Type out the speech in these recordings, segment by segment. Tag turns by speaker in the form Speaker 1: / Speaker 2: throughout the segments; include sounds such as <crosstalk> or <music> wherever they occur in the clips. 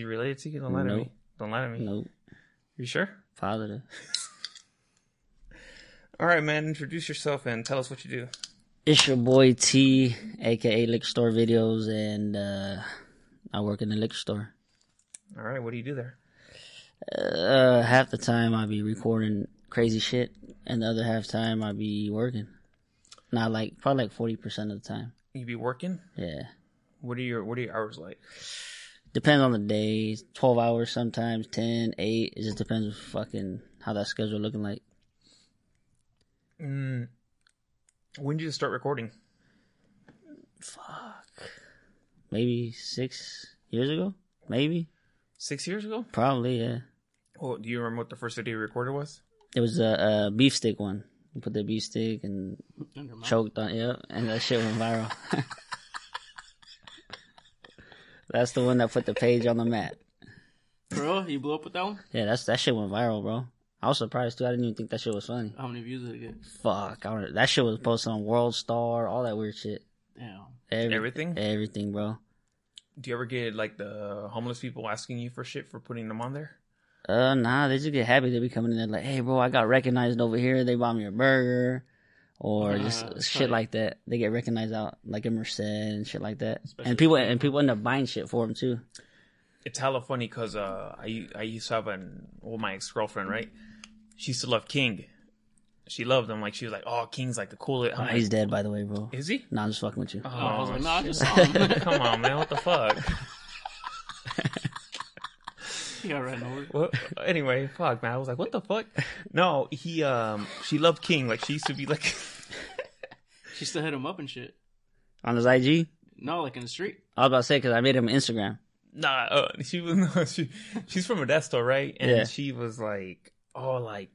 Speaker 1: he related to you? Don't lie to
Speaker 2: Nope.
Speaker 1: me. Don't lie to me.
Speaker 2: Nope.
Speaker 1: You sure?
Speaker 2: Positive.
Speaker 1: All right, man. Introduce yourself and tell us what you do.
Speaker 2: It's your boy T, aka Liquor Store Videos, and uh, I work in the liquor store.
Speaker 1: All right, what do you do there?
Speaker 2: Uh, half the time I be recording crazy shit, and the other half time I be working. Not like probably like forty percent of the time.
Speaker 1: You be working?
Speaker 2: Yeah,
Speaker 1: What are your What are your hours like?
Speaker 2: depends on the day. Twelve hours sometimes, 10, 8. It just depends on fucking how that schedule looking like.
Speaker 1: Mm. When did you start recording?
Speaker 2: Fuck. Maybe six years ago. Maybe
Speaker 1: Six years ago?
Speaker 2: probably yeah.
Speaker 1: Oh, do you remember what the first video you recorded was?
Speaker 2: It was a, a beef stick one. You put the beef stick and choked on yeah, and that shit went viral. that's the one that put the page on the map.
Speaker 3: For real? You blew up with that one?
Speaker 2: Yeah, that's that shit went viral, bro. I was surprised too. I didn't even think that shit was funny.
Speaker 3: How many views did it get?
Speaker 2: Fuck, I don't, that shit was posted on World Star, all that weird shit.
Speaker 3: Damn.
Speaker 2: Every-
Speaker 1: Everything?
Speaker 2: everything, bro.
Speaker 1: Do you ever get like the homeless people asking you for shit for putting them on there?
Speaker 2: Uh, nah, they just get happy. They be coming in there like, hey, bro, I got recognized over here. They bought me a burger. Or just
Speaker 3: Uh,
Speaker 2: shit
Speaker 3: sorry.
Speaker 2: like that. They get recognized out, like in Merced and shit like that.
Speaker 3: Especially-
Speaker 2: and people, and people end up buying shit for them too.
Speaker 1: It's hella funny because uh, I I used to have an well my ex girlfriend right. She used to love King. She loved him like she was like oh King's like the coolest.
Speaker 2: Oh,
Speaker 1: I'm
Speaker 2: he's
Speaker 1: like,
Speaker 2: dead, by the way, bro.
Speaker 1: is he?
Speaker 2: Nah, I'm just fucking with you.
Speaker 1: Oh,
Speaker 3: I was like, nah, I
Speaker 1: shit.
Speaker 3: just saw him. <laughs>
Speaker 1: come on man, what the fuck?
Speaker 3: he got ran over.
Speaker 1: Well, anyway, fuck man, I was like what the fuck? <laughs> No, he um she loved King like she used to be like <laughs>
Speaker 3: She still hit him up and shit.
Speaker 2: On his IG,
Speaker 3: No, like in the street.
Speaker 2: I was about to say because I made him Instagram.
Speaker 1: Nah, uh, she was <laughs> no, she, she's from Modesto, right? And
Speaker 2: Yeah.
Speaker 1: she was like, oh, like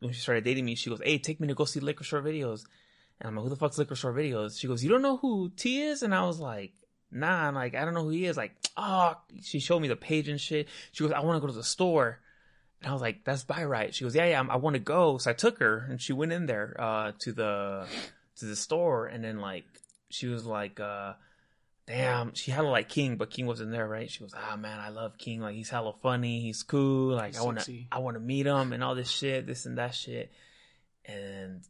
Speaker 1: when she started dating me, she goes, hey, take me to go see liquor store videos. And I'm like, who the fuck's liquor store videos? She goes, you don't know who T is? And I was like, nah, I'm like I don't know who he is. Like, oh, she showed me the page and shit. She goes, I want to go to the store. And I was like, that's by right. She goes, yeah, yeah, I'm, I want to go. So I took her and she went in there, uh, to the, to the store. And then like, she was like, uh, damn, she had like King, but King wasn't there, right? She goes, ah, man, I love King. Like, he's hella funny. He's cool. Like,
Speaker 3: He's
Speaker 1: I want to,
Speaker 3: sexy.
Speaker 1: I want to meet him and all this shit, this and that shit. And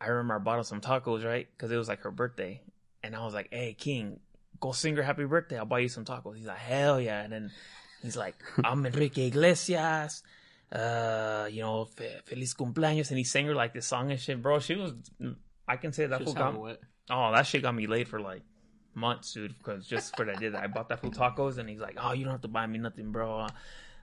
Speaker 1: I remember I bought him some tacos, right? Cause it was like her birthday. And I was like, hey, King, go sing her happy birthday. I'll buy you some tacos. He's like, hell yeah. And then he's
Speaker 3: <laughs>
Speaker 1: like, I'm Enrique Iglesias. Uh, you know, fe- feliz cumpleaños. And he sang her like this song and shit, bro. She was, I can say that
Speaker 3: She was
Speaker 1: fool
Speaker 3: hella
Speaker 1: got,
Speaker 3: wet. <laughs>
Speaker 1: oh, that shit got me laid for like months, dude. Cause just what I did, I bought that fool tacos and he's like, oh, you don't have to buy me nothing, bro.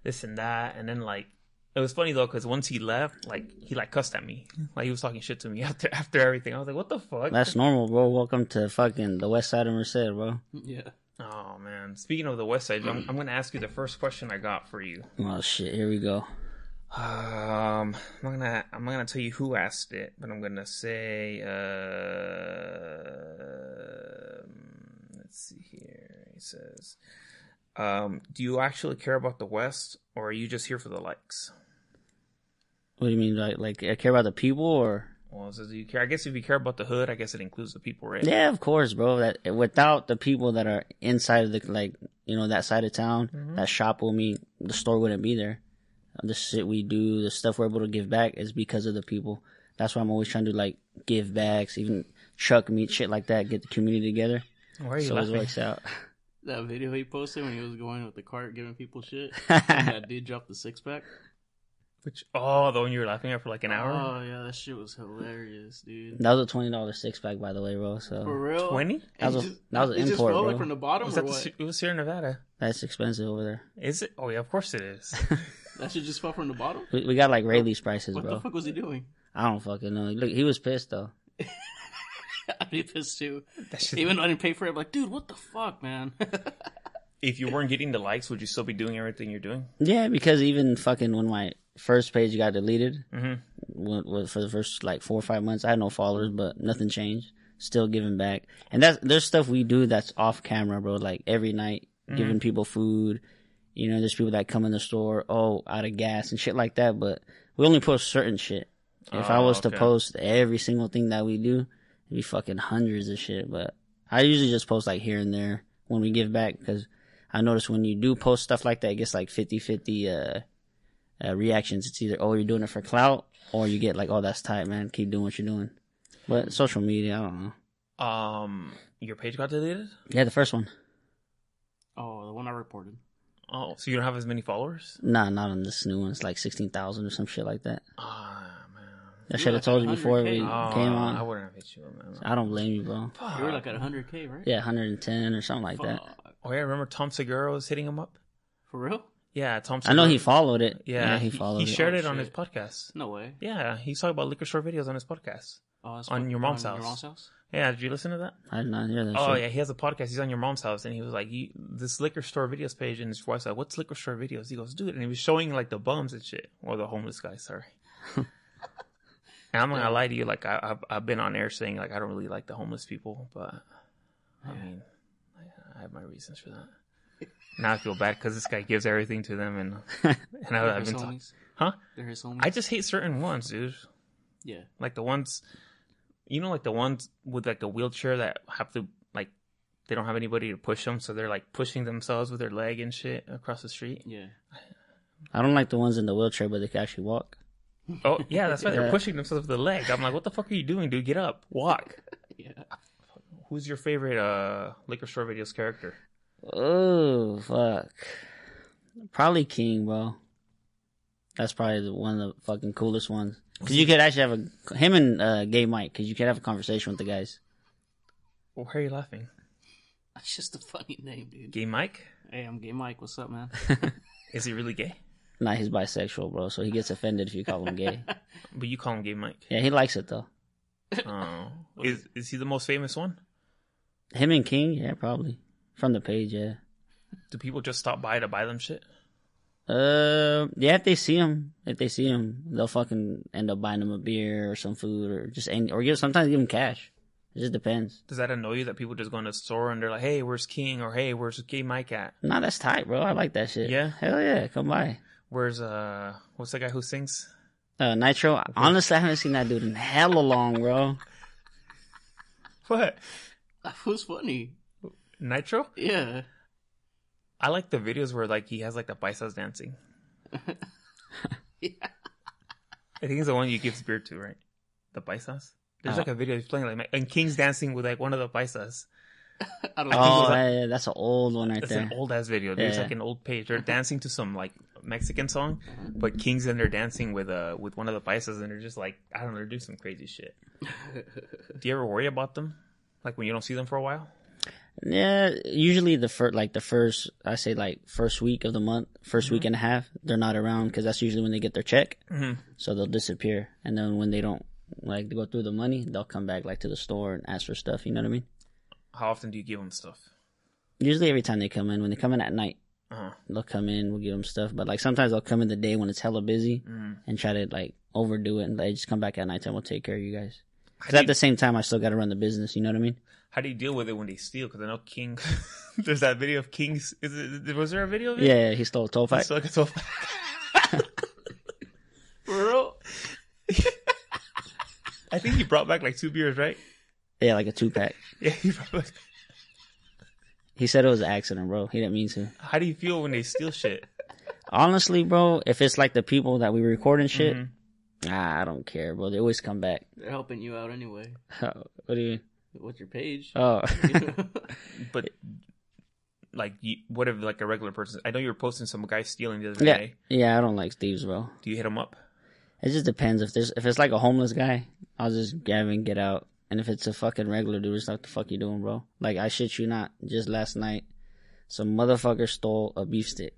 Speaker 1: This and that. And then like, it was funny though, cause once he left, like he like cussed at me, like he was talking shit to me <laughs> after after everything. I was like, what the fuck?
Speaker 2: That's normal, bro. Welcome to fucking the West Side of Merced, bro.
Speaker 3: Yeah.
Speaker 1: Oh man! Speaking of the West Side, I'm, I'm going to ask you the first question I got for you.
Speaker 2: Oh shit, here we go.
Speaker 1: Um, I'm not gonna I'm not gonna tell you who asked it, but I'm gonna say, uh, let's see here. He says, um, "Do you actually care about the West, or are you just here for the likes?"
Speaker 2: What do you mean, like, like I care about the people or?
Speaker 1: Well, it says, "Do you care?" I guess if you care about the hood, I guess it includes the people, right?
Speaker 2: Yeah, of course, bro. That without the people that are inside of the like, you know, that side of town,
Speaker 1: Mm-hmm.
Speaker 2: that shop with me, the store wouldn't be there. Uh, The shit we do, the stuff we're able to give back is because of the people. That's why I'm always trying to like give backs, even truck meet, shit like that, get the community together.
Speaker 1: Why are you
Speaker 2: So it
Speaker 1: laughing?
Speaker 2: works
Speaker 3: <laughs>
Speaker 2: out.
Speaker 3: That video he posted when he was going with the cart giving people
Speaker 1: <laughs>
Speaker 3: shit. and that dude dropped the six pack.
Speaker 1: Which oh, the one you were laughing at for like an hour,
Speaker 3: Oh, yeah, that shit was hilarious, dude.
Speaker 2: That was a twenty dollar six pack, by the way, bro.
Speaker 3: For
Speaker 2: So
Speaker 3: real?
Speaker 1: twenty?
Speaker 2: That was a-
Speaker 3: It just-
Speaker 2: that was an
Speaker 3: it just
Speaker 2: import,
Speaker 3: flowed,
Speaker 2: bro.
Speaker 3: like from the bottom
Speaker 1: Was
Speaker 3: or
Speaker 1: that the,
Speaker 3: what?
Speaker 1: se- it was here in Nevada?
Speaker 2: that's expensive over there.
Speaker 1: Is it? Oh yeah, of course it is.
Speaker 3: that shit just fell from the bottom?
Speaker 2: We, we got like Rayleigh's prices,
Speaker 3: What the
Speaker 2: bro.
Speaker 3: fuck was he doing? <laughs>
Speaker 2: I don't fucking know. Look, he was pissed though.
Speaker 3: I'd be pissed too.
Speaker 1: <laughs> That shit-
Speaker 3: Even though I didn't pay for it, I'm like, dude, what the fuck, man? <laughs>
Speaker 1: if you weren't getting the likes, would you still be doing everything you're doing?
Speaker 2: Yeah, because even fucking when my first page got deleted,
Speaker 1: Mhm.
Speaker 2: wa- wa- for the first like four or five months, I had no followers, but nothing changed. Still giving back, and that's there's stuff we do that's off camera, bro. Like every night, giving people food. You know, there's people that come in the store, oh, out of gas and shit like that. But we only post certain shit. If I
Speaker 1: Oh,
Speaker 2: was
Speaker 1: okay.
Speaker 2: to post every single thing that we do, it'd be fucking hundreds of shit. But I usually just post like here and there when we give back because I noticed when you do post stuff like that, it gets like 50 50 uh, uh, reactions. It's either, oh, you're doing it for clout, or you get like, oh, that's tight, man. Keep doing what you're doing. But social media, I don't know.
Speaker 1: Um, your page got deleted.
Speaker 2: Yeah, the first one.
Speaker 3: Oh, the one I reported.
Speaker 1: Oh, so you don't have as many followers?
Speaker 2: Nah, not on this new one. It's like 16,000 or some shit like that.
Speaker 1: Ah, man.
Speaker 2: I
Speaker 3: You
Speaker 2: should have
Speaker 3: like
Speaker 2: told you before we
Speaker 3: 100K.
Speaker 2: came
Speaker 1: Oh, I
Speaker 2: on.
Speaker 1: wouldn't have hit you, man.
Speaker 2: I don't blame you, bro.
Speaker 1: Fuck.
Speaker 3: You were like at 100k, right?
Speaker 2: Yeah, 110 or something like that.
Speaker 3: Fuck.
Speaker 1: Oh yeah, remember Tom Segura was hitting him up?
Speaker 3: For real?
Speaker 1: Yeah, Tom.
Speaker 2: I
Speaker 1: Segura.
Speaker 2: know he followed it.
Speaker 1: Yeah,
Speaker 2: he followed
Speaker 1: He
Speaker 2: it.
Speaker 1: shared
Speaker 3: Oh,
Speaker 1: it on his
Speaker 3: shit.
Speaker 1: podcast.
Speaker 3: No way.
Speaker 1: Yeah, he's talking about liquor store videos on his podcast.
Speaker 3: Oh, that's
Speaker 1: On
Speaker 3: fucking-
Speaker 1: your mom's
Speaker 3: Your
Speaker 1: house.
Speaker 3: mom's house.
Speaker 1: Yeah, did you listen to that?
Speaker 2: I did not hear that.
Speaker 1: Oh
Speaker 2: shit.
Speaker 1: yeah, he has a podcast. He's on your mom's house, and he was like, you, "This liquor store videos page," and his wife's like, "What's liquor store videos?" He goes, "Dude," and he was showing like the bums and shit, or the homeless guy. Sorry. and I'm not gonna lie to you, like I, I've I've been on air saying like I don't really like the homeless people, but I mean, I, I have my reasons for that. Now I feel bad because this guy gives everything to them, and and I,
Speaker 3: They're
Speaker 1: I've
Speaker 3: his
Speaker 1: been talking.
Speaker 3: homies.
Speaker 1: Huh?
Speaker 3: They're his homies.
Speaker 1: I just hate certain ones, dude.
Speaker 3: yeah.
Speaker 1: Like the ones, you know, like the ones with like the wheelchair that have to like they don't have anybody to push them, so they're like pushing themselves with their leg and shit across the street.
Speaker 3: Yeah.
Speaker 2: I don't like the ones in the wheelchair, but they can actually walk.
Speaker 1: Oh yeah, that's why they're
Speaker 2: Yeah.
Speaker 1: pushing themselves with their leg. I'm like, what the fuck are you doing, dude? Get up, walk.
Speaker 3: Yeah. <laughs>
Speaker 1: Who's your favorite uh liquor store videos character?
Speaker 2: Oh fuck! Probably King, bro. That's probably the, one of the fucking coolest ones. Cause you could actually have a him and uh, Gay Mike. Cause you could have a conversation with the guys.
Speaker 1: Why are you laughing?
Speaker 3: That's just a funny name, dude.
Speaker 1: Gay Mike?
Speaker 3: Hey, I'm Gay Mike. What's up, man? <laughs>
Speaker 1: Is he really gay?
Speaker 2: Nah, he's bisexual, bro. So he gets offended if you call
Speaker 1: <laughs>
Speaker 2: him gay.
Speaker 1: But you call him Gay Mike.
Speaker 2: <laughs> yeah, he likes it though.
Speaker 1: Oh, is is he the most famous one?
Speaker 2: Him and King, yeah, probably from the page, yeah.
Speaker 1: Do people just stop by to buy them shit?
Speaker 2: Uh, yeah, if they see him, if they see him, they'll fucking end up buying him a beer or some food or just any, or give sometimes give him cash. It just depends.
Speaker 1: Does that annoy you that people just go into the store and they're like, "Hey, where's King?" or "Hey, where's Gay Mike at?"
Speaker 2: Nah, that's tight, bro. I like that shit.
Speaker 1: Yeah?
Speaker 2: hell yeah, come by.
Speaker 1: Where's uh, what's the guy who sings?
Speaker 2: Uh, Nitro, honestly, I haven't seen that dude in hella long, bro.
Speaker 1: <laughs> What?
Speaker 3: that was funny.
Speaker 1: Nitro?
Speaker 3: Yeah. <laughs>
Speaker 1: I like the videos where like he has like the paisas dancing. I think he's the one you gives beer to, right? The paisas. There's like a video he's playing like and King's dancing with like one of the paisas.
Speaker 3: I don't know.
Speaker 2: Oh, yeah, yeah, that's an old one right
Speaker 1: It's
Speaker 2: there.
Speaker 1: an old ass video. Dude. It's
Speaker 2: Yeah.
Speaker 1: like an old page. They're dancing to some like Mexican song, but King's in there dancing with uh with one of the paisas, and they're just like I don't know, they're doing some crazy shit. Do you ever worry about them? Like when you don't see them for a while?
Speaker 2: Yeah, usually the first, like the first, I say like first week of the month, 1st week and a half, they're not around because that's usually when they get their check.
Speaker 1: Mhm.
Speaker 2: So they'll disappear, and then when they don't like go through the money, they'll come back like to the store and ask for stuff. You know what I mean?
Speaker 1: How often do you give them stuff?
Speaker 2: Usually every time they come in, when they come in at night,
Speaker 1: Uh-huh.
Speaker 2: they'll come in, we'll give them stuff. But like sometimes they'll come in the day when it's hella busy and try to like overdo it, and they just come back at nighttime. We'll take care of you guys.
Speaker 1: How
Speaker 2: Cause
Speaker 1: do
Speaker 2: at
Speaker 1: you-
Speaker 2: the same time, I still got to run the business. You know what I mean?
Speaker 1: how do you deal with it when they steal? Because I know King, <laughs> there's that video of King's. Is it, was there a video of it?
Speaker 2: Yeah, he stole a toll pack.
Speaker 1: So like, it's all-
Speaker 3: For real?
Speaker 1: <laughs> I think he brought back like two beers, right? <laughs>
Speaker 2: Yeah, like a two pack.
Speaker 1: Yeah. He brought back.
Speaker 2: He said it was an accident, bro. He didn't mean to.
Speaker 1: How do you feel when they steal shit?
Speaker 2: Honestly, bro, if it's like the people that we record and shit,
Speaker 1: Mm-hmm.
Speaker 2: ah, I don't care, bro. They always come back. <laughs>
Speaker 3: They're helping you out anyway.
Speaker 2: what do you?
Speaker 3: What's your page? <laughs>
Speaker 2: Oh,
Speaker 1: <laughs> But like, you, what if like a regular person? I know you were posting some guy stealing the other
Speaker 2: yeah,
Speaker 1: day.
Speaker 2: <laughs> yeah. I don't like thieves, bro.
Speaker 1: Do you hit him up?
Speaker 2: It just depends. If there's if it's like a homeless guy, I'll just grab him and get out. And if it's a fucking regular dude, it's like the fuck you doing, bro. Like I shit you not. Just last night, some motherfucker stole a beef stick.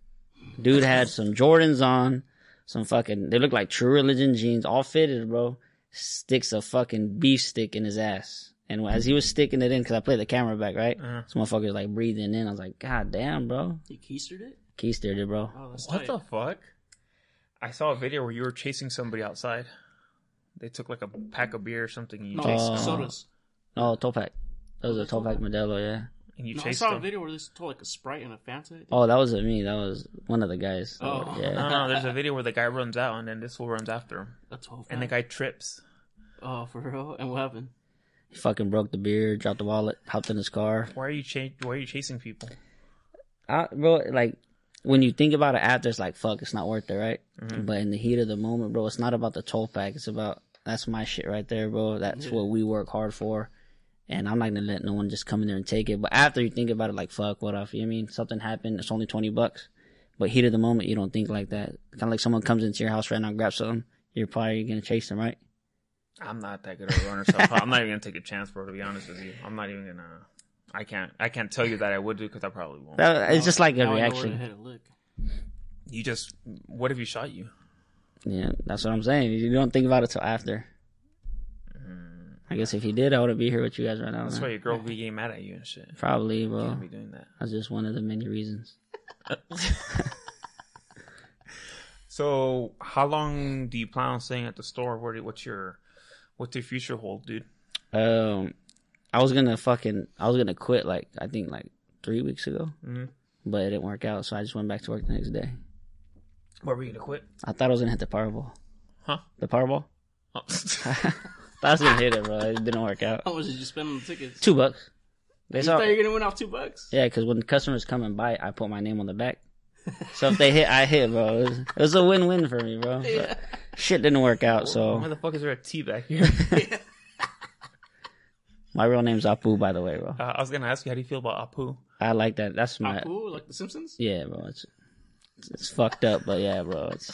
Speaker 2: Dude had some Jordans on, some fucking they look like True Religion jeans, all fitted, bro. Sticks a fucking beef stick in his ass. And as he was sticking it in, cause I played the camera back, right?
Speaker 1: Uh-huh.
Speaker 2: This motherfucker was like breathing in. I was like, God damn, bro.
Speaker 3: He keistered it?
Speaker 2: Key steered it, bro.
Speaker 3: Oh, that's
Speaker 1: What
Speaker 3: tight.
Speaker 1: the fuck? I saw a video where you were chasing somebody outside. They took like a pack of beer or something, and you
Speaker 3: No,
Speaker 1: chased
Speaker 2: Oh.
Speaker 1: them.
Speaker 3: sodas.
Speaker 2: Oh, Topak. That was a Topak Modelo, yeah.
Speaker 1: And you
Speaker 3: No, I
Speaker 1: chased
Speaker 3: saw a
Speaker 1: them.
Speaker 3: video where they told like a Sprite and a Fanta. I think.
Speaker 2: Oh, that wasn't me. That was one of the guys.
Speaker 3: Oh.
Speaker 1: No,
Speaker 2: yeah.
Speaker 1: no, Uh-huh. there's a video where the guy runs out, and then this fool runs after him,
Speaker 3: That's whole
Speaker 1: and the guy trips.
Speaker 3: Oh, for real? And what happened?
Speaker 2: He fucking broke the beer, dropped the wallet, hopped in his car.
Speaker 1: Why are you cha- Why are you chasing people?
Speaker 2: I, bro, like when you think about it after, it's like fuck, it's not worth it, right?
Speaker 3: Mm.
Speaker 1: Mhm.
Speaker 2: But in the heat of the moment, bro, it's not about the toll pack. It's about that's my shit right there, bro. That's
Speaker 3: Yeah.
Speaker 2: what we work hard for. And I'm not gonna let no one just come in there and take it. But after you think about it, like fuck, what if? You know what I mean something happened? It's only twenty bucks. But heat of the moment, you don't think like that. Kind of like someone comes into your house right now, and grabs something. You're probably gonna chase them, right?
Speaker 1: I'm not that good of a runner, so I'm not even gonna take a chance, bro. To be honest with you, I'm not even gonna. I can't. I can't tell you that I would do because I probably won't.
Speaker 2: That, it's just like a
Speaker 3: Now I know where to
Speaker 2: reaction.
Speaker 3: hit a lick.
Speaker 1: you just. What if you shot you?
Speaker 2: Yeah, that's what I'm saying. You don't think about it till after. I guess if he did, I would be here with you guys right now.
Speaker 1: Mm. That's
Speaker 2: man.
Speaker 1: why your girl be getting mad at you and shit.
Speaker 2: Probably,
Speaker 1: You
Speaker 2: bro.
Speaker 1: can't be doing that.
Speaker 2: That's just one of the many reasons.
Speaker 1: So, how long do you plan on staying at the store? What do- what's your what's your future hold, dude? <laughs>
Speaker 2: Um, I was gonna fucking, I was gonna quit like I think like three weeks ago,
Speaker 1: Mhm.
Speaker 2: but it didn't work out. So I just went back to work the next day.
Speaker 1: What were you gonna quit?
Speaker 2: I thought I was gonna hit the Powerball.
Speaker 1: Huh?
Speaker 2: The Powerball? <laughs>
Speaker 1: Oh.
Speaker 2: I was gonna hit it, bro. It didn't work out.
Speaker 3: How much did you spend on the tickets?
Speaker 2: Two bucks. They
Speaker 3: You
Speaker 2: saw,
Speaker 3: thought you were gonna win off two bucks?
Speaker 2: yeah, because when customers come and buy, I put my name on the back. So if they hit, I hit, bro. It was, it was a win-win for me, bro. But shit didn't work out,
Speaker 1: why
Speaker 2: <laughs> so
Speaker 1: the fuck is there a T back here?
Speaker 2: my real name's Apu, by the way, bro.
Speaker 1: uh, I was gonna ask you how do you feel about Apu?
Speaker 2: I like that. That's my
Speaker 3: Cool, like The Simpsons.
Speaker 2: Yeah, bro. It's it's fucked up, but yeah, bro. It's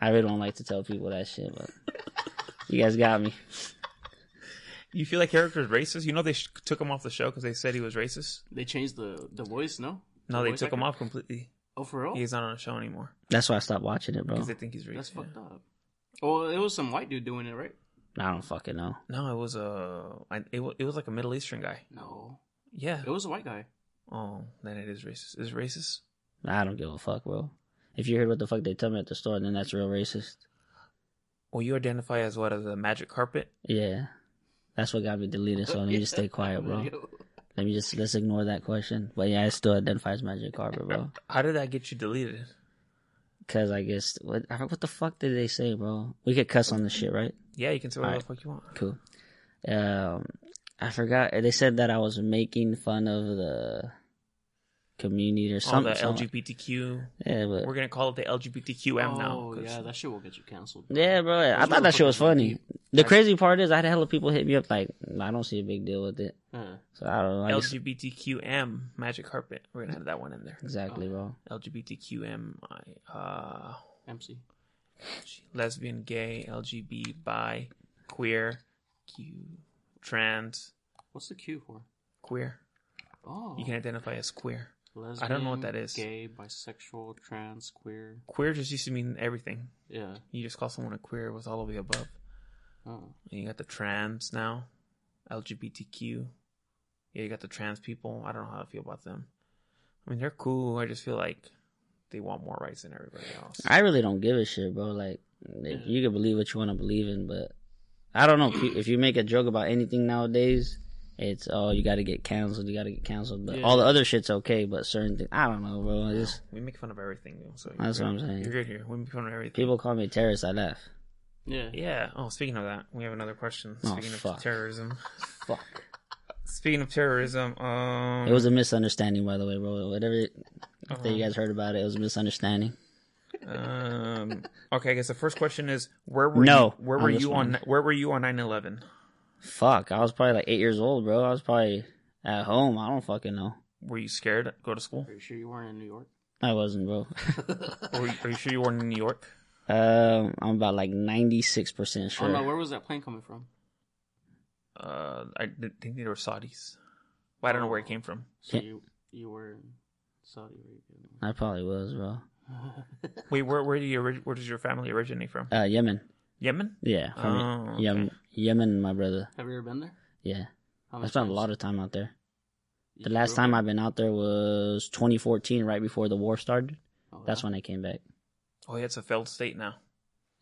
Speaker 2: I really don't like to tell people that shit, but you guys got me.
Speaker 1: You feel that character's racist? You know they sh- took him off the show because they said he was racist.
Speaker 3: They changed the the voice. No,
Speaker 1: No,
Speaker 3: The
Speaker 1: they
Speaker 3: voice
Speaker 1: took him
Speaker 3: actor?
Speaker 1: off completely.
Speaker 3: Oh, for real?
Speaker 1: He's not on the show anymore
Speaker 2: That's why I stopped watching it, bro.
Speaker 1: because they think he's racist.
Speaker 3: That's fucked up. Well, it was some white dude doing it, right?
Speaker 2: I don't fucking know.
Speaker 1: No, it was a I, it, wa- it was like a Middle Eastern guy.
Speaker 3: No,
Speaker 1: Yeah.
Speaker 3: it was a white guy.
Speaker 1: Oh, then it is racist. Is it racist?
Speaker 2: I don't give a fuck, bro. If you heard what the fuck they tell me at the store, then that's real racist.
Speaker 1: Well, you identify as what as a magic carpet.
Speaker 2: Yeah. That's what got me deleted, so let me
Speaker 3: <laughs>
Speaker 2: just stay quiet, bro. Let me just let's ignore that question. But yeah, I still identify as Magic Carpet, bro.
Speaker 1: How did that get you deleted?
Speaker 2: Cause I guess what I- what the fuck did they say, bro? We could cuss on this shit, right?
Speaker 1: Yeah, you can say whatever
Speaker 2: Alright.
Speaker 1: the fuck you want.
Speaker 2: Cool. Um, I forgot. They said that I was making fun of the community or
Speaker 1: All
Speaker 2: something.
Speaker 1: the LGBTQ.
Speaker 2: Yeah, but
Speaker 1: We're gonna call it the LGBTQ M now.
Speaker 3: Oh
Speaker 1: 'cause-
Speaker 3: yeah, that shit will get you canceled.
Speaker 2: yeah, bro. I thought that shit was funny. The crazy part is, I had hella people hit me up like, I don't see a big deal with it.
Speaker 3: Uh,
Speaker 2: So I don't know. I guess-
Speaker 1: LGBTQM magic carpet. We're gonna have that one in there.
Speaker 2: exactly, bro.
Speaker 1: LGBTQM, uh,
Speaker 3: MC.
Speaker 1: lesbian, gay, LGB, bi, queer, Q, trans,
Speaker 3: What's the Q for?
Speaker 1: queer.
Speaker 3: Oh,
Speaker 1: You can identify as queer.
Speaker 3: lesbian,
Speaker 1: don't know what that is.
Speaker 3: Gay, bisexual, trans, queer.
Speaker 1: Queer just used to mean everything.
Speaker 3: Yeah.
Speaker 1: You just call someone a queer. It was all over the above.
Speaker 3: Oh.
Speaker 1: And you got the trans now, LGBTQ. Yeah, you got the trans people. I don't know how I feel about them. I mean, they're cool. I just feel like they want more rights than everybody else.
Speaker 2: I really don't give a shit, bro. Like,
Speaker 3: Yeah.
Speaker 2: you can believe what you want to believe in, but I don't know. If you, if you make a joke about anything nowadays, it's oh, you got to get canceled. You got to get canceled. But
Speaker 3: Yeah.
Speaker 2: all the other shit's okay. But certain things, I don't know, bro. It's,
Speaker 1: We make fun of everything. you know, So
Speaker 2: That's
Speaker 1: you're-
Speaker 2: what I'm saying.
Speaker 1: You're good here. We make fun of everything.
Speaker 2: People call me a terrorist. I laugh.
Speaker 3: Yeah.
Speaker 1: Yeah. Oh, speaking of that, we have another question.
Speaker 2: Oh,
Speaker 1: Speaking
Speaker 2: fuck.
Speaker 1: of terrorism.
Speaker 2: Fuck.
Speaker 1: Speaking of terrorism, um,
Speaker 2: It was a misunderstanding, by the way, bro. Whatever
Speaker 1: uh-huh.
Speaker 2: that you guys heard about it, it was a misunderstanding.
Speaker 1: um, okay. I guess the first question is where were
Speaker 2: No,
Speaker 1: you, where
Speaker 2: on
Speaker 1: were
Speaker 2: this
Speaker 1: you on
Speaker 2: one.
Speaker 1: where were you on 9/11?
Speaker 2: Fuck. I was probably like eight years old, bro. I was probably at home. I don't fucking know.
Speaker 1: Were you scared? Go to school?
Speaker 3: Are you sure you weren't in New York? <laughs>
Speaker 2: I wasn't, bro. <laughs>
Speaker 1: Or are you sure you weren't in New York?
Speaker 2: um, I'm about like 96%
Speaker 3: Oh no,
Speaker 2: sure.
Speaker 3: where was that plane coming from?
Speaker 1: uh, I did think they were Saudis. But I don't know where it came from.
Speaker 3: So
Speaker 2: Yeah.
Speaker 3: you you were in Saudi Arabia.
Speaker 2: I probably was, bro.
Speaker 3: <laughs>
Speaker 1: Wait, where where do you orig- where does your family originate from?
Speaker 2: Uh, Yemen.
Speaker 1: Yemen.
Speaker 2: Yeah. From
Speaker 1: Oh, okay.
Speaker 2: Yemen, Yemen, my brother.
Speaker 3: Have you ever been there?
Speaker 2: Yeah.
Speaker 1: Oh,
Speaker 3: How
Speaker 2: I
Speaker 3: many
Speaker 2: spent a
Speaker 3: times?
Speaker 2: lot of time out there.
Speaker 3: You
Speaker 2: The last
Speaker 3: drove?
Speaker 2: time I've been out there was 2014, right before the war started.
Speaker 3: Oh,
Speaker 2: That's
Speaker 3: yeah.
Speaker 2: when I came back.
Speaker 1: Oh, yeah, it's a failed state now.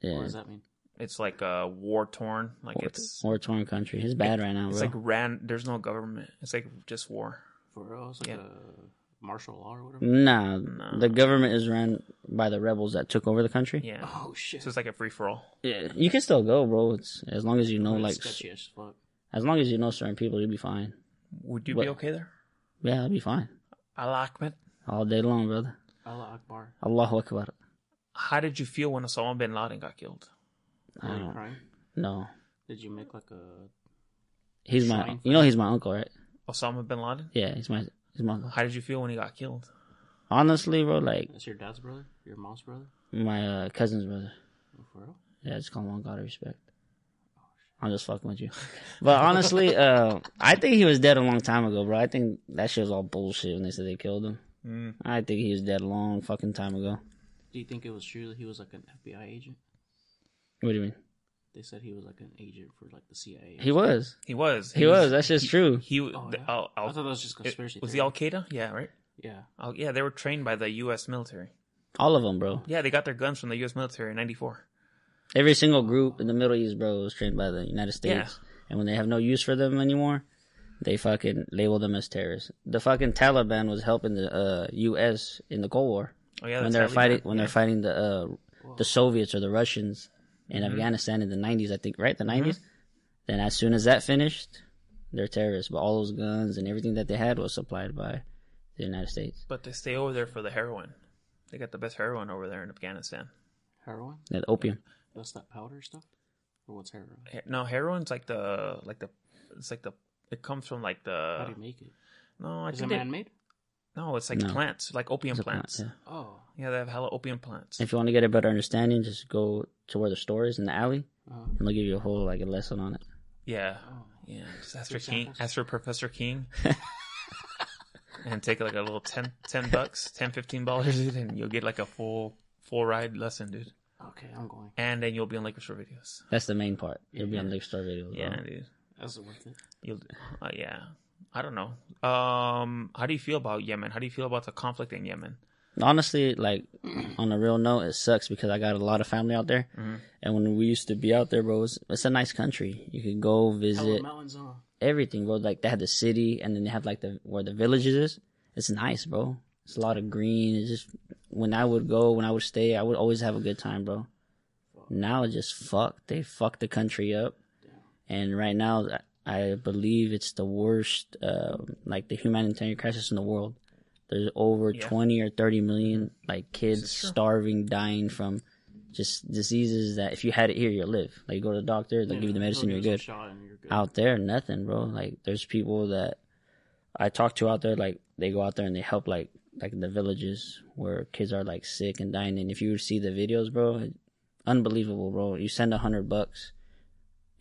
Speaker 3: What
Speaker 2: Yeah.
Speaker 3: does that mean?
Speaker 1: It's like uh, war torn. Like
Speaker 2: War-
Speaker 1: it's
Speaker 2: war torn country. It's bad right now,
Speaker 1: it's
Speaker 2: bro.
Speaker 1: like ran. There's no government. It's like just war.
Speaker 3: For real? It's like
Speaker 1: Yeah.
Speaker 3: a martial law or whatever.
Speaker 2: Nah,
Speaker 1: Nah.
Speaker 2: the government is run by the rebels that took over the country.
Speaker 1: Oh, Yeah.
Speaker 3: Oh shit.
Speaker 1: So it's like a free for all.
Speaker 2: Yeah, you can still go, bro. It's as long as you know,
Speaker 3: That's
Speaker 2: like,
Speaker 3: sketchy as fuck.
Speaker 2: as long as you know certain people, you'll be fine.
Speaker 1: Would you
Speaker 2: What-
Speaker 1: be okay there?
Speaker 2: Yeah, I'll be fine.
Speaker 1: Al Ahmed.
Speaker 2: all day long, brother.
Speaker 3: Allah Akbar.
Speaker 2: Allahu Akbar.
Speaker 1: How did you feel when Osama bin Laden got killed?
Speaker 2: I
Speaker 3: Were you
Speaker 2: don't
Speaker 3: crying?
Speaker 2: know.
Speaker 3: Did you make like a?
Speaker 2: He's my,
Speaker 3: Shrine.
Speaker 2: you know, he's my uncle, right?
Speaker 1: Osama bin Laden.
Speaker 2: Yeah, he's my, he's my uncle.
Speaker 1: How did you feel when he got killed?
Speaker 2: Honestly, bro, like
Speaker 3: That's your dad's brother. Your mom's brother.
Speaker 2: my uh, cousin's brother.
Speaker 3: Oh, For real?
Speaker 2: Yeah, just call him one God of respect. I'm just fucking with you. But <laughs> honestly, uh, I think he was dead a long time ago, bro. I think that shit was all bullshit when they said they killed him.
Speaker 1: Mm.
Speaker 2: I think he was dead a long fucking time ago.
Speaker 3: Do you think it was true that he was like an FBI agent?
Speaker 2: What do you mean?
Speaker 3: They said he was like an agent for like the CIA.
Speaker 2: He was.
Speaker 1: He was.
Speaker 2: He was. That shit's true.
Speaker 1: He, was.
Speaker 3: Oh,
Speaker 1: the,
Speaker 3: yeah?
Speaker 1: Al,
Speaker 3: I
Speaker 1: Al,
Speaker 3: thought that was just
Speaker 1: it-
Speaker 3: conspiracy.
Speaker 1: was
Speaker 3: theory.
Speaker 1: he Al Qaeda? Yeah, right.
Speaker 3: Yeah.
Speaker 1: Al, yeah, they were trained by the U.S. military.
Speaker 2: All of them, bro.
Speaker 1: Yeah, they got their guns from the U.S. military in '94.
Speaker 2: Every single group in the Middle East, bro, was trained by the United States.
Speaker 1: Yeah.
Speaker 2: And when they have no use for them anymore, they fucking label them as terrorists. The fucking Taliban was helping the uh, U.S. in the Cold War
Speaker 1: Oh yeah,
Speaker 2: when
Speaker 1: that's
Speaker 2: they're
Speaker 1: Taliban.
Speaker 2: fighting when
Speaker 1: Yeah.
Speaker 2: they're fighting the uh, the Soviets or the Russians in Afghanistan in the 90s, I think, right? The 90s. Then as soon as that finished, they're terrorists. But all those guns and everything that they had was supplied by the United States.
Speaker 1: But they stay over there for the heroin. They got the best heroin over there in Afghanistan.
Speaker 3: Heroin?
Speaker 2: That opium.
Speaker 3: That's that powder stuff? Or what's heroin?
Speaker 1: He- No, heroin's like the like the it's like the it comes from like
Speaker 2: Uh,
Speaker 3: How
Speaker 1: the
Speaker 3: do you make it?
Speaker 1: no, I
Speaker 3: Is it
Speaker 1: think they,
Speaker 3: man made?
Speaker 1: no, it's like
Speaker 2: No.
Speaker 1: plants, like opium
Speaker 2: It's a plant,
Speaker 1: plants.
Speaker 2: yeah.
Speaker 3: Oh.
Speaker 1: yeah. they have hella opium plants.
Speaker 2: If you want to get a better understanding, just go to where the store is in the alley,
Speaker 3: Uh,
Speaker 2: and they'll give you a whole like a lesson on it.
Speaker 1: yeah,
Speaker 3: oh.
Speaker 1: yeah. Just ask for
Speaker 3: Free
Speaker 1: King,
Speaker 3: samples?
Speaker 1: ask for Professor King,
Speaker 2: <laughs>
Speaker 1: and take like a little 10, 10 bucks, 10, 15 dollars, <laughs> dude, and you'll get like a full full ride lesson, dude.
Speaker 3: Okay, I'm going.
Speaker 1: And then you'll be on Lakers for videos.
Speaker 2: That's the main part. It'll be on
Speaker 3: Yeah.
Speaker 2: the store video.
Speaker 1: Yeah,
Speaker 2: Yeah.
Speaker 1: dude.
Speaker 3: That's worth it.
Speaker 1: You'll, uh, yeah. I don't know. Um, how do you feel about Yemen? How do you feel about the conflict in Yemen?
Speaker 2: Honestly, like on a real note, it sucks because I got a lot of family out there, and when we used to be out there, bro, it's, it's a nice country. You could go
Speaker 3: Hello,
Speaker 2: visit
Speaker 3: mountains, huh?
Speaker 2: everything, bro. Like they had the city, and then they had like the where the villages is. It's nice, bro. It's a lot of green. It's just when I would go, when I would stay, I would always have a good time, bro. Now it's just fuck. They fucked the country up, and right now I I believe it's the worst, uh, like the humanitarian crisis in the world. There's over
Speaker 1: Yeah.
Speaker 2: twenty or thirty million like kids
Speaker 1: true.
Speaker 2: starving, dying from just diseases that if you had it here, you'll live. Like you go to the doctor, they'll
Speaker 3: Yeah,
Speaker 2: give you the
Speaker 3: go
Speaker 2: medicine,
Speaker 3: give
Speaker 2: you're
Speaker 3: us
Speaker 2: good
Speaker 3: a Shot and you're good.
Speaker 2: out there, nothing, bro. Like there's people that I talk to out there, like they go out there and they help, like like in the villages where kids are like sick and dying. And if you see the videos, bro, it- unbelievable, bro. You send a hundred bucks,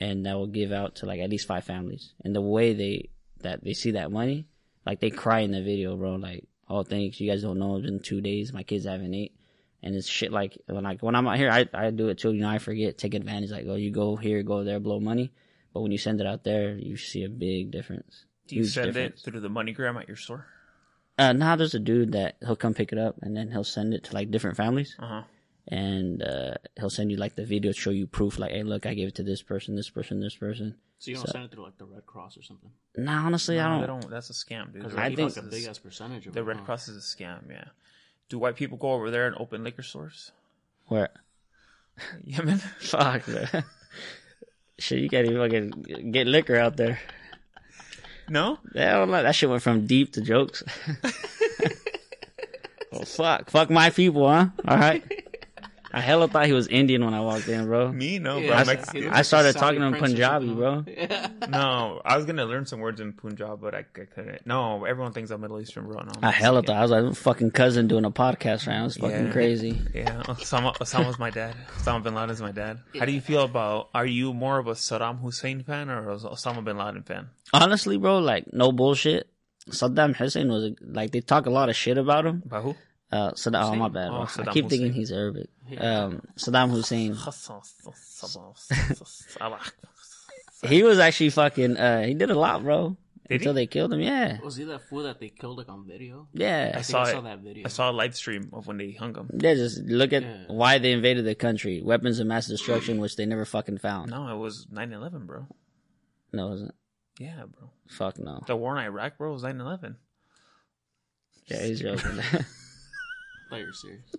Speaker 2: and that will give out to like at least five families. And the way they that they see that money, like they cry in the video, bro. Like, oh, thanks, you guys don't know. In two days, my kids haven't ate. And it's shit like when I when I'm out here, I I do it too. You know, I forget, take advantage. Like, oh, you go here, go there, blow money. But when you send it out there, you see a big difference.
Speaker 1: Do you
Speaker 2: Huge
Speaker 1: send
Speaker 2: difference.
Speaker 1: it through the MoneyGram at your store?
Speaker 2: Uh, now there's a dude that he'll come pick it up and then he'll send it to like different families
Speaker 1: Uh huh.
Speaker 2: and uh, he'll send you like the video to show you proof. Like, hey, look, I gave it to this person, this person, this person.
Speaker 3: so you don't
Speaker 2: so-
Speaker 3: send it through like the Red Cross or something?
Speaker 2: Nah, honestly,
Speaker 1: No,
Speaker 2: I
Speaker 1: they
Speaker 2: don't.
Speaker 1: don't. That's a scam, dude.
Speaker 3: Because
Speaker 1: The
Speaker 3: I
Speaker 1: Red
Speaker 3: think
Speaker 1: Cross
Speaker 3: like a
Speaker 1: is-
Speaker 3: big ass percentage of
Speaker 1: the
Speaker 3: it,
Speaker 1: Red
Speaker 3: huh?
Speaker 1: Cross is a scam. Yeah. Do white people go over there and open liquor stores?
Speaker 2: Where?
Speaker 1: Yemen.
Speaker 2: Fuck, man. <laughs> Shit, you can't even fucking get liquor out there.
Speaker 1: No.
Speaker 2: Yeah, I don't know. That shit went from deep to
Speaker 1: <laughs>
Speaker 2: jokes. <laughs> well, fuck. Fuck my people, huh? All right. I hella thought he was Indian when I walked in, bro.
Speaker 1: Me no,
Speaker 3: Yeah,
Speaker 1: bro. I'm
Speaker 3: he
Speaker 1: Mexican.
Speaker 2: I
Speaker 3: looks like a
Speaker 2: started
Speaker 3: Saudi
Speaker 2: talking to him
Speaker 3: prince or
Speaker 2: Punjabi,
Speaker 3: something,
Speaker 1: <laughs>
Speaker 2: bro.
Speaker 3: huh?
Speaker 1: No, I was gonna learn some words in Punjab, but I, I couldn't. No, everyone thinks I'm Middle Eastern, bro. No, I'm
Speaker 2: I hella
Speaker 1: Mexican.
Speaker 2: thought I was like "I'm fucking cousin doing a podcast right now. It's fucking
Speaker 1: Yeah.
Speaker 2: crazy.
Speaker 1: Yeah, Osama, Osama's my dad. Osama bin Laden's my dad. How do you feel about? Are you more of a Saddam Hussein fan or a Osama bin Laden fan?
Speaker 2: Honestly, bro, like no bullshit. Saddam Hussein was a- like they talk a lot of shit about him.
Speaker 1: By who?
Speaker 2: Uh, Saddam, oh my bad, bro.
Speaker 1: Oh,
Speaker 2: I
Speaker 1: Saddam
Speaker 2: keep thinking
Speaker 1: Hussein.
Speaker 2: he's Arabic. Um, Saddam Hussein. He was actually fucking. Uh, he did a lot, bro.
Speaker 1: Did
Speaker 2: until
Speaker 1: he?
Speaker 2: they killed him. Yeah,
Speaker 3: Was he that fool that they killed like on video?
Speaker 2: yeah.
Speaker 1: I
Speaker 3: I think
Speaker 1: saw
Speaker 3: I saw
Speaker 1: it.
Speaker 3: that video.
Speaker 1: I saw a live stream of when they hung him.
Speaker 2: Yeah, just look at
Speaker 3: Yeah.
Speaker 2: why they invaded the country. Weapons of mass destruction, which they never fucking found.
Speaker 1: No, it was 9-11, bro.
Speaker 2: No, it wasn't.
Speaker 1: Yeah, bro.
Speaker 2: Fuck no.
Speaker 1: The war in Iraq, bro, was 9-11.
Speaker 2: Yeah, he's joking. <laughs>
Speaker 3: I thought you were serious.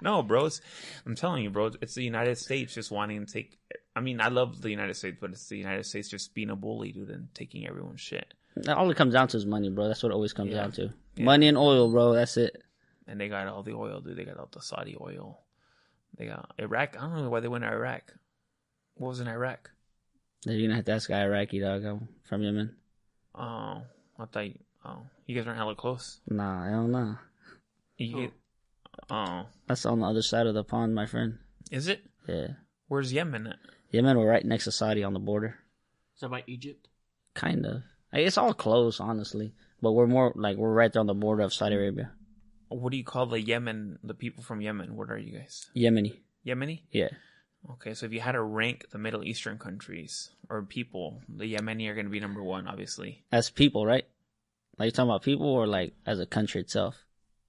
Speaker 1: No, bro. It's, I'm telling you, bro. It's the United States just wanting to take. I mean, I love the United States, but it's the United States just being a bully, dude, and taking everyone's shit.
Speaker 2: All it comes down to is money, bro. That's what it always comes
Speaker 1: Yeah.
Speaker 2: down to.
Speaker 1: Yeah.
Speaker 2: Money and oil, bro. That's it.
Speaker 1: and they got all the oil, dude. They got all the Saudi oil. They got Iraq. I don't know why they went to Iraq. What was in Iraq?
Speaker 2: You're gonna have to ask an Iraqi dog. I'm from Yemen.
Speaker 1: Oh, I thought. You, oh, you guys aren't hella close.
Speaker 2: Nah, I don't know.
Speaker 1: You get. Oh,
Speaker 2: That's on the other side of the pond, my friend.
Speaker 1: is it?
Speaker 2: Yeah,
Speaker 1: Where's Yemen at?
Speaker 2: Yemen, we're right next to Saudi on the border.
Speaker 3: Is that by Egypt?
Speaker 2: Kind of. Like, It's all close, honestly. But we're more like we're right there on the border of Saudi Arabia,
Speaker 1: What do you call the Yemen? The people from Yemen. What are you guys?
Speaker 2: Yemeni.
Speaker 1: Yemeni.
Speaker 2: Yeah,
Speaker 1: Okay, so if you had to rank the Middle Eastern countries or people, the Yemeni are going to be number one, obviously.
Speaker 2: as people, right? Like you talking about people or like as a country itself?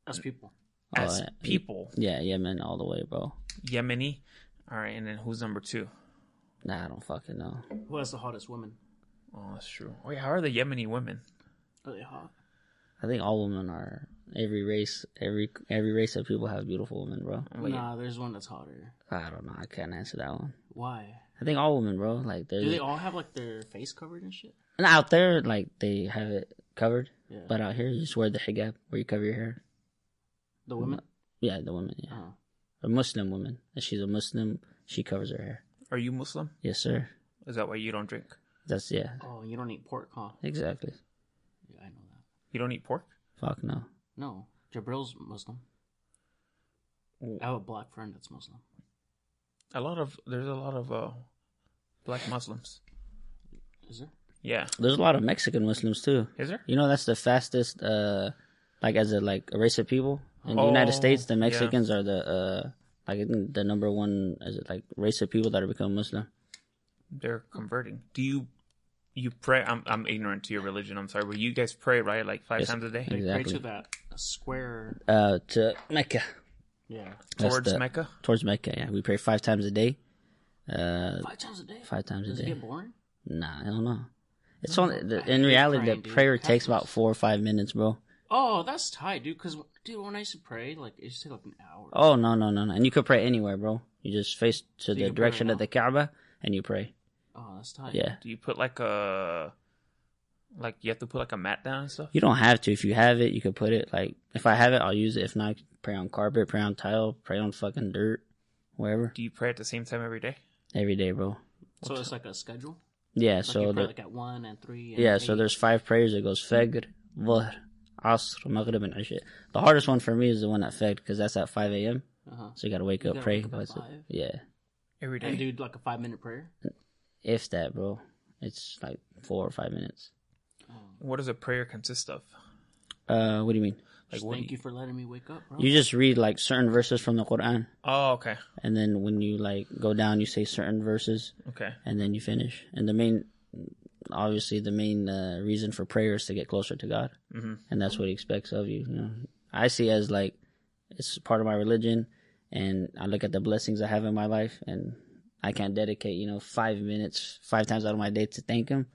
Speaker 3: That's
Speaker 1: Mm.
Speaker 3: people.
Speaker 1: As
Speaker 2: Oh, yeah.
Speaker 1: people,
Speaker 2: Yeah, Yemen all the way, bro.
Speaker 1: Yemeni. All right, and then who's number two?
Speaker 2: Nah, I don't fucking know.
Speaker 3: Who has the hottest women?
Speaker 1: Oh, that's true. Wait, how are the Yemeni women?
Speaker 3: Are they hot?
Speaker 2: I think all women are every race, every every race of people have beautiful women, bro.
Speaker 1: Wait,
Speaker 3: Nah, there's one that's hotter.
Speaker 2: I don't know. I can't answer that one.
Speaker 3: Why?
Speaker 2: I think all women, bro. Like they're
Speaker 3: Do they all have like their face covered and shit?
Speaker 2: and out there, like they have it covered,
Speaker 3: Yeah.
Speaker 2: but out here, you just wear the hijab where you cover your hair.
Speaker 3: the women?
Speaker 2: Yeah, the woman, yeah,
Speaker 3: Oh.
Speaker 2: a Muslim woman. If she's a Muslim, she covers her hair.
Speaker 1: Are you Muslim?
Speaker 2: Yes, sir.
Speaker 1: Is that why you don't drink?
Speaker 2: That's yeah,
Speaker 3: Oh, you don't eat pork, huh?
Speaker 2: exactly.
Speaker 3: Yeah, I know that.
Speaker 1: You don't eat pork?
Speaker 2: Fuck no.
Speaker 3: No, Jabril's Muslim. I have a black friend that's Muslim.
Speaker 1: A lot of there's a lot of uh, black Muslims.
Speaker 3: Is there?
Speaker 1: Yeah,
Speaker 2: There's a lot of Mexican Muslims too.
Speaker 1: is there?
Speaker 2: You know, that's the fastest, uh, like as a like a race of people in the
Speaker 1: Oh,
Speaker 2: United States. The
Speaker 1: yeah.
Speaker 2: Mexicans are the uh, like I think the number one is it like race of people that have become Muslim.
Speaker 1: They're converting. Do you you pray? I'm I'm ignorant to your religion. I'm sorry, but you guys pray right like five
Speaker 2: Yes.
Speaker 1: times a day
Speaker 3: They pray
Speaker 2: Exactly.
Speaker 3: to that square.
Speaker 2: Uh, to Mecca.
Speaker 3: Yeah.
Speaker 2: That's
Speaker 1: towards
Speaker 2: the-
Speaker 1: Mecca.
Speaker 2: Towards Mecca, yeah. We pray five times a day. Uh,
Speaker 3: Five times a day.
Speaker 2: five times a
Speaker 3: Does it
Speaker 2: day.
Speaker 3: get boring?
Speaker 2: Nah, I don't know. It's only the,
Speaker 3: I
Speaker 2: in
Speaker 3: hate
Speaker 2: reality
Speaker 3: praying,
Speaker 2: the
Speaker 3: dude.
Speaker 2: prayer
Speaker 3: Practice.
Speaker 2: takes about four or five minutes, bro.
Speaker 3: Oh, that's tight, dude. Because dude, when I used to pray, like it used to take like an hour.
Speaker 2: Oh no no no no! And you could pray anywhere, bro. You just face to
Speaker 3: you
Speaker 2: the
Speaker 3: can pray
Speaker 2: direction of
Speaker 3: now.
Speaker 2: the Kaaba and you pray.
Speaker 3: Oh, that's tight.
Speaker 2: Yeah.
Speaker 1: Do you put like a like you have to put like a mat down and stuff?
Speaker 2: You don't have to. If you have it, you could put it. Like if I have it, I'll use it. If not, I can pray on carpet, pray on tile, pray on fucking dirt, wherever.
Speaker 1: Do you pray at the same time every day?
Speaker 2: Every day, bro.
Speaker 3: So it's like a schedule.
Speaker 2: Yeah.
Speaker 3: Like
Speaker 2: so
Speaker 3: you pray
Speaker 2: the,
Speaker 3: like at one and three. And
Speaker 2: yeah. So
Speaker 3: eight.
Speaker 2: there's five prayers. It goes Fajr, Dhuhr, Asr, Maghrib, and Isha. The hardest one for me is the one at Fajr because that's at 5 a.m.
Speaker 3: Uh-huh.
Speaker 2: So you gotta wake
Speaker 3: You
Speaker 2: up,
Speaker 3: gotta
Speaker 2: pray.
Speaker 3: wake up at
Speaker 2: but it's-
Speaker 3: five.
Speaker 2: yeah.
Speaker 1: Every day.
Speaker 3: And dude, like a five minute prayer.
Speaker 2: If that, bro. It's like four or five minutes.
Speaker 1: What does a prayer consist of?
Speaker 2: Uh, what do you mean?
Speaker 1: Like
Speaker 3: Just
Speaker 1: what?
Speaker 3: thank
Speaker 1: do
Speaker 3: you for letting me wake up, bro.
Speaker 2: You just read like certain verses from the Quran,
Speaker 1: Oh, okay,
Speaker 2: and then when you like go down, you say certain verses,
Speaker 1: okay.
Speaker 2: and then you finish. And the main, obviously, the main uh, reason for prayer is to get closer to God,
Speaker 1: hmm
Speaker 2: and that's what He expects of you. you know? I see it as like it's part of my religion, and I look at the blessings I have in my life, and I can't dedicate, you know, five minutes, five times out of my day to thank Him.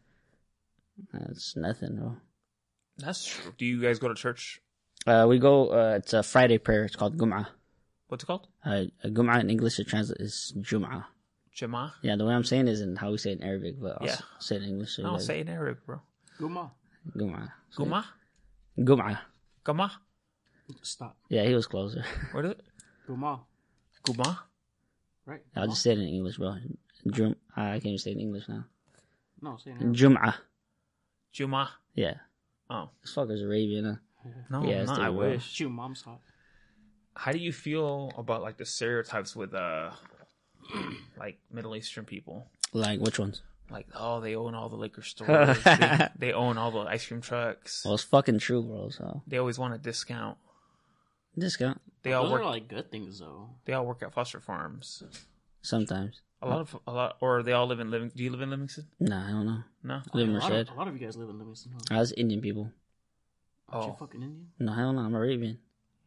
Speaker 2: That's nothing, bro.
Speaker 1: That's true. Do you guys go to church?
Speaker 2: Uh, we go. Uh, it's a Friday prayer. It's called Gum'ah.
Speaker 1: What's it called?
Speaker 2: Uh, Gum'ah in English it translates is Jum'ah.
Speaker 1: Jama.
Speaker 2: Yeah, the way I'm saying is in how we say it in Arabic, but I'll
Speaker 1: Yeah.
Speaker 2: s- say it in English. So
Speaker 1: I don't
Speaker 2: you
Speaker 1: say it in Arabic, bro.
Speaker 3: Guma,
Speaker 2: guys- Gum'ah.
Speaker 1: Guma?
Speaker 2: Gum'ah.
Speaker 1: Guma?
Speaker 3: stop.
Speaker 2: Yeah, he was closer. <laughs>
Speaker 1: What is it?
Speaker 3: Guma,
Speaker 1: Guma?
Speaker 3: right?
Speaker 2: I'll just say it in English, bro. Jum. I can't even say it in English now.
Speaker 3: no, say it.
Speaker 2: Jum'ah.
Speaker 1: Juma?
Speaker 2: Yeah.
Speaker 1: Oh.
Speaker 2: This fucker's Arabian, huh?
Speaker 1: No,
Speaker 2: Yeah, it's
Speaker 1: not,
Speaker 2: the
Speaker 1: I
Speaker 2: word.
Speaker 1: wish.
Speaker 3: Shoot, mom's hot.
Speaker 1: How do you feel about like the stereotypes with uh like Middle Eastern people?
Speaker 2: Like, which ones?
Speaker 1: Like, oh, they own all the
Speaker 2: <laughs>
Speaker 1: liquor stores. they, they own all the ice cream trucks.
Speaker 2: Well, it's fucking true, bro, so.
Speaker 1: They always want a discount.
Speaker 2: Discount.
Speaker 1: They all
Speaker 3: Those
Speaker 1: work.
Speaker 3: are like good things though.
Speaker 1: They all work at Foster Farms.
Speaker 2: Sometimes.
Speaker 1: A lot of a lot, or they all live in Living. Do you live in Livingston?
Speaker 2: Nah, I don't know.
Speaker 1: No.
Speaker 2: Live in
Speaker 3: a, lot of,
Speaker 2: Merced.
Speaker 3: a lot of you guys live in Livingston. Huh?
Speaker 2: I was Indian people.
Speaker 3: Aren't you
Speaker 1: Oh.
Speaker 3: fucking Indian?
Speaker 2: No, I don't know. I'm Arabian.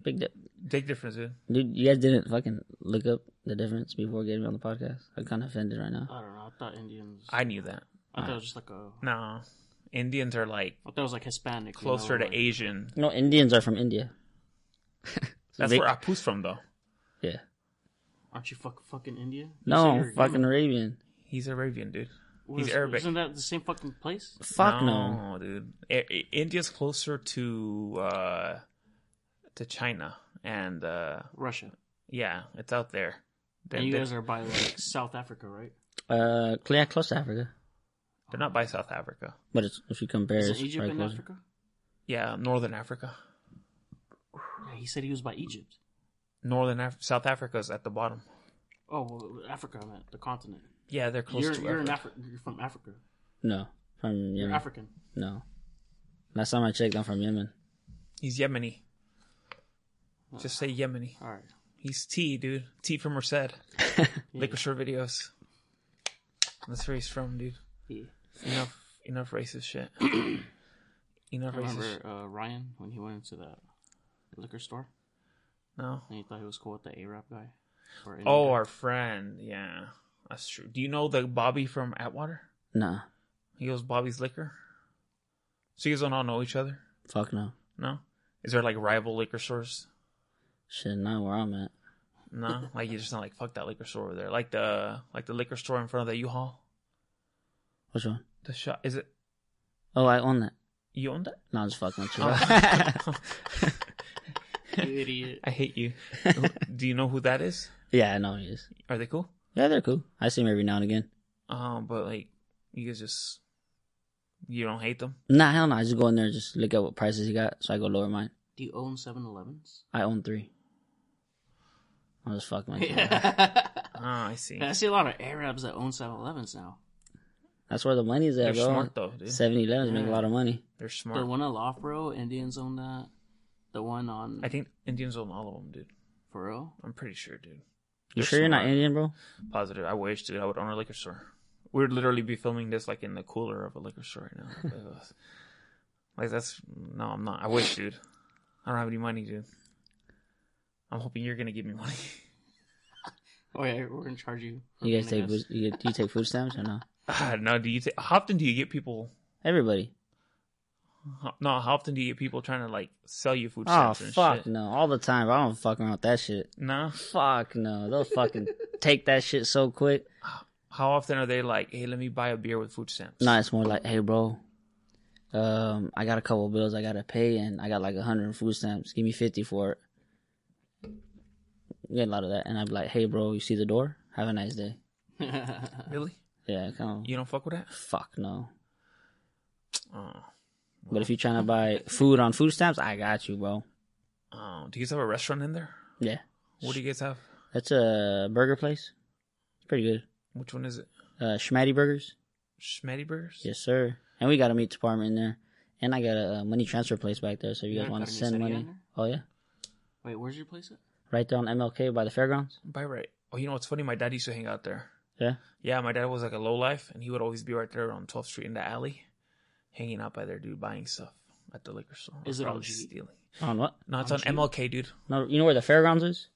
Speaker 2: Big di-
Speaker 1: Big difference, dude.
Speaker 2: Dude, you guys didn't fucking look up the difference before getting me on the podcast. I'm kind of offended right now.
Speaker 3: I don't know. I thought Indians. I,
Speaker 1: I knew that.
Speaker 3: thought it was just like a.
Speaker 1: No, Indians are like
Speaker 3: I thought it was like Hispanic. you
Speaker 1: closer
Speaker 3: know,
Speaker 1: to
Speaker 3: like-
Speaker 1: Asian.
Speaker 2: No, Indians are from India. <laughs>
Speaker 1: That's
Speaker 2: They-
Speaker 1: where Apu's from, though.
Speaker 2: Yeah.
Speaker 3: Aren't you fuck, fucking Indian? You said
Speaker 2: No,
Speaker 3: you're
Speaker 2: I'm fucking Arabian.
Speaker 1: He's Arabian, dude. He's Arabic.
Speaker 3: Isn't that the same fucking place?
Speaker 2: Fuck no.
Speaker 1: dude. I- I- India's closer to uh to China, and uh
Speaker 3: Russia.
Speaker 1: yeah, it's out there. They're,
Speaker 3: and you
Speaker 1: they're-
Speaker 3: guys are by like South Africa, right?
Speaker 2: Uh, cl- yeah, close to Africa,
Speaker 1: they're not by South Africa.
Speaker 2: but it's, if you compare,
Speaker 3: Is
Speaker 2: it's
Speaker 3: it Egypt
Speaker 2: probably
Speaker 3: in
Speaker 2: closer.
Speaker 3: Africa?
Speaker 1: Yeah, northern Africa.
Speaker 3: Yeah, he said he was by Egypt.
Speaker 1: Northern Af- South Africa's at the bottom.
Speaker 3: Oh, well, Africa, I meant the continent.
Speaker 1: Yeah, they're close
Speaker 3: you're
Speaker 1: to
Speaker 3: you're, in
Speaker 1: Africa.
Speaker 3: Afri- you're from Africa.
Speaker 2: No, from
Speaker 3: You're
Speaker 2: Yemen.
Speaker 3: African.
Speaker 2: no, last time I checked, I'm from Yemen.
Speaker 1: He's Yemeni. Just say Yemeni.
Speaker 3: All right.
Speaker 1: He's T, dude. T from Merced. Liquor videos. That's where he's from, dude.
Speaker 3: Yeah.
Speaker 1: Enough, enough racist shit. enough
Speaker 3: I
Speaker 1: racist. shit.
Speaker 3: remember uh, Ryan when he went into that liquor store
Speaker 1: No.
Speaker 3: and he thought he was cool with the Arab guy. Or Indian
Speaker 1: Oh,
Speaker 3: guy.
Speaker 1: our friend. Yeah, that's true. Do you know the Bobby from Atwater?
Speaker 2: Nah,
Speaker 1: He goes Bobby's Liquor. So you guys don't all know each other?
Speaker 2: fuck no.
Speaker 1: No. Is there like rival liquor stores?
Speaker 2: Shit, not where I'm at.
Speaker 3: <laughs>
Speaker 1: No, like you're just not like fuck that liquor store over there. Like the like the liquor store in front of the U-Haul.
Speaker 2: Which one?
Speaker 1: The shop is it?
Speaker 2: Oh, I own that.
Speaker 1: You own that?
Speaker 2: No, I'm just fucking with you.
Speaker 1: Oh. <laughs>
Speaker 3: you idiot.
Speaker 1: I hate you. Do you know who that is?
Speaker 2: <laughs> yeah, I know he is.
Speaker 1: Are they cool?
Speaker 2: Yeah, they're cool. I see him every now and again.
Speaker 1: Um, but like you guys just you don't hate them.
Speaker 2: Nah, hell no. I just go in there and just look at what prices he got, so I go lower mine.
Speaker 3: Do you own 7
Speaker 1: <laughs>
Speaker 3: Elevens? <laughs>
Speaker 2: I own three. I'm just fucking
Speaker 3: <laughs>
Speaker 2: with you.
Speaker 3: I
Speaker 1: Oh, I see.
Speaker 3: see a lot of Arabs that own 7 Elevens now.
Speaker 2: That's where the money's
Speaker 1: They're
Speaker 2: at, bro.
Speaker 1: smart though, dude.
Speaker 2: 7 Elevens make a lot of money.
Speaker 1: They're
Speaker 3: The
Speaker 1: smart.
Speaker 3: one on Loughborough, Indians own that. The one on
Speaker 1: I think Indians own all of them, dude.
Speaker 3: for real.
Speaker 1: I'm pretty sure, dude.
Speaker 2: You
Speaker 1: They're
Speaker 2: sure you're not
Speaker 1: smart.
Speaker 2: Indian, bro?
Speaker 1: Positive. I wish, dude. I would own a liquor store. We'd literally be filming this like in the cooler of a liquor store right
Speaker 2: <laughs>
Speaker 1: now. Ugh. like that's no, I'm not. I wish, dude. I don't have any money, dude. I'm hoping you're gonna give me money. <laughs>
Speaker 3: Oh yeah, we're gonna charge you. for
Speaker 2: You guys
Speaker 3: being
Speaker 2: take
Speaker 3: a
Speaker 2: food,
Speaker 3: guest.
Speaker 2: you, get- you take food stamps or no?
Speaker 1: Ah, no, do you? T- how often do you get people?
Speaker 2: Everybody.
Speaker 1: how- No, how often do you get people trying to like sell you food
Speaker 2: Oh
Speaker 1: stamps and
Speaker 2: fuck
Speaker 1: shit?
Speaker 2: no! All the time. bro. I don't fuck around with that shit.
Speaker 1: No.
Speaker 2: Fuck no! They'll
Speaker 1: <laughs>
Speaker 2: fucking take that shit so quick.
Speaker 1: How often are they like, hey, let me buy a beer with food stamps?
Speaker 2: No, it's more like, hey, bro, um, I got a couple bills I gotta pay, and I got like a hundred in food stamps. Give me fifty for it. We get a lot of that, and I'd be like, hey, bro, you see the door? Have a nice day.
Speaker 3: <laughs>
Speaker 1: Really?
Speaker 2: Yeah, come
Speaker 1: You don't fuck with that?
Speaker 2: Fuck no.
Speaker 1: Oh.
Speaker 2: But if
Speaker 1: <laughs>
Speaker 2: you're trying to buy food on food stamps, I got you, bro.
Speaker 1: Oh. Do you guys have a restaurant in there?
Speaker 2: Yeah,
Speaker 1: What do you guys have?
Speaker 2: that's a burger place. It's pretty good.
Speaker 1: Which one is it?
Speaker 2: Uh, Schmatty Burgers.
Speaker 1: Schmetty Burgers?
Speaker 2: Yes, sir. And we got a meat department in there, and I got a, uh money transfer place back there. So if you
Speaker 3: You
Speaker 2: guys
Speaker 3: got
Speaker 2: want to
Speaker 3: Carne
Speaker 2: send
Speaker 3: Seca
Speaker 2: money?
Speaker 3: in there?
Speaker 2: Oh yeah,
Speaker 3: Wait, where's your place at?
Speaker 2: right there on MLK by the fairgrounds.
Speaker 1: By right. Oh, you know what's funny? My dad used to hang out there.
Speaker 2: Yeah.
Speaker 1: Yeah, my dad was like a low life, and he would always be right there on 12th Street in the alley, hanging out by there, dude, buying stuff at the liquor store.
Speaker 3: Is it
Speaker 1: Probably
Speaker 3: on G?
Speaker 1: stealing?
Speaker 2: On what?
Speaker 1: No, it's
Speaker 3: On
Speaker 1: on
Speaker 3: G?
Speaker 1: MLK, dude.
Speaker 2: No, you know where the fairgrounds is?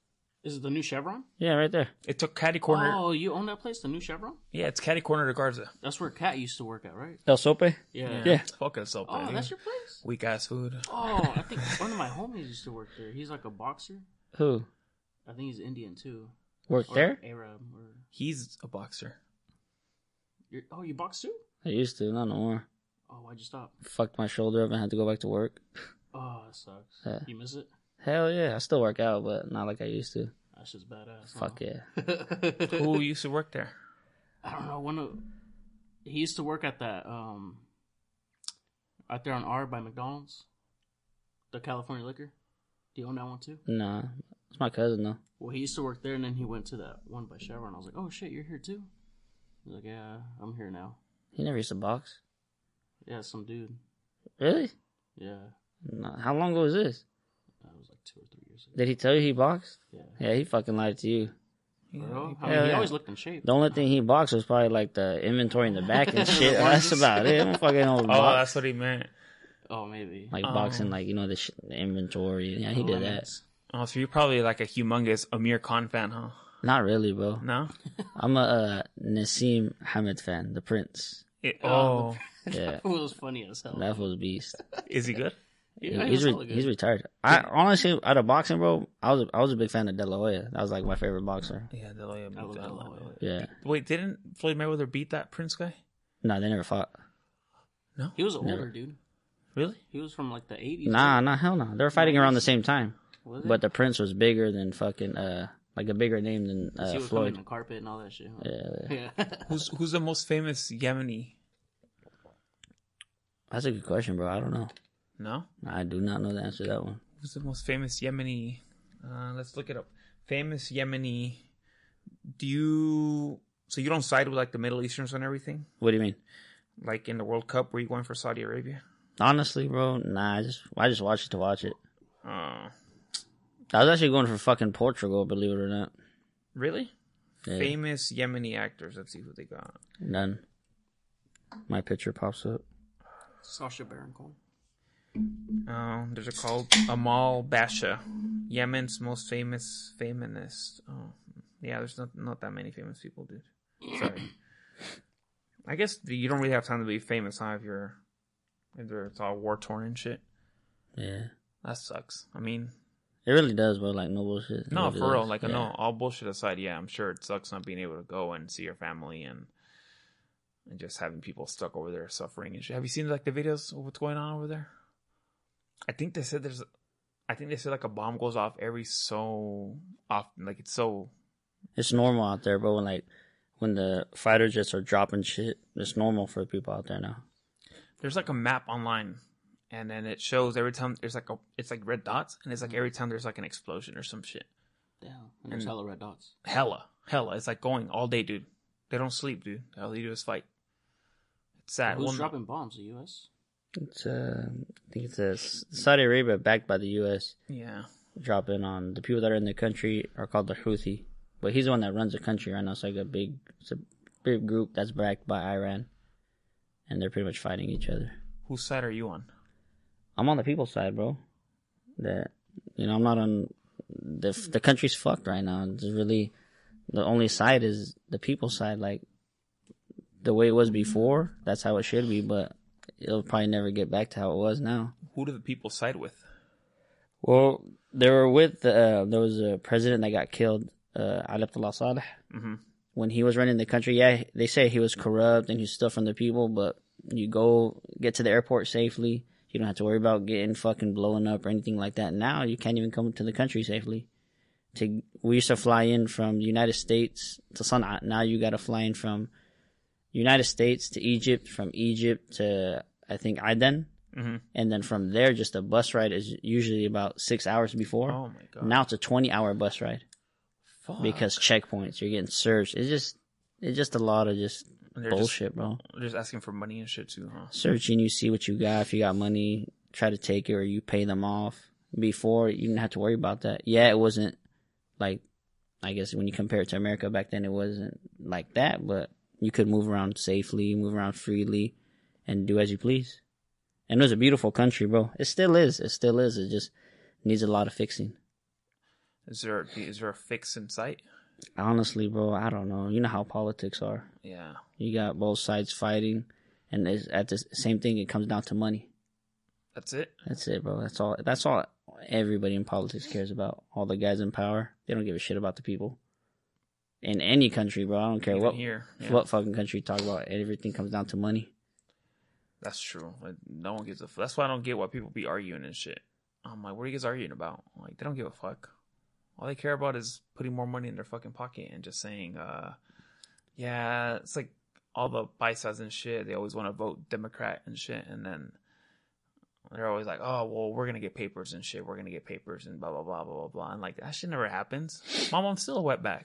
Speaker 3: Is it the new Chevron?
Speaker 2: Yeah, right there.
Speaker 1: It took Caddy Corner.
Speaker 3: Oh, you own that place, the new Chevron?
Speaker 1: Yeah, it's Caddy Corner to Garza.
Speaker 3: That's where Kat used to work at, right?
Speaker 2: El Sope.
Speaker 3: Yeah.
Speaker 2: Yeah.
Speaker 1: Fuck us up,
Speaker 3: Oh,
Speaker 1: dude.
Speaker 3: that's your place.
Speaker 1: Weak ass food.
Speaker 3: Oh, I think <laughs> one of my homies used to work there. He's like a boxer.
Speaker 2: Who
Speaker 3: I think he's Indian too,
Speaker 2: worked
Speaker 3: or
Speaker 2: there?
Speaker 3: Arab. Or
Speaker 1: He's a
Speaker 3: <laughs>
Speaker 1: boxer.
Speaker 3: you're, oh, you box too?
Speaker 2: I used to, not no more.
Speaker 3: Oh, why'd you stop?
Speaker 2: Fucked my shoulder up and had to go back to work.
Speaker 3: Oh, that sucks.
Speaker 2: Yeah.
Speaker 3: You miss it?
Speaker 2: Hell yeah, I still work out, but not like I used to.
Speaker 3: That's just badass.
Speaker 2: Fuck yeah.
Speaker 3: <laughs> it.
Speaker 1: Who used to work there?
Speaker 3: I don't know. One of he used to work at that um, out there on R by McDonald's, the California liquor. Do you own that one too?
Speaker 2: Nah, it's my cousin though.
Speaker 3: Well, he used to work there, and then he went to that one by Chevron. I was like, "Oh shit, you're here too." He's like, "Yeah, I'm here now."
Speaker 2: He never used to box.
Speaker 3: Yeah, some dude.
Speaker 2: Really?
Speaker 3: Yeah,
Speaker 2: Nah, how long ago was this?
Speaker 3: that was like two or three years ago.
Speaker 2: Did he tell you he boxed?
Speaker 3: Yeah,
Speaker 2: Yeah, he fucking lied to you.
Speaker 3: bro. I
Speaker 2: Hell
Speaker 3: mean, he
Speaker 2: yeah.
Speaker 3: always looked in shape.
Speaker 2: The only thing he boxed was probably like the inventory in the back
Speaker 3: <laughs>
Speaker 2: and shit. that's about it. I don't fucking know
Speaker 1: Oh,
Speaker 2: box.
Speaker 1: that's what he meant.
Speaker 3: Oh, maybe.
Speaker 2: Like
Speaker 1: Oh.
Speaker 2: boxing, like you know the, sh- the inventory. Yeah, he did that.
Speaker 3: Lemons. <laughs>
Speaker 1: Oh, so you're probably like a humongous Amir Khan fan, huh?
Speaker 2: Not really, bro.
Speaker 1: No?
Speaker 2: I'm a uh, Nassim Hamid fan, the Prince.
Speaker 1: It-
Speaker 3: Oh,
Speaker 1: oh,
Speaker 2: Yeah,
Speaker 3: <laughs> It was funny as hell.
Speaker 2: that was a beast.
Speaker 1: is he good?
Speaker 2: he's
Speaker 3: Yeah, it was
Speaker 2: re-
Speaker 3: hella good.
Speaker 2: he's retired. I honestly, out of boxing, bro, I was I was a big fan of De La Hoya. That was like my favorite boxer.
Speaker 1: Yeah, Deloya
Speaker 3: I love
Speaker 1: beat
Speaker 3: that
Speaker 1: that
Speaker 3: one.
Speaker 1: one.
Speaker 2: Yeah,
Speaker 1: Wait, didn't Floyd Mayweather beat that Prince guy?
Speaker 2: No, they never fought.
Speaker 1: No,
Speaker 3: He was
Speaker 2: Never.
Speaker 3: older, dude.
Speaker 1: really?
Speaker 3: He was from like the eighties.
Speaker 2: Nah, nah, hell no. They were fighting around the same time.
Speaker 3: was it?
Speaker 2: But the prince was bigger than fucking uh like a bigger name than
Speaker 3: he
Speaker 2: uh,
Speaker 3: was coming in
Speaker 2: Floyd.
Speaker 3: the carpet and all that shit. huh?
Speaker 2: Yeah,
Speaker 3: Yeah. <laughs>
Speaker 1: Who's who's the most famous Yemeni?
Speaker 2: that's a good question, bro. I don't know.
Speaker 1: No,
Speaker 2: I do not know the answer to that one.
Speaker 1: who's the most famous Yemeni? Uh, let's look it up. Famous Yemeni. Do you so you don't side with like the Middle Easterns on everything?
Speaker 2: What do you mean?
Speaker 1: Like in the World Cup, were you going for Saudi Arabia?
Speaker 2: Honestly, bro, nah. I just I just watched it to watch it.
Speaker 1: Uh,
Speaker 2: I was actually going for fucking Portugal, believe it or not.
Speaker 1: really?
Speaker 2: Yeah,
Speaker 1: Famous Yemeni actors. Let's see who they got.
Speaker 2: none. My picture pops up.
Speaker 3: Sasha Baron Cohen.
Speaker 1: Um, there's a called Amal Basha, Yemen's most famous feminist. Oh, yeah, there's not not that many famous people, dude. Sorry. I guess you don't really have time to be famous, huh? If you're, if they're- it's all war torn and shit.
Speaker 2: Yeah,
Speaker 1: That sucks. I mean,
Speaker 2: it really does, bro. Like no bullshit. It
Speaker 1: no,
Speaker 2: really
Speaker 1: for real.
Speaker 2: does.
Speaker 1: Like,
Speaker 2: yeah.
Speaker 1: no, all bullshit aside, yeah, I'm sure it sucks not being able to go and see your family and and just having people stuck over there suffering and shit. Have you seen like the videos of what's going on over there? I think they said there's, I think they said like a bomb goes off every so often. Like it's so
Speaker 2: It's normal out there, bro. When like when the fighter jets are dropping shit, it's normal for people out there now.
Speaker 1: there's like a map online, and then it shows every time there's like a it's like red dots, and it's like every time there's like an explosion or some shit.
Speaker 3: Damn. And there's
Speaker 1: And-
Speaker 3: hella red dots.
Speaker 1: hella, hella. It's like going all day, dude. They don't sleep, dude. All they do is fight. It's sad.
Speaker 3: Who's
Speaker 1: One-
Speaker 3: dropping bombs? The U.S.
Speaker 2: It's uh, I think it's uh, S- Saudi Arabia backed by the U.S.
Speaker 1: Yeah,
Speaker 2: drop in on the people that are in the country are called the Houthi, but he's the one that runs the country right now. It's like a big, it's a big group that's backed by Iran, and they're pretty much fighting each other.
Speaker 1: whose side are you on?
Speaker 2: I'm on the people's side, bro. That you know, I'm not on the the country's fucked right now. It's really the only side is the people's side. Like the way it was before, that's how it should be, but it'll probably never get back to how it was now.
Speaker 1: Who do the people side with?
Speaker 2: Well, they were with uh, there was a president that got killed, uh, Ali Abdullah Saleh.
Speaker 1: Mhm.
Speaker 2: When he was running the country, yeah, they say he was corrupt and he's still from the people, but you go get to the airport safely. You don't have to worry about getting fucking blown up or anything like that. Now you can't even come to the country safely. To we used to fly in from the United States to Sana'a. Now you got to fly in from United States to Egypt, from Egypt to I think Aden
Speaker 1: Mm-hmm.
Speaker 2: and then from there, just a bus ride is usually about six hours before.
Speaker 1: Oh my god!
Speaker 2: now it's a twenty-hour bus ride
Speaker 1: Fuck.
Speaker 2: because checkpoints. You're getting searched. It's just, it's just a lot of just
Speaker 1: And they're
Speaker 2: bullshit, bro.
Speaker 1: Just, they're just asking for money and shit too, huh?
Speaker 2: Searching, you see what you got. If you got money, try to take it, or you pay them off. Before you didn't have to worry about that. Yeah, it wasn't like, I guess when you compare it to America back then, it wasn't like that. But you could move around safely, move around freely, and do as you please. And it was a beautiful country, bro. It still is. It still is. It just needs a lot of fixing.
Speaker 1: Is there is there a fix in sight?
Speaker 2: Honestly, bro, I don't know. You know how politics are.
Speaker 1: Yeah,
Speaker 2: You got both sides fighting, and it's at the same thing, it comes down to money.
Speaker 1: that's it.
Speaker 2: That's it, bro. That's all. That's all everybody in politics cares about. All the guys in power, they don't give a shit about the people. In any country, bro, I don't care
Speaker 1: Even
Speaker 2: what
Speaker 1: here? Yeah,
Speaker 2: what fucking country you talk about. Everything comes down to money.
Speaker 1: That's true. Like, no one gives a. F- that's why I don't get why people be arguing and shit. I'm like, what are you guys arguing about? Like, they don't give a fuck. All they care about is putting more money in their fucking pocket and just saying, uh, yeah, it's like all the biceps and shit. They always want to vote Democrat and shit, and then they're always like, oh, well, we're gonna get papers and shit. We're gonna get papers and blah blah blah blah blah blah. And like that shit never happens. Mom, I'm still a wetback.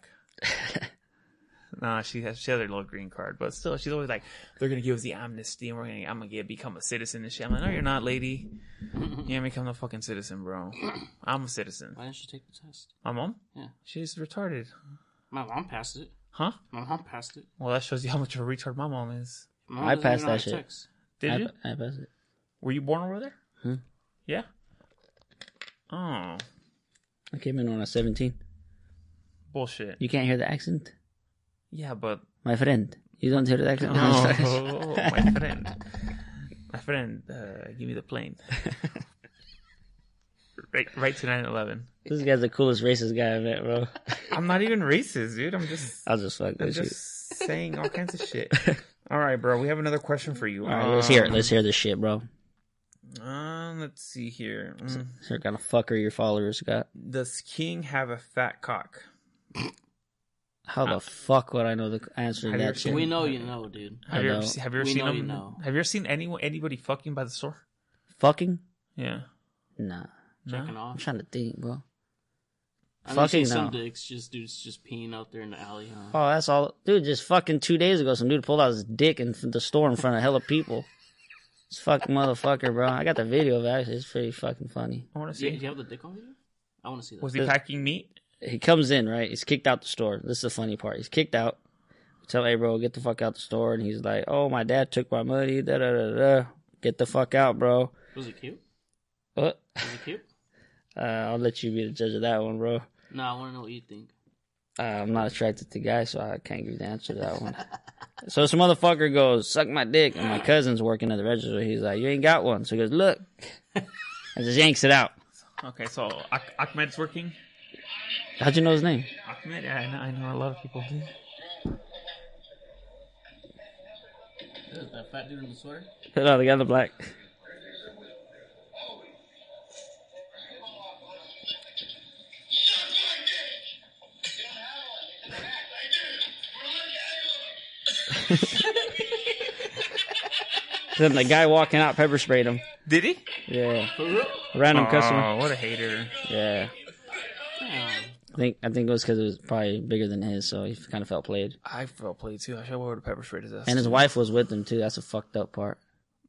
Speaker 1: Nah, she has she has her little green card, but still, she's always like, "They're gonna give us the amnesty, and we're gonna I'm gonna get become a citizen and shit." I'm like, "No, you're not, lady. You ain't become no fucking citizen, bro. I'm a citizen.
Speaker 3: Why didn't she take the test?
Speaker 1: My mom,
Speaker 3: Yeah.
Speaker 1: she's retarded,
Speaker 3: My mom passed it.
Speaker 1: huh?
Speaker 3: My mom passed it.
Speaker 1: Well, that shows you how much of a retard my mom is.
Speaker 3: My mom
Speaker 2: I
Speaker 3: doesn't even
Speaker 2: passed
Speaker 3: know how
Speaker 2: that
Speaker 3: to
Speaker 2: shit.
Speaker 3: text.
Speaker 1: Did
Speaker 2: I,
Speaker 1: you?
Speaker 2: I pass it.
Speaker 1: Were you born over there?
Speaker 2: Hmm.
Speaker 1: Yeah. Oh,
Speaker 2: I came in when I was seventeen.
Speaker 1: bullshit.
Speaker 2: You can't hear the accent,
Speaker 1: Yeah,
Speaker 2: <laughs>
Speaker 1: but
Speaker 2: my friend. You don't hear the accent.
Speaker 1: <laughs> oh, my friend, my friend, uh, give me the
Speaker 2: <laughs>
Speaker 1: plane. right, right to 9/11.
Speaker 2: <laughs> This guy's the coolest racist guy I met, bro.
Speaker 1: I'm not even racist, dude. I'm just
Speaker 2: Oh, I'll just fuck
Speaker 1: I'm
Speaker 2: with you. <laughs>
Speaker 1: just saying all kinds of shit. All right, bro. We have another question for you.
Speaker 2: All right, let's hear it. Let's hear this shit, bro.
Speaker 1: Um, let's see here. Mm.
Speaker 2: What kind of fucker your followers got?
Speaker 1: Does King have a fat cock?
Speaker 2: How
Speaker 1: Uh,
Speaker 2: the fuck would I know the answer to
Speaker 1: Have you
Speaker 2: that
Speaker 1: ever
Speaker 2: shit?
Speaker 3: We know you know, dude.
Speaker 1: Have you ever,
Speaker 2: know.
Speaker 1: se- have you ever
Speaker 3: We
Speaker 1: seen
Speaker 3: know
Speaker 1: him?
Speaker 3: you know.
Speaker 1: Have you ever seen anyone anybody fucking by the store?
Speaker 2: Fucking?
Speaker 1: Yeah.
Speaker 2: Nah.
Speaker 3: Checking
Speaker 2: I'm
Speaker 3: off.
Speaker 2: trying to think, bro.
Speaker 3: I know you see
Speaker 2: Fucking
Speaker 3: some
Speaker 2: no.
Speaker 3: dicks just dudes just peeing out there in the alley, huh?
Speaker 2: Oh, that's all. Dude, just fucking two days ago, some dude pulled out his dick in the store in front of hella people. This fucking motherfucker, bro. I got the video of it, actually. It's pretty fucking funny.
Speaker 1: I want to
Speaker 3: Do you,
Speaker 1: see.
Speaker 3: do you have the dick on you? I want to see that.
Speaker 2: Uh,
Speaker 1: Was he packing meat?
Speaker 2: He comes in, right? He's kicked out the store. This is the funny part. He's kicked out. We tell him, hey, bro, get the fuck out the store. And he's like, oh, my dad took my money. Da da da da. Get the fuck out, bro.
Speaker 3: Was he cute?
Speaker 2: What?
Speaker 3: Was he cute?
Speaker 2: Uh, I'll let you be the judge of that one, bro.
Speaker 3: No, I want to know what you think.
Speaker 2: Uh, I'm not attracted to guys, so I can't give you the answer to that one. <laughs> so some motherfucker goes, suck my dick. And my cousin's working at the register. He's like, you ain't got one. So he goes, look. And just yanks it out.
Speaker 1: Okay, so Ak- Ahmed's working.
Speaker 2: How'd you know his name?
Speaker 1: Ahmed, yeah, I know, I know a lot of people do.
Speaker 3: That fat dude in the sweater.
Speaker 2: No, the guy in the black. then the guy walking out pepper sprayed him.
Speaker 1: Did he?
Speaker 2: Yeah,
Speaker 3: For real?
Speaker 2: random customer.
Speaker 1: Oh, what a hater!
Speaker 2: Yeah,
Speaker 3: Damn.
Speaker 2: I think I think it was because it was probably bigger than his, so he kind of felt played.
Speaker 1: I felt played too. I should have ordered pepper spray to this.
Speaker 2: And his wife was with him too. That's a fucked up part.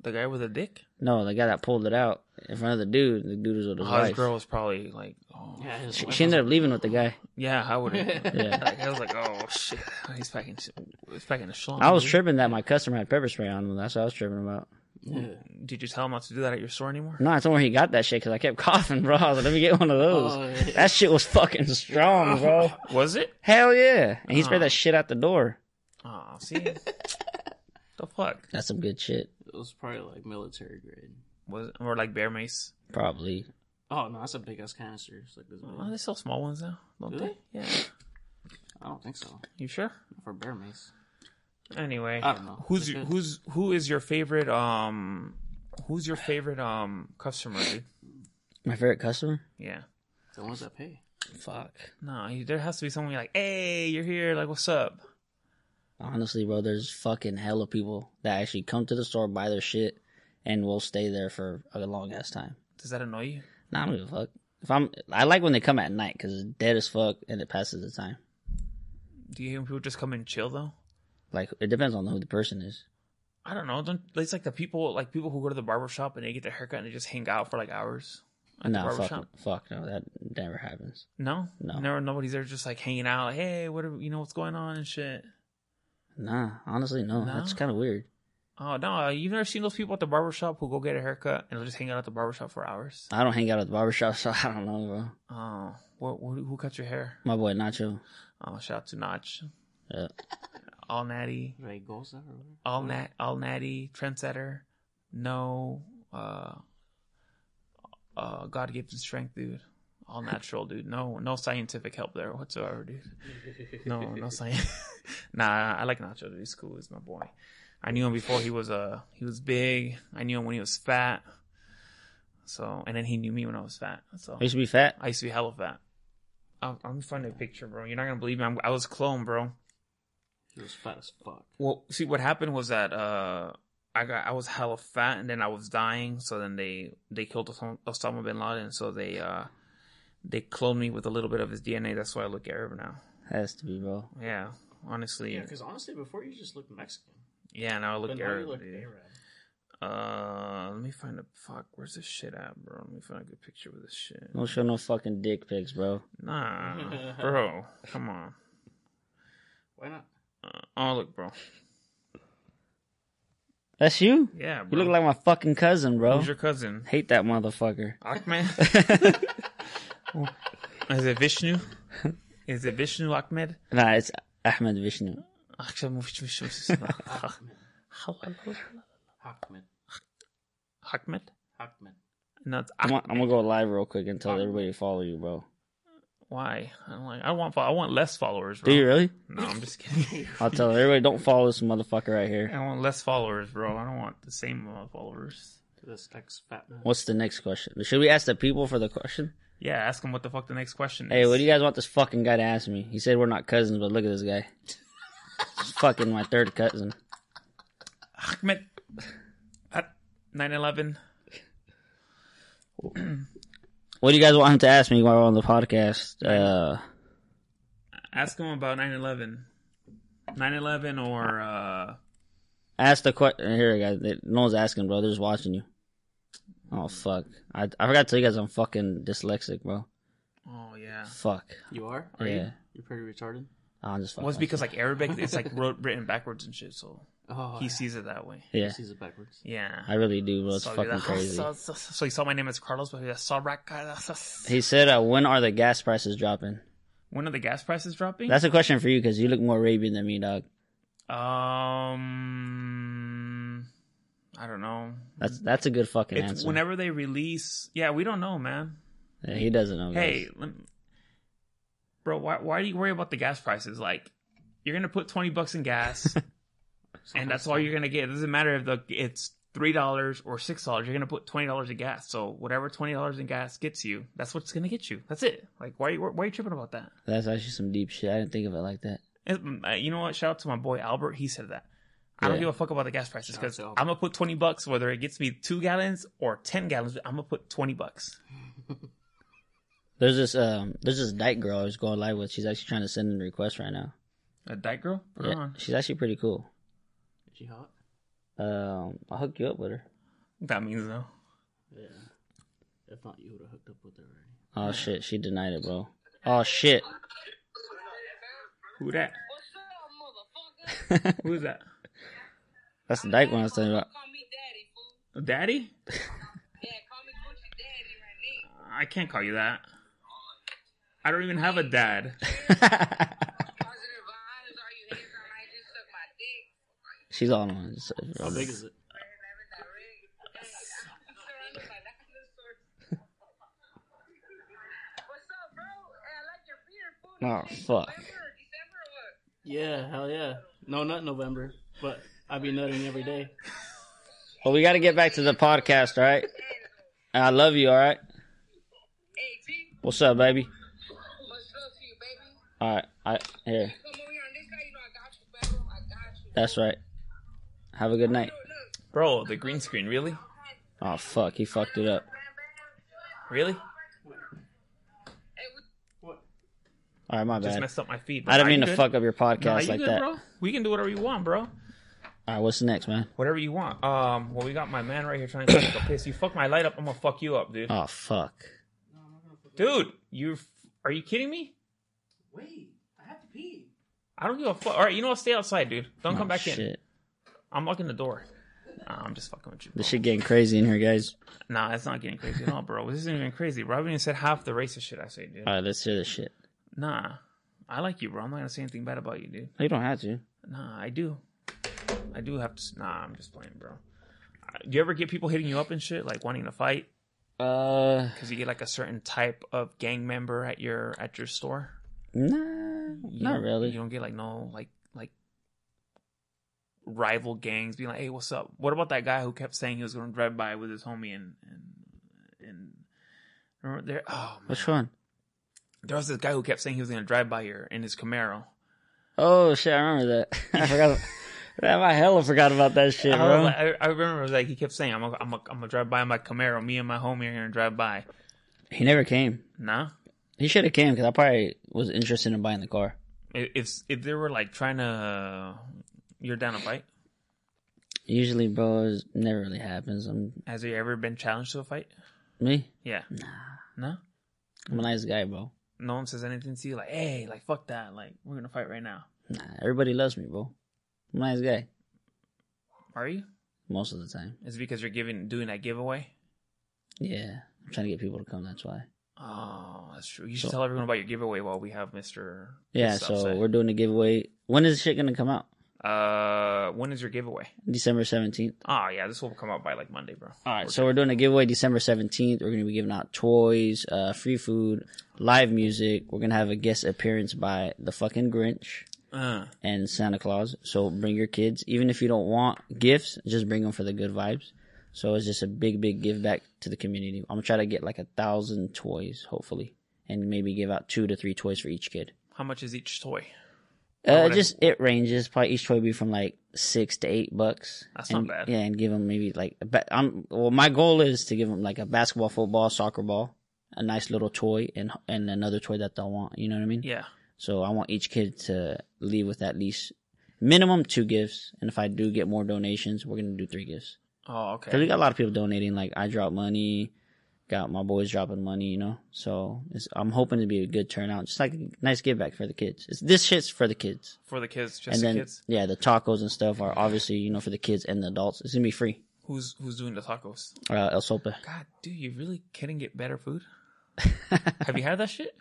Speaker 1: the guy with a dick.
Speaker 2: No, the guy that pulled it out in front of the dude. The dude was with his
Speaker 1: Oh, his
Speaker 2: wife.
Speaker 1: girl was probably like, oh,
Speaker 3: Yeah, his
Speaker 2: She-
Speaker 3: wife
Speaker 2: She
Speaker 3: was
Speaker 2: ended up leaving with the guy.
Speaker 1: yeah, I
Speaker 2: <laughs>
Speaker 1: would. have.
Speaker 2: Yeah.
Speaker 1: like, I was like, oh shit, he's packing, shit- he's packing a schlong.
Speaker 2: I was
Speaker 1: dude.
Speaker 2: tripping that my customer had pepper spray on him. That's what I was tripping about. <laughs>
Speaker 1: Did you tell him not to do that at your store anymore?
Speaker 2: No, I told him where he got that shit because I kept <laughs> coughing, bro. I was like, let me get one of those.
Speaker 3: Oh, yeah.
Speaker 2: That shit was fucking strong, bro.
Speaker 1: Was it?
Speaker 2: Hell yeah. And he sprayed that shit out the door.
Speaker 1: Oh, see, the fuck
Speaker 2: That's some good shit.
Speaker 3: It was probably like military grade.
Speaker 1: was it? or like bear mace.
Speaker 2: Probably.
Speaker 3: Oh no, that's a big ass canister. It's like this big.
Speaker 1: Oh, they sell small ones now, don't
Speaker 3: Do
Speaker 1: they? Yeah.
Speaker 3: I don't think so. Not
Speaker 1: You sure?
Speaker 3: for bear mace.
Speaker 1: Anyway,
Speaker 3: I don't know.
Speaker 1: Who's
Speaker 3: They
Speaker 1: your,
Speaker 3: could.
Speaker 1: who's who is your favorite um who's your favorite um customer? Dude?
Speaker 2: My favorite customer?
Speaker 1: Yeah.
Speaker 3: The ones that pay.
Speaker 2: Fuck.
Speaker 1: No, you- there has to be someone you're like, hey, you're here. Like, what's up?
Speaker 2: Honestly, bro, there's fucking hella people that actually come to the store, buy their shit, and will stay there for a long ass time.
Speaker 1: Does that annoy you?
Speaker 2: Nah, I don't give a fuck. If I'm, I like when they come at night because it's dead as fuck and it passes the time.
Speaker 1: Do you hear people just come and chill though?
Speaker 2: Like it depends on who the person is.
Speaker 1: I don't know. Don't it's like the people like people who go to the barber shop and they get their haircut and they just hang out for like hours. at the
Speaker 2: No,
Speaker 1: barber
Speaker 2: fuck,
Speaker 1: shop?
Speaker 2: fuck, no, that never happens.
Speaker 1: No,
Speaker 2: No.
Speaker 1: never. Nobody's there, just like hanging out. Like, hey, what are you know what's going on and shit.
Speaker 2: Nah, honestly, no,
Speaker 1: No?
Speaker 2: that's kind of weird.
Speaker 1: Oh no, you've never seen those people at the barber shop who go get a haircut and they'll just hang out at the barber shop for hours.
Speaker 2: I don't hang out at the barbershop, <laughs> so I don't know, bro.
Speaker 1: Oh, what, what who cut your hair?
Speaker 2: My boy Nacho,
Speaker 1: Oh, shout out to Notch,
Speaker 2: yeah.
Speaker 1: <laughs> all natty,
Speaker 3: Like Goza or whatever.
Speaker 1: all nat, all natty, trendsetter. No, uh, uh, God given strength, dude. All natural, dude. No, no scientific help there whatsoever, dude. No, <laughs>
Speaker 3: <laughs>
Speaker 1: no science. nah, I like Nacho. Dude. He's cool. He's my boy. I knew him before he was uh he was big. I knew him when he was fat. So and then he knew me when I was fat. So
Speaker 2: I used to be fat.
Speaker 1: I used to be hella fat. I'm, I'm finding a picture, bro. You're not gonna believe me. I'm, I was clone, bro.
Speaker 3: He was fat as fuck.
Speaker 1: Well, see, what happened was that uh, I got I was hella fat, and then I was dying. So then they they killed Osama, Osama bin Laden. So they uh, they cloned me with a little bit of his DNA. That's why I look Arab now.
Speaker 2: Has to be, bro.
Speaker 1: Yeah, honestly,
Speaker 3: Yeah,
Speaker 1: yeah.
Speaker 3: because honestly, before you just looked Mexican.
Speaker 1: now I
Speaker 3: But
Speaker 1: look
Speaker 3: now you
Speaker 1: Arab.
Speaker 3: look
Speaker 1: dude.
Speaker 3: Arab.
Speaker 1: uh, let me find a fuck. Where's this shit at, bro? Let me find a good picture with this shit.
Speaker 2: Don't show no fucking dick pics, bro.
Speaker 3: <laughs>
Speaker 1: Nah, bro, come on.
Speaker 3: Why not?
Speaker 1: Uh, oh look, bro.
Speaker 2: That's you.
Speaker 1: Yeah,
Speaker 2: You
Speaker 1: bro.
Speaker 2: look like my fucking cousin, bro.
Speaker 1: Who's your cousin?
Speaker 2: Hate that motherfucker. <laughs>
Speaker 1: Ahmed? Is it
Speaker 2: <laughs>
Speaker 1: Vishnu? Is it Vishnu Ahmed?
Speaker 2: Nah, it's Ahmed Vishnu.
Speaker 1: Akşam Vishnu Vishnu.
Speaker 2: <laughs>
Speaker 3: Ahmed. Ahmed.
Speaker 1: Ahmed?
Speaker 3: Ahmed.
Speaker 1: No, it's
Speaker 2: I'm,
Speaker 1: Ahmed.
Speaker 2: gonna- I'm gonna go live real quick and tell everybody to follow you, bro.
Speaker 1: Why? I'm like, I want fo- I want less followers, bro.
Speaker 2: Do you really?
Speaker 1: No, I'm just kidding. <laughs>
Speaker 2: I'll tell everybody, don't follow this motherfucker right here.
Speaker 1: I want less followers, bro. I don't want the same amount of followers.
Speaker 3: this ex fat man.
Speaker 2: What's the next question? Should we ask the people for the question?
Speaker 1: Yeah, ask him what the fuck the next question is.
Speaker 2: Hey, what do you guys want this fucking guy to ask me? He said we're not cousins, but look at this guy. He's fucking my third cousin.
Speaker 1: Ahmed at 911.
Speaker 2: What do you guys want him to ask me while we're on the podcast? Uh,
Speaker 1: Ask him about 911. 911 or uh
Speaker 2: ask the question. Here, guys. They- No one's asking, bro. They're just watching you. Oh, fuck. I, I forgot to tell you guys I'm fucking dyslexic, bro.
Speaker 1: oh yeah.
Speaker 2: Fuck.
Speaker 3: You are?
Speaker 1: Are you?
Speaker 2: yeah.
Speaker 3: You're pretty retarded.
Speaker 2: I'm just fucking.
Speaker 1: Well, it's because like Arabic it's like wrote written backwards and shit, so
Speaker 3: Oh,
Speaker 1: he
Speaker 3: yeah.
Speaker 1: sees it that way.
Speaker 2: yeah.
Speaker 3: He sees it backwards.
Speaker 1: Yeah.
Speaker 2: I really do, bro. It's
Speaker 1: So, <laughs>
Speaker 2: fucking
Speaker 1: yeah,
Speaker 2: crazy.
Speaker 1: So, so, so he saw my name as Carlos, but he was Sabrak.
Speaker 2: He said, uh, "When are the gas prices dropping?"
Speaker 1: When are the gas prices dropping?
Speaker 2: That's a question for you because you look more Arabian than me, dog.
Speaker 1: Um, I don't know.
Speaker 2: That's that's a good fucking
Speaker 1: It's
Speaker 2: answer.
Speaker 1: whenever they release. Yeah, we don't know, man.
Speaker 2: Yeah, he doesn't know.
Speaker 1: Hey,
Speaker 2: guys.
Speaker 1: lem- bro, why why do you worry about the gas prices? Like, you're gonna put twenty bucks in gas, and that's all you're gonna get. It doesn't matter if the it's three dollars or six dollars. You're gonna put twenty dollars in gas. So whatever twenty dollars in gas gets you, that's what's gonna get you. That's it. Like, why why, why are you tripping about that?
Speaker 2: that's actually some deep shit. I didn't think of it like that.
Speaker 1: And, uh, you know what? Shout out to my boy Albert. He said that. I don't
Speaker 2: Yeah.
Speaker 1: give a fuck about the gas prices
Speaker 3: Shout out
Speaker 1: because
Speaker 3: to
Speaker 1: I'm
Speaker 3: Albert.
Speaker 1: gonna put twenty bucks whether it gets me two gallons or ten gallons. I'm gonna put twenty bucks.
Speaker 2: There's this um, there's this dyke girl I was going live with. She's actually trying to send in a request right now.
Speaker 1: A dyke girl? Put her
Speaker 2: Yeah,
Speaker 1: on.
Speaker 2: she's actually pretty cool.
Speaker 3: Is she hot?
Speaker 2: Um, I'll hook you up with her.
Speaker 1: That means no.
Speaker 3: Yeah. If not, you would have hooked up with her already.
Speaker 2: Oh shit, she denied it, bro. Oh shit. <laughs>
Speaker 1: Who that?
Speaker 4: What's up, motherfucker?
Speaker 2: that's
Speaker 1: Who's that?
Speaker 2: the dyke one I was talking about.
Speaker 4: Call me daddy, fool.
Speaker 1: Daddy?
Speaker 4: Yeah, call me Gucci daddy right now.
Speaker 1: I can't call you that. I don't even have a dad.
Speaker 4: Positive vibes, are you here, girl? I just suck my dick.
Speaker 2: <laughs> she's all on. It's-
Speaker 3: How big is it?
Speaker 4: Never direct. I'm surrounded by dinosaurs. What's up, bro? Hey, I like your beard, fool.
Speaker 2: Oh fuck.
Speaker 4: November, December, or what?
Speaker 3: Yeah, hell yeah. No, not November, but I be nutting every day.
Speaker 2: Well, we got to get back to the podcast, all right? And I love you, all right?
Speaker 4: Hey, T,
Speaker 2: What's up, baby?
Speaker 4: much love to you, baby.
Speaker 2: All right, I here.
Speaker 4: Come over here on this guy, you know I got you, baby. I got you.
Speaker 2: That's right. Have a good night.
Speaker 4: Look, look.
Speaker 1: Bro, the green screen, really?
Speaker 2: Oh fuck, he fucked it up.
Speaker 4: Bam, bam.
Speaker 1: Really?
Speaker 4: Hey, we
Speaker 3: What?
Speaker 2: All right, my
Speaker 1: Just
Speaker 2: bad.
Speaker 1: messed up my feed.
Speaker 2: I
Speaker 1: Are
Speaker 2: didn't mean
Speaker 1: you
Speaker 2: to
Speaker 1: good?
Speaker 2: fuck up your
Speaker 1: Nah,
Speaker 2: podcast
Speaker 1: you
Speaker 2: like
Speaker 1: good,
Speaker 2: that. All
Speaker 1: bro? We can do whatever you want, bro.
Speaker 2: right, what's next, man?
Speaker 1: Whatever you want. Um, well, we got my man right here trying to take a piss. You fuck my light up, I'm gonna fuck you up, dude.
Speaker 2: Oh fuck.
Speaker 1: Dude, you are you kidding me?
Speaker 3: Wait, I have to pee.
Speaker 1: I don't give a fuck. All right, you know what? Stay outside, dude. Don't come
Speaker 2: Oh,
Speaker 1: back in.
Speaker 2: shit.
Speaker 1: I'm locking the door. Nah, I'm just fucking with you. Bro.
Speaker 2: This shit getting crazy in here, guys.
Speaker 1: Nah, it's not getting crazy at all, bro. This isn't even crazy, bro. I haven't even said half the racist shit I say, dude.
Speaker 2: All right, let's hear this shit.
Speaker 1: Nah, I like you, bro. I'm not gonna say anything bad about you, dude.
Speaker 2: Oh, You don't have to.
Speaker 1: Nah, I do. I do have to. Nah, I'm just playing, bro. Uh, Do you ever get people hitting you up and shit, like wanting to fight
Speaker 2: Uh,
Speaker 1: because you get like a certain type of gang member at your at your store?
Speaker 2: nah,
Speaker 1: You
Speaker 2: not
Speaker 1: don't- You
Speaker 2: really.
Speaker 1: don't get like no like like rival gangs being like, hey, what's up? What about that guy who kept saying he was going to drive by with his homie and and and remember there? Oh, man.
Speaker 2: Which one?
Speaker 1: there was this guy who kept saying he was going to drive by here in his Camaro.
Speaker 2: Oh shit, I remember that. <laughs> I forgot.
Speaker 1: <laughs>
Speaker 2: Man, I hella forgot about that shit,
Speaker 1: I, was
Speaker 2: bro.
Speaker 1: like- I, I remember like he kept saying, "I'm a, I'm a, I'm gonna drive by my Camaro. Me and my homie are gonna drive by."
Speaker 2: He never came.
Speaker 1: Nah,
Speaker 2: He should have came because I probably was interested in buying the car.
Speaker 1: I- if if they were like trying to, you're down to fight.
Speaker 2: Usually, bro, it never really happens. I'm
Speaker 1: Has there ever been challenged to a fight?
Speaker 2: me.
Speaker 1: Yeah. Nah. No.
Speaker 2: I'm a nice guy, bro.
Speaker 1: No one says anything to you like, "Hey, like fuck that. Like we're gonna fight right now."
Speaker 2: Nah, everybody loves me, bro. I'm a nice guy
Speaker 1: Are you?
Speaker 2: most of the time.
Speaker 1: Is it because you're giving doing that giveaway?
Speaker 2: Yeah, I'm trying to get people to come. That's why.
Speaker 1: Oh, that's true. You should
Speaker 2: So-
Speaker 1: tell everyone about your giveaway while we have Mister.
Speaker 2: Yeah, so we're doing a giveaway. When is shit gonna come out?
Speaker 1: Uh, when is your giveaway?
Speaker 2: December 17th.
Speaker 1: Oh yeah, this will come out by like Monday, bro.
Speaker 2: All right, so we're doing a giveaway December 17th. We're going to be giving out toys, uh, free food, live music. We're going to have a guest appearance by the fucking Grinch
Speaker 1: Uh,
Speaker 2: and Santa Claus. So bring your kids. Even if you don't want gifts, just bring them for the good vibes. So it's just a big, big give back to the community. I'm going to try to get like a thousand toys, hopefully, and maybe give out two to three toys for each kid.
Speaker 1: how much is each toy?
Speaker 2: Uh,
Speaker 1: wouldn't-
Speaker 2: just it ranges. Probably each toy be from like six to eight bucks.
Speaker 1: That's
Speaker 2: and,
Speaker 1: not bad.
Speaker 2: Yeah, and give them maybe like a ba- I'm. Well, my goal is to give them like a basketball, football, soccer ball, a nice little toy, and and another toy that they'll want. You know what I mean?
Speaker 1: Yeah,
Speaker 2: So I want each kid to leave with at least minimum two gifts, and if I do get more donations, we're gonna do three gifts.
Speaker 1: Oh,
Speaker 2: Cause we
Speaker 1: okay.
Speaker 2: got a lot of people donating. Like I drop money, got my boys dropping money. You know, so it's, I'm hoping to be a good turnout. Just like a nice give back for the kids. It's, this shit's for the kids
Speaker 1: For the kids, just
Speaker 2: and
Speaker 1: the
Speaker 2: then
Speaker 1: kids.
Speaker 2: yeah, the tacos and stuff are obviously you know for the kids and the adults. It's gonna be free.
Speaker 1: Who's who's doing the tacos?
Speaker 2: Uh,
Speaker 1: <laughs>
Speaker 2: El Sopa.
Speaker 1: God, dude, you really couldn't get better food. Have you had that shit?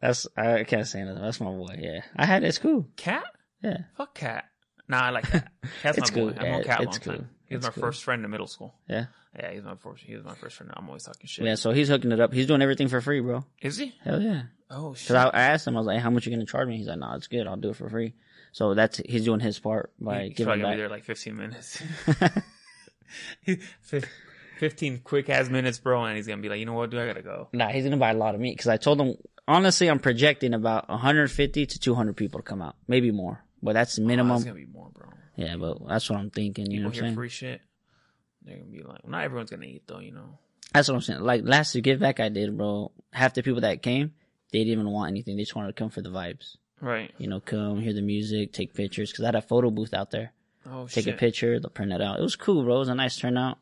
Speaker 2: That's I can't say nothing. That's my boy. Yeah, I had it's cool.
Speaker 1: Cat?
Speaker 2: Yeah,
Speaker 1: Fuck cat. Nah, I like cat. Cat's
Speaker 2: It's
Speaker 1: my boy.
Speaker 2: cool.
Speaker 1: I've known
Speaker 2: Yeah,
Speaker 1: cat a
Speaker 2: it's
Speaker 1: long
Speaker 2: cool.
Speaker 1: time. He was
Speaker 2: It's
Speaker 1: my
Speaker 2: cool.
Speaker 1: first friend in middle school.
Speaker 2: yeah,
Speaker 1: Yeah, he's my first. He was my first friend. I'm always talking shit.
Speaker 2: yeah. So he's hooking it up. He's doing everything for free, bro.
Speaker 1: Is he?
Speaker 2: Hell yeah.
Speaker 1: Oh
Speaker 2: Cause
Speaker 1: shit.
Speaker 2: I, I asked him, I was like, "How much you gonna charge me?" He's like, "Nah, it's good. I'll do it for free." So that's he's doing his part by
Speaker 1: He's probably
Speaker 2: giving
Speaker 1: gonna be
Speaker 2: back.
Speaker 1: there like 15
Speaker 2: <laughs>
Speaker 1: minutes. Fif- 15 quick ass minutes, bro, and he's gonna be like, you know what, dude, I gotta go.
Speaker 2: Nah, he's gonna buy a lot of meat because I told him honestly, I'm projecting about 150 to 200 people to come out, maybe more, but that's
Speaker 1: Oh,
Speaker 2: minimum.
Speaker 1: it's gonna be more, bro.
Speaker 2: yeah, but that's what I'm thinking. You know
Speaker 1: People hear
Speaker 2: what I'm saying?
Speaker 1: free shit. They're gonna be like, not everyone's gonna eat though, you know.
Speaker 2: That's what I'm saying. Like last year, give back I did, bro. Half the people that came, they didn't even want anything. They just wanted to come for the vibes.
Speaker 1: Right.
Speaker 2: You know, come hear the music, take pictures. Cause I had a photo booth out there.
Speaker 1: Oh
Speaker 2: Take
Speaker 1: shit.
Speaker 2: a picture, they'll print it out. It was cool, bro. It was a nice turnout.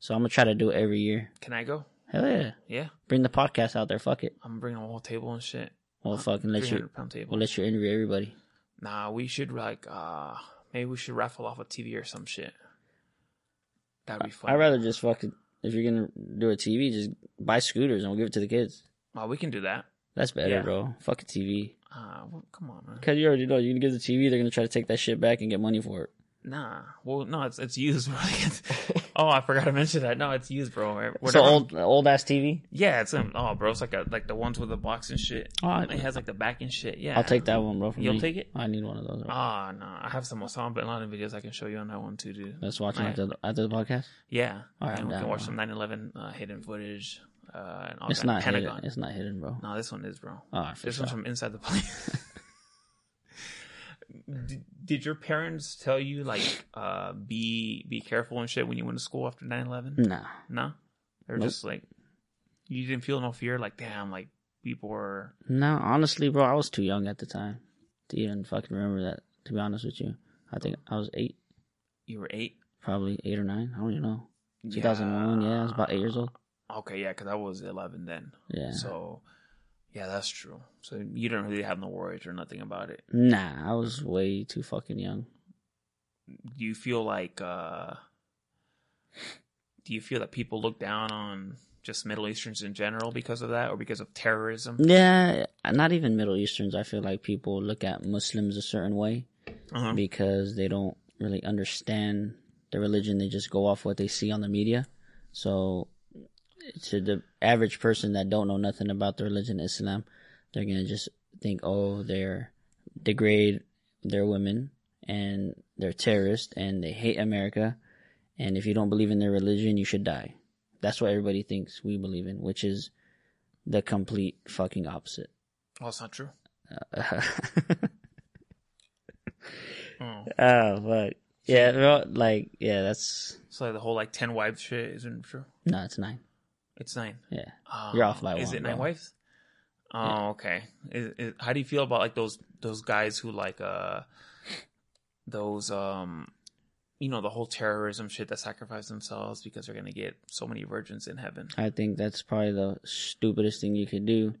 Speaker 2: So I'm gonna try to do it every year.
Speaker 1: Can I go?
Speaker 2: Hell yeah,
Speaker 1: Yeah.
Speaker 2: bring the podcast out there. Fuck it.
Speaker 1: I'm bringing a whole table and shit.
Speaker 2: We'll fucking let
Speaker 1: 300
Speaker 2: you.
Speaker 1: hundred pound table.
Speaker 2: We'll let you interview everybody.
Speaker 1: Nah, we should like uh maybe we should raffle off a TV or some shit. That'd be fun.
Speaker 2: I'd rather just fucking. If you're gonna do a TV, just buy scooters and we'll give it to the kids.
Speaker 1: Oh, we can do that.
Speaker 2: That's better,
Speaker 1: Yeah.
Speaker 2: bro. Fuck a TV.
Speaker 1: Uh, well, come on, man.
Speaker 2: Cause you already know you're gonna give the TV. They're gonna try to take that shit back and get money for it.
Speaker 1: Nah. Well, no, it's it's used. <laughs> Bro.
Speaker 2: <laughs>
Speaker 1: oh, I forgot to mention that. No, it's used, bro.
Speaker 2: It's an
Speaker 1: Whatever.
Speaker 2: old, old ass TV.
Speaker 1: Yeah, it's um, oh, bro, it's like a, like the ones with the box and shit.
Speaker 2: Oh, I-
Speaker 1: it has like the back and shit. Yeah,
Speaker 2: I'll take Oh. that one, bro. for
Speaker 1: You'll
Speaker 2: me.
Speaker 1: take it?
Speaker 2: I need one of those. bro.
Speaker 1: Ah, no, I have some Osama bin Laden videos I can show you on that one too, dude.
Speaker 2: Let's watch them
Speaker 1: Alright.
Speaker 2: after the, after the podcast.
Speaker 1: Yeah,
Speaker 2: Alright,
Speaker 1: and
Speaker 2: I'm
Speaker 1: we can
Speaker 2: down,
Speaker 1: watch
Speaker 2: bro.
Speaker 1: some 9/11 uh, hidden footage. Uh, and all
Speaker 2: It's
Speaker 1: that.
Speaker 2: not
Speaker 1: Pentagon.
Speaker 2: hidden. It's not hidden, bro.
Speaker 1: No, this one is, bro.
Speaker 2: All right, for
Speaker 1: this
Speaker 2: sure.
Speaker 1: one's from inside the plane. <laughs> did, did your parents tell you like uh be be careful and shit when you went to school after 9-11?
Speaker 2: Nah,
Speaker 1: No, they're
Speaker 2: Hmm. Nope.
Speaker 1: just like you didn't feel no fear. Like damn, like people were
Speaker 2: no. Honestly, bro, I was too young at the time to even fucking remember that. To be honest with you, I think I was eight,
Speaker 1: you were eight.
Speaker 2: probably eight or nine. I don't even know. 2001. Yeah, I was about eight years old.
Speaker 1: Okay, yeah, because I was 11 then.
Speaker 2: Yeah.
Speaker 1: So, yeah, that's true. So you didn't really have no worries or nothing about it.
Speaker 2: Nah, I was way too fucking young.
Speaker 1: Do you feel like, uh, do you feel that people look down on just Middle Easterns in general because of that or because of terrorism?
Speaker 2: Yeah, not even Middle Easterns. I feel like people look at Muslims a certain way
Speaker 1: Uh-huh.
Speaker 2: because they don't really understand the religion. They just go off what they see on the media. So, to the average person that don't know nothing about the religion of Islam, they're gonna just think, oh, they're degrade their women and they're terrorists and they hate America. And if you don't believe in their religion, you should die. That's what everybody thinks we believe in, which is the complete fucking opposite. <laughs>
Speaker 1: Oh, it's not true. Oh.
Speaker 2: Oh fuck. Yeah, well, like yeah, that's
Speaker 1: So like, the whole like 10 wives shit isn't true.
Speaker 2: no, it's nine.
Speaker 1: It's nine.
Speaker 2: Yeah,
Speaker 1: Oh,
Speaker 2: You're off by
Speaker 1: Is
Speaker 2: one,
Speaker 1: it nine
Speaker 2: bro.
Speaker 1: wives? Oh, okay. Is, is, how do you feel about like those those guys who like uh those um you know the whole terrorism shit that sacrifice themselves because they're gonna get so many virgins in heaven?
Speaker 2: I think that's probably the stupidest thing you could do.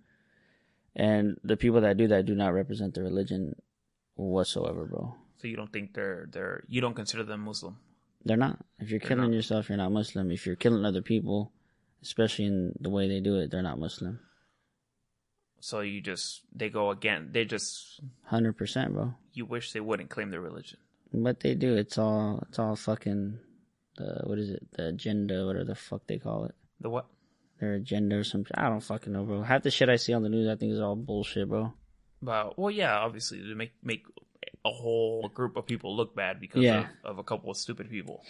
Speaker 2: And the people that do that do not represent the religion whatsoever, bro.
Speaker 1: So you don't think they're they're you don't consider them Muslim?
Speaker 2: They're not. If you're
Speaker 1: They're
Speaker 2: killing
Speaker 1: not.
Speaker 2: yourself, you're not Muslim. If you're killing other people, especially in the way they do it, they're not Muslim.
Speaker 1: So you just they go again. They just
Speaker 2: Hundred percent, bro.
Speaker 1: you wish they wouldn't claim their religion.
Speaker 2: What they do, it's all it's all fucking the what is it? The agenda, whatever the fuck they call it.
Speaker 1: The what?
Speaker 2: Their agenda or some I don't fucking know, bro. Half the shit I see on the news I think is all bullshit, bro.
Speaker 1: But well, yeah, obviously to make make a whole group of people look bad because
Speaker 2: Yeah.
Speaker 1: of, of a couple of stupid people.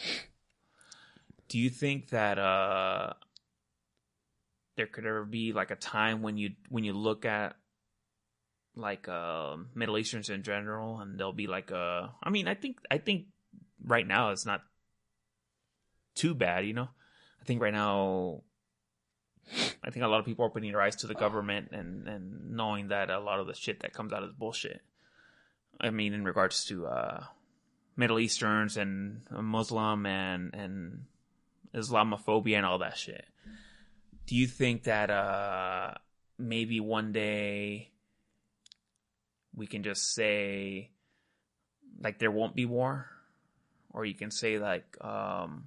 Speaker 1: Do you think that uh there could ever be like a time when you when you look at like uh Middle Easterns in general and they'll be like uh I mean I think I think right now it's not too bad, you know? I think right now I think a lot of people are opening their eyes to the government and, and knowing that a lot of the shit that comes out is bullshit. I mean, in regards to uh, Middle Easterns and Muslim and and Islamophobia and all that shit. Do you think that uh, maybe one day we can just say like there won't be war, or you can say like um,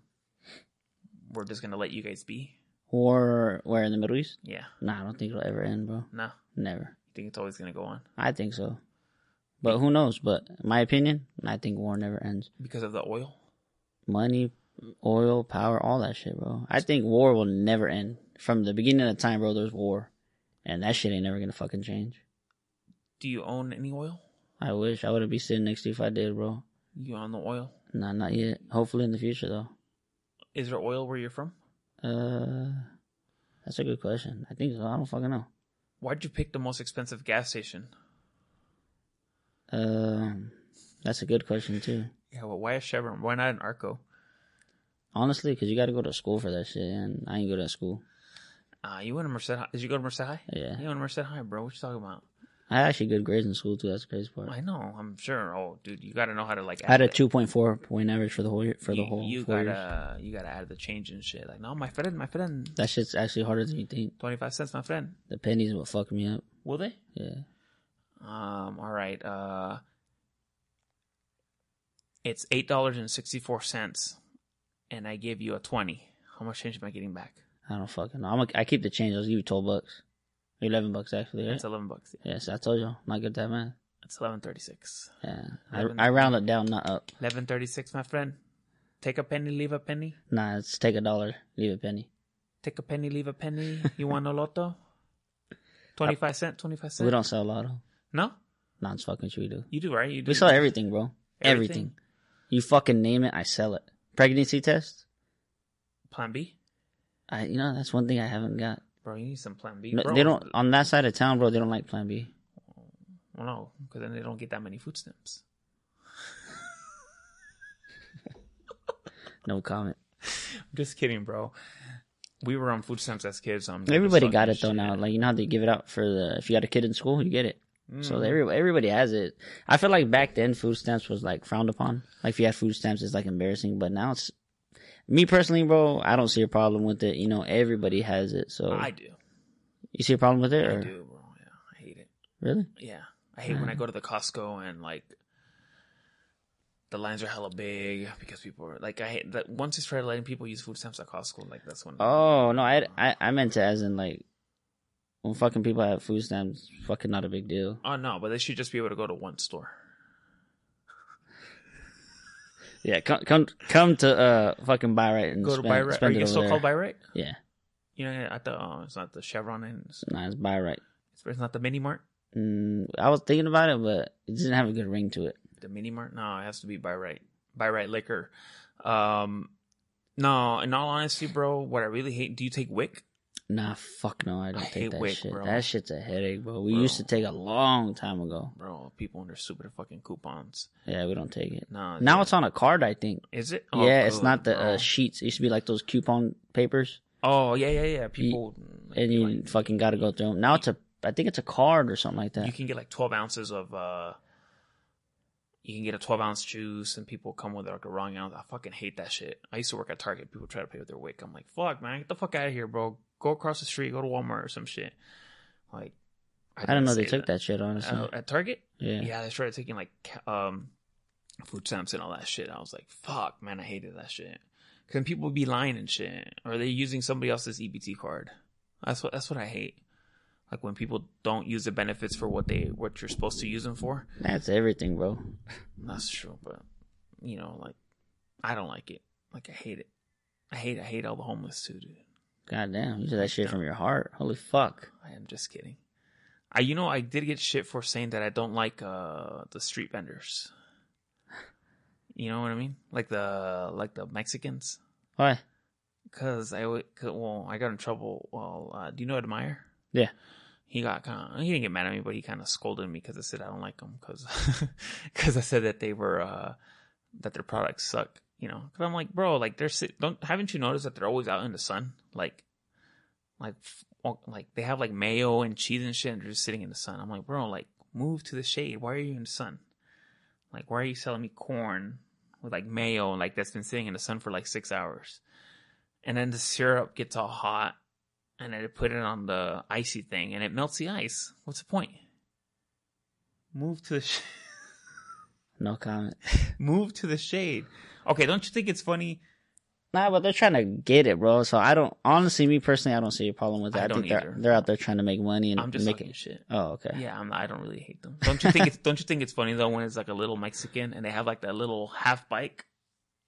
Speaker 1: we're just gonna let you guys be?
Speaker 2: War where in the Middle East?
Speaker 1: Yeah.
Speaker 2: Nah, I don't think it'll ever end, bro.
Speaker 1: No.
Speaker 2: Never.
Speaker 1: You think it's always gonna go on
Speaker 2: I think so. But who knows? But my opinion, I think war never ends.
Speaker 1: because of the oil?
Speaker 2: Money, oil, power, all that shit, bro. I think war will never end. From the beginning of time, bro, there's war. And that shit ain't never gonna fucking change.
Speaker 1: Do you own any oil?
Speaker 2: I wish I would be sitting next to you if I did, bro.
Speaker 1: You own the oil?
Speaker 2: Nah, not yet. Hopefully in the future though.
Speaker 1: Is there oil where you're from?
Speaker 2: Uh that's a good question. I think so. I don't fucking know.
Speaker 1: Why'd you pick the most expensive gas station?
Speaker 2: Um that's a good question too.
Speaker 1: Yeah, well, why a Chevron? Why not an Arco?
Speaker 2: Honestly, because you gotta go to school for that shit, and I ain't go to school.
Speaker 1: Uh, you went to Merced High. Did you go to Merced High?
Speaker 2: Yeah.
Speaker 1: You went to Merced High, bro. What you talking about?
Speaker 2: I had actually good grades in school too. That's the crazy part.
Speaker 1: I know. I'm sure. Oh, dude, you got to know how to like.
Speaker 2: I had a
Speaker 1: add-
Speaker 2: two point four point average for the whole year, for the
Speaker 1: you-
Speaker 2: whole
Speaker 1: You
Speaker 2: 4
Speaker 1: gotta,
Speaker 2: years.
Speaker 1: you gotta add the change and shit. Like, no, my friend, my friend,
Speaker 2: That shit's actually harder than you think.
Speaker 1: twenty five cents, my friend.
Speaker 2: The pennies will fuck me up.
Speaker 1: Will they?
Speaker 2: Yeah.
Speaker 1: Um, all right. Uh, it's eight dollars and sixty four cents, and I give you a twenty. How much change am I getting back?
Speaker 2: I don't fucking know. I'm a, I keep the change. I'll give you twelve bucks, eleven bucks actually. Right?
Speaker 1: That's eleven bucks.
Speaker 2: yes, I told you, I'm not good at that math.
Speaker 1: That's eleven thirty six.
Speaker 2: Yeah,
Speaker 1: Eleven.
Speaker 2: I, I round it down, not up.
Speaker 1: Eleven thirty six, my friend. Take a penny, leave a penny.
Speaker 2: Nah, it's take a dollar, leave a penny.
Speaker 1: Take a penny, leave a penny. You want a
Speaker 2: <laughs>
Speaker 1: lotto? Twenty five cent, twenty five cent.
Speaker 2: We don't sell lotto.
Speaker 1: No,
Speaker 2: Nah, it's fucking true. We do.
Speaker 1: you do right. You do.
Speaker 2: We sell everything, bro. Everything. You fucking name it, I sell it. Pregnancy test.
Speaker 1: Plan B,
Speaker 2: I, you know, that's one thing I haven't got.
Speaker 1: bro. You need some Plan B.
Speaker 2: No,
Speaker 1: bro.
Speaker 2: they don't on that side of town, bro. They don't like Plan B.
Speaker 1: Well, no, because then they don't get that many food stamps.
Speaker 2: No comment.
Speaker 1: Just kidding, bro. We were on food stamps as kids. So I'm not
Speaker 2: Everybody
Speaker 1: just
Speaker 2: got it
Speaker 1: talking
Speaker 2: though
Speaker 1: shit.
Speaker 2: now. Like you know how they give it out for the if you got a kid in school, you get it. So
Speaker 1: Mm.
Speaker 2: everybody, everybody has it. I feel like back then food stamps was like frowned upon. Like if you had food stamps, it's like embarrassing. But now it's me personally, bro. I don't see a problem with it. You know, everybody has it. So
Speaker 1: I do.
Speaker 2: you see a problem with it?
Speaker 1: I
Speaker 2: Or,
Speaker 1: do, bro. Yeah, I hate it.
Speaker 2: Really?
Speaker 1: Yeah, I hate
Speaker 2: Mm.
Speaker 1: when I go to the Costco and like the lines are hella big because people are like I hate that once you start letting people use food stamps at Costco, like that's when
Speaker 2: Oh no, I, I I meant to as in like when fucking people have food stamps, fucking not a big deal.
Speaker 1: oh no, but they should just be able to go to one store.
Speaker 2: Yeah, come come come to uh fucking buy right and
Speaker 1: Go
Speaker 2: spend,
Speaker 1: to buy right. Are
Speaker 2: spend
Speaker 1: you
Speaker 2: it over
Speaker 1: still
Speaker 2: there.
Speaker 1: called buy right?
Speaker 2: Yeah,
Speaker 1: You know, I thought oh, it's not the Chevron and it's,
Speaker 2: nah, it's buy right.
Speaker 1: it's not the Mini Mart.
Speaker 2: Mm, I was thinking about it, but it didn't have a good ring to it.
Speaker 1: The mini mart? No, it has to be by right. By right liquor. Um no, in all honesty, bro, what I really hate do you take Wick?
Speaker 2: Nah, fuck no, I don't
Speaker 1: I
Speaker 2: take
Speaker 1: hate
Speaker 2: that
Speaker 1: Wick,
Speaker 2: shit.
Speaker 1: bro.
Speaker 2: That shit's a headache, bro. We
Speaker 1: Bro.
Speaker 2: used to take a long time ago.
Speaker 1: Bro, people under super fucking coupons.
Speaker 2: Yeah, we don't take it.
Speaker 1: No.
Speaker 2: Now
Speaker 1: dude.
Speaker 2: it's on a card, I think.
Speaker 1: is it?
Speaker 2: yeah, it's
Speaker 1: good,
Speaker 2: not the
Speaker 1: Oh, bro.
Speaker 2: uh, sheets. It used to be like those coupon papers,
Speaker 1: Oh, yeah, yeah, yeah. People
Speaker 2: and
Speaker 1: you,
Speaker 2: you
Speaker 1: like,
Speaker 2: fucking got to go through them. Now it's a, I think it's a card or something like that.
Speaker 1: you can get like 12 ounces of uh you can get a 12 ounce juice and people come with like a wrong ounce. I fucking hate that shit. I used to work at Target. People try to pay with their wick. I'm like, fuck, man, get the fuck out of here, bro. Go across the street, go to Walmart or some shit. Like,
Speaker 2: I didn't know they
Speaker 1: say
Speaker 2: took that, shit. Honestly,
Speaker 1: Uh, at Target?
Speaker 2: yeah.
Speaker 1: Yeah, they started taking like ca- um food stamps and all that shit. I was like, fuck, man, I hated that shit. Cause then people would E be lying and shit, or they're using somebody else's EBT card. That's what that's what I hate. like when people don't use the benefits for what they what you're supposed to use them for.
Speaker 2: That's everything, bro.
Speaker 1: That's true, but you know, like I don't like it. Like I hate it. I hate I hate all the homeless too, dude.
Speaker 2: Goddamn, you did that shit from your heart. Holy fuck.
Speaker 1: I am just kidding. I you know I did get shit for saying that I don't like uh the street vendors. You know what I mean? Like the like the Mexicans.
Speaker 2: Why?
Speaker 1: Cause I would, cause, well, I got in trouble. Well, uh, do you know Ed Meyer?
Speaker 2: Yeah.
Speaker 1: He got kind of, he didn't get mad at me, but he kind of scolded me because I said I don't like them <laughs> because, because I said that they were, uh, that their products suck, you know? Cause I'm like, bro, like they're, sit- don't, haven't you noticed that they're always out in the sun? Like, like, f- like they have like mayo and cheese and shit and they're just sitting in the sun. I'm like, bro, like move to the shade. Why are you in the sun? Like, why are you selling me corn with like mayo and like that's been sitting in the sun for like six hours? and then the syrup gets all hot and then it put it on the icy thing and it melts the ice what's the point move to the <laughs> sh-
Speaker 2: No comment.
Speaker 1: move to the shade okay don't you think it's funny
Speaker 2: Nah, but they're trying to get it, bro. So I don't, honestly, me personally, I don't see a problem with that.
Speaker 1: I
Speaker 2: I,
Speaker 1: don't
Speaker 2: think they're,
Speaker 1: either.
Speaker 2: they're out there trying to make money and
Speaker 1: i'm just
Speaker 2: make
Speaker 1: making
Speaker 2: it.
Speaker 1: shit
Speaker 2: Oh, okay.
Speaker 1: yeah I'm, i don't really hate them don't you think it's don't you think it's funny though when it's like a little mexican and they have like that little half bike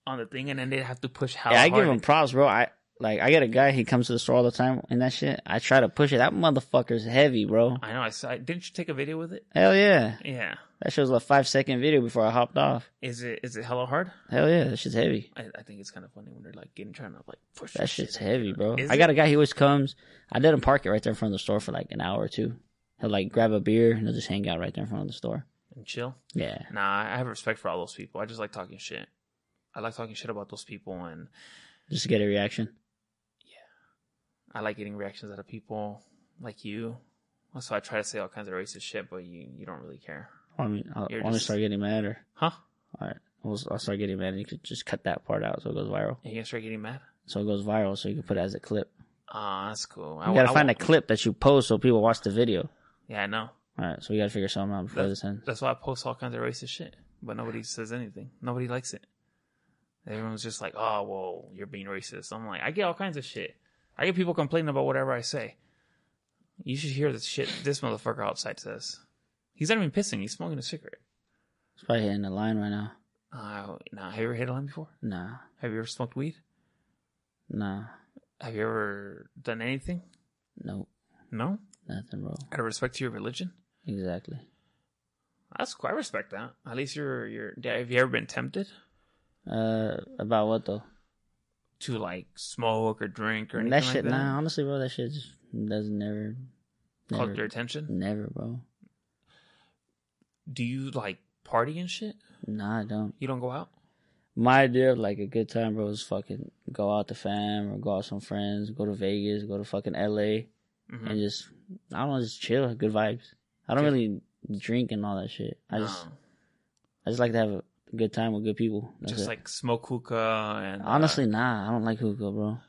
Speaker 1: on the thing and then they have to push how
Speaker 2: yeah, I
Speaker 1: hard
Speaker 2: give him props, bro. I like I got a guy. He comes to the store all the time and that shit. I try to push it. That motherfucker's heavy, bro.
Speaker 1: i know i saw didn't you take a video with it
Speaker 2: Hell yeah.
Speaker 1: yeah
Speaker 2: That shit was a five second video before I hopped off.
Speaker 1: is it is it hella hard
Speaker 2: Hell yeah, that shit's heavy.
Speaker 1: i, I think it's kind of funny when they're like getting trying to like push
Speaker 2: That shit's heavy, bro.
Speaker 1: Is
Speaker 2: I got a guy. He always comes. I let him park it right there in front of the store for like an hour or two. He'll like grab a beer and he'll just hang out right there in front of the store.
Speaker 1: and chill
Speaker 2: Yeah.
Speaker 1: Nah, I have respect for all those people. I just like talking shit. I like talking shit about those people, and
Speaker 2: Just to get a reaction.
Speaker 1: I like getting reactions out of people like you. So I try to say all kinds of racist shit, but you you don't really care,
Speaker 2: I mean, I'll,
Speaker 1: You're
Speaker 2: I'll
Speaker 1: just-
Speaker 2: uh, start getting mad or
Speaker 1: huh?
Speaker 2: all right. I'll, I'll start getting mad. And you could just cut that part out so it goes viral.
Speaker 1: Are you gonna start getting mad?
Speaker 2: So it goes viral. So you can put it as a clip.
Speaker 1: Ah, that's cool.
Speaker 2: You gotta find a clip that you post so people watch the video.
Speaker 1: Yeah, I know.
Speaker 2: All right, so we gotta figure something out before
Speaker 1: That-
Speaker 2: this ends.
Speaker 1: That's why I post all kinds of racist shit, but nobody says anything. Nobody likes it. Everyone's just like, "Oh, well, you're being racist." I'm like, I get all kinds of shit. I get people complaining about whatever I say. You should hear the shit this motherfucker outside says. He's not even pissing. He's smoking a cigarette.
Speaker 2: It's probably hitting the line right now.
Speaker 1: Uh, nah, have you ever hit a line before?
Speaker 2: Nah,
Speaker 1: Have you ever smoked weed?
Speaker 2: nah,
Speaker 1: Have you ever done anything?
Speaker 2: nope,
Speaker 1: No.
Speaker 2: nothing, bro.
Speaker 1: Out of respect to your religion,
Speaker 2: Exactly.
Speaker 1: that's cool. I respect that. At least you're you're. yeah, Have you ever been tempted
Speaker 2: Uh, about what though?
Speaker 1: to like smoke or drink or anything
Speaker 2: That
Speaker 1: like
Speaker 2: shit,
Speaker 1: that?
Speaker 2: nah. Honestly, bro, that shit just doesn't never,
Speaker 1: Caught your
Speaker 2: never,
Speaker 1: attention.
Speaker 2: never, bro.
Speaker 1: Do you like party and shit?
Speaker 2: Nah, I don't.
Speaker 1: You don't go out.
Speaker 2: My idea of like a good time, bro, is fucking go out to fam or go out with some friends, go to Vegas, go to fucking LA,
Speaker 1: Mhm.
Speaker 2: and just I don't know, just chill, good vibes. I don't really drink and all that shit. I just
Speaker 1: No.
Speaker 2: I just like to have a good time with good people. That's
Speaker 1: just
Speaker 2: it.
Speaker 1: like smoke hookah and uh,
Speaker 2: honestly, nah, I don't like hookah, bro.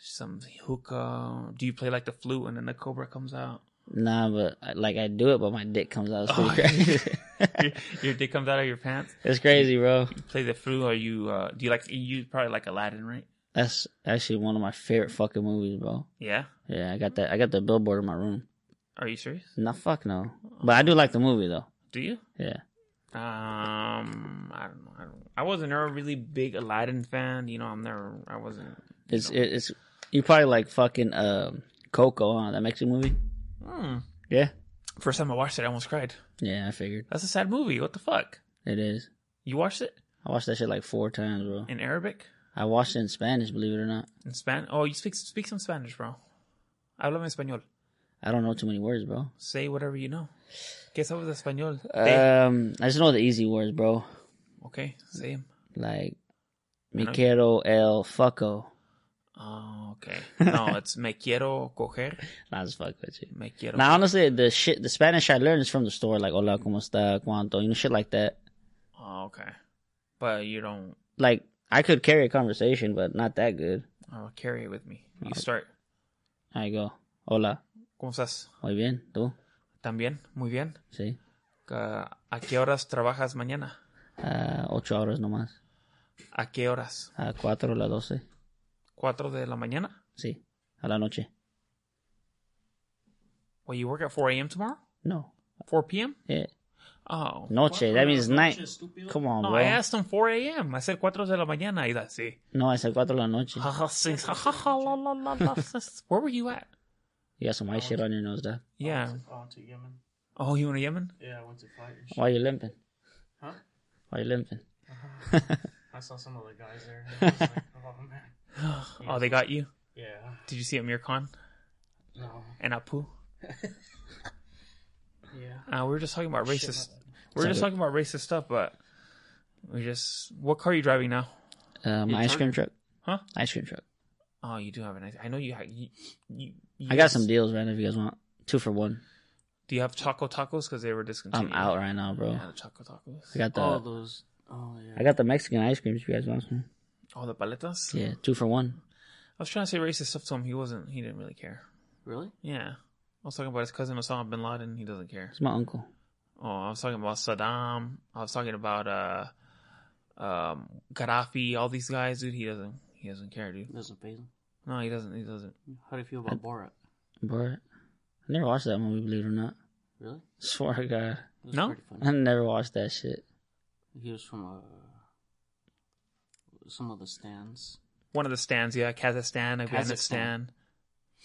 Speaker 1: some hookah. Do you play like the flute and then the cobra comes out? <laughs>
Speaker 2: Nah, but I, like I do it, but my dick comes out. It's
Speaker 1: Oh,
Speaker 2: pretty
Speaker 1: your,
Speaker 2: crazy.
Speaker 1: your dick comes out of your pants.
Speaker 2: <laughs> it's crazy, bro.
Speaker 1: You play the flute, or you uh, do you like you probably like Aladdin, right?
Speaker 2: That's actually one of my favorite fucking movies, bro.
Speaker 1: Yeah.
Speaker 2: Yeah, I got that. I got the billboard in my room.
Speaker 1: Are you serious?
Speaker 2: Nah, fuck no. But I do like the movie though.
Speaker 1: Do you?
Speaker 2: Yeah.
Speaker 1: Um, I don't know. I don't. I wasn't ever a really big Aladdin fan. You know, I'm never. I wasn't.
Speaker 2: It's it, it's you probably like fucking um Coco, huh? That Mexican movie.
Speaker 1: Hmm.
Speaker 2: Yeah.
Speaker 1: First time I watched it, I almost cried.
Speaker 2: Yeah, I figured
Speaker 1: That's a sad movie. What the fuck?
Speaker 2: it is.
Speaker 1: You watched it
Speaker 2: I watched that shit like four times, bro.
Speaker 1: in Arabic,
Speaker 2: I watched it in Spanish, believe it or not.
Speaker 1: in Spanish? Oh, you speak speak some Spanish, bro. Habla en español.
Speaker 2: I don't know too many words, bro.
Speaker 1: Say whatever you know. ¿Qué sabes de español? Te-
Speaker 2: Um, I just know the easy words, bro.
Speaker 1: okay, say 'em.
Speaker 2: Like,
Speaker 1: I
Speaker 2: me
Speaker 1: know.
Speaker 2: quiero el fucko.
Speaker 1: Oh, okay. No, it's me quiero coger.
Speaker 2: Nah, just fuck with you.
Speaker 1: Me quiero.
Speaker 2: Now, honestly, the shit, the Spanish I learned is from the store, like hola, cómo está, cuánto, you know, shit like that.
Speaker 1: Oh, okay. But you don't
Speaker 2: Like, I could carry a conversation, but not that good.
Speaker 1: oh, carry it with me. You start.
Speaker 2: I go, hola,
Speaker 1: ¿Cómo estás?
Speaker 2: muy bien, tú,
Speaker 1: También, muy bien.
Speaker 2: sí.
Speaker 1: Ca- ¿A qué horas trabajas mañana?
Speaker 2: Ah, ocho horas nomás.
Speaker 1: ¿A qué horas?
Speaker 2: A cuatro, a las doce,
Speaker 1: ¿Cuatro de la mañana?
Speaker 2: sí, a la noche.
Speaker 1: Well, you work at 4 a.m. tomorrow?
Speaker 2: No.
Speaker 1: 4 p.m.?
Speaker 2: Yeah.
Speaker 1: Oh.
Speaker 2: Noche. That means night. Come on,
Speaker 1: No,
Speaker 2: bro.
Speaker 1: I asked him 4 a.m. I said 4 de la mañana. He's like, sí.
Speaker 2: No, I said cuatro la noche.
Speaker 1: Ha, ha, sí. Ha, ha, ha, la, la, la, la. Where were you at?
Speaker 2: You got some white shit on your nose, dog.
Speaker 1: Yeah.
Speaker 3: I went to Yemen.
Speaker 1: Oh, you went to Yemen?
Speaker 3: Yeah, I went to fight and shit.
Speaker 2: Why you limping?
Speaker 3: Huh?
Speaker 2: Why you limping?
Speaker 3: I saw some of the guys there. and I was like, oh, man.
Speaker 1: Oh, they got you?
Speaker 3: Yeah.
Speaker 1: Did you see Amir Khan
Speaker 3: No.
Speaker 1: and Apu?
Speaker 3: <laughs> Yeah.
Speaker 1: Uh, we were just talking about
Speaker 3: Shit,
Speaker 1: racist.
Speaker 3: my bad.
Speaker 1: We were
Speaker 2: It's
Speaker 1: just
Speaker 2: all
Speaker 1: talking about racist stuff, but we just. What car are you driving now?
Speaker 2: Uh, my ice cream truck.
Speaker 1: Huh?
Speaker 2: Ice cream truck.
Speaker 1: Oh, you do have a nice. I know you. ha- you, you, you
Speaker 2: I got some deals right now if you guys want. Two for one.
Speaker 1: Do you have Choco Tacos? Because they were
Speaker 2: I'm
Speaker 1: discontinued.
Speaker 2: out right now, bro.
Speaker 1: Yeah, the Choco Tacos.
Speaker 2: I got the
Speaker 3: <laughs> All those. Oh yeah.
Speaker 2: I got the Mexican ice creams if you guys want some.
Speaker 1: Oh, the paletas?
Speaker 2: Yeah, two for one.
Speaker 1: I was trying to say racist stuff to him. He wasn't. He didn't really care.
Speaker 3: really?
Speaker 1: Yeah. I was talking about his cousin Osama bin Laden. He doesn't care.
Speaker 2: It's my uncle.
Speaker 1: Oh, I was talking about Saddam. I was talking about uh, um, Gaddafi. All these guys, dude. He doesn't. He doesn't care, dude.
Speaker 3: It doesn't phase him.
Speaker 1: No, he doesn't. He doesn't.
Speaker 3: How do you feel about Borat?
Speaker 2: Borat. I never watched that movie, believe it or not. <laughs>
Speaker 3: Really?
Speaker 2: Swear to God.
Speaker 3: It was
Speaker 1: No.
Speaker 3: pretty funny.
Speaker 2: I never watched that shit.
Speaker 3: He was from uh, some of the stands.
Speaker 1: One of the stands, yeah, Kazakhstan, Afghanistan,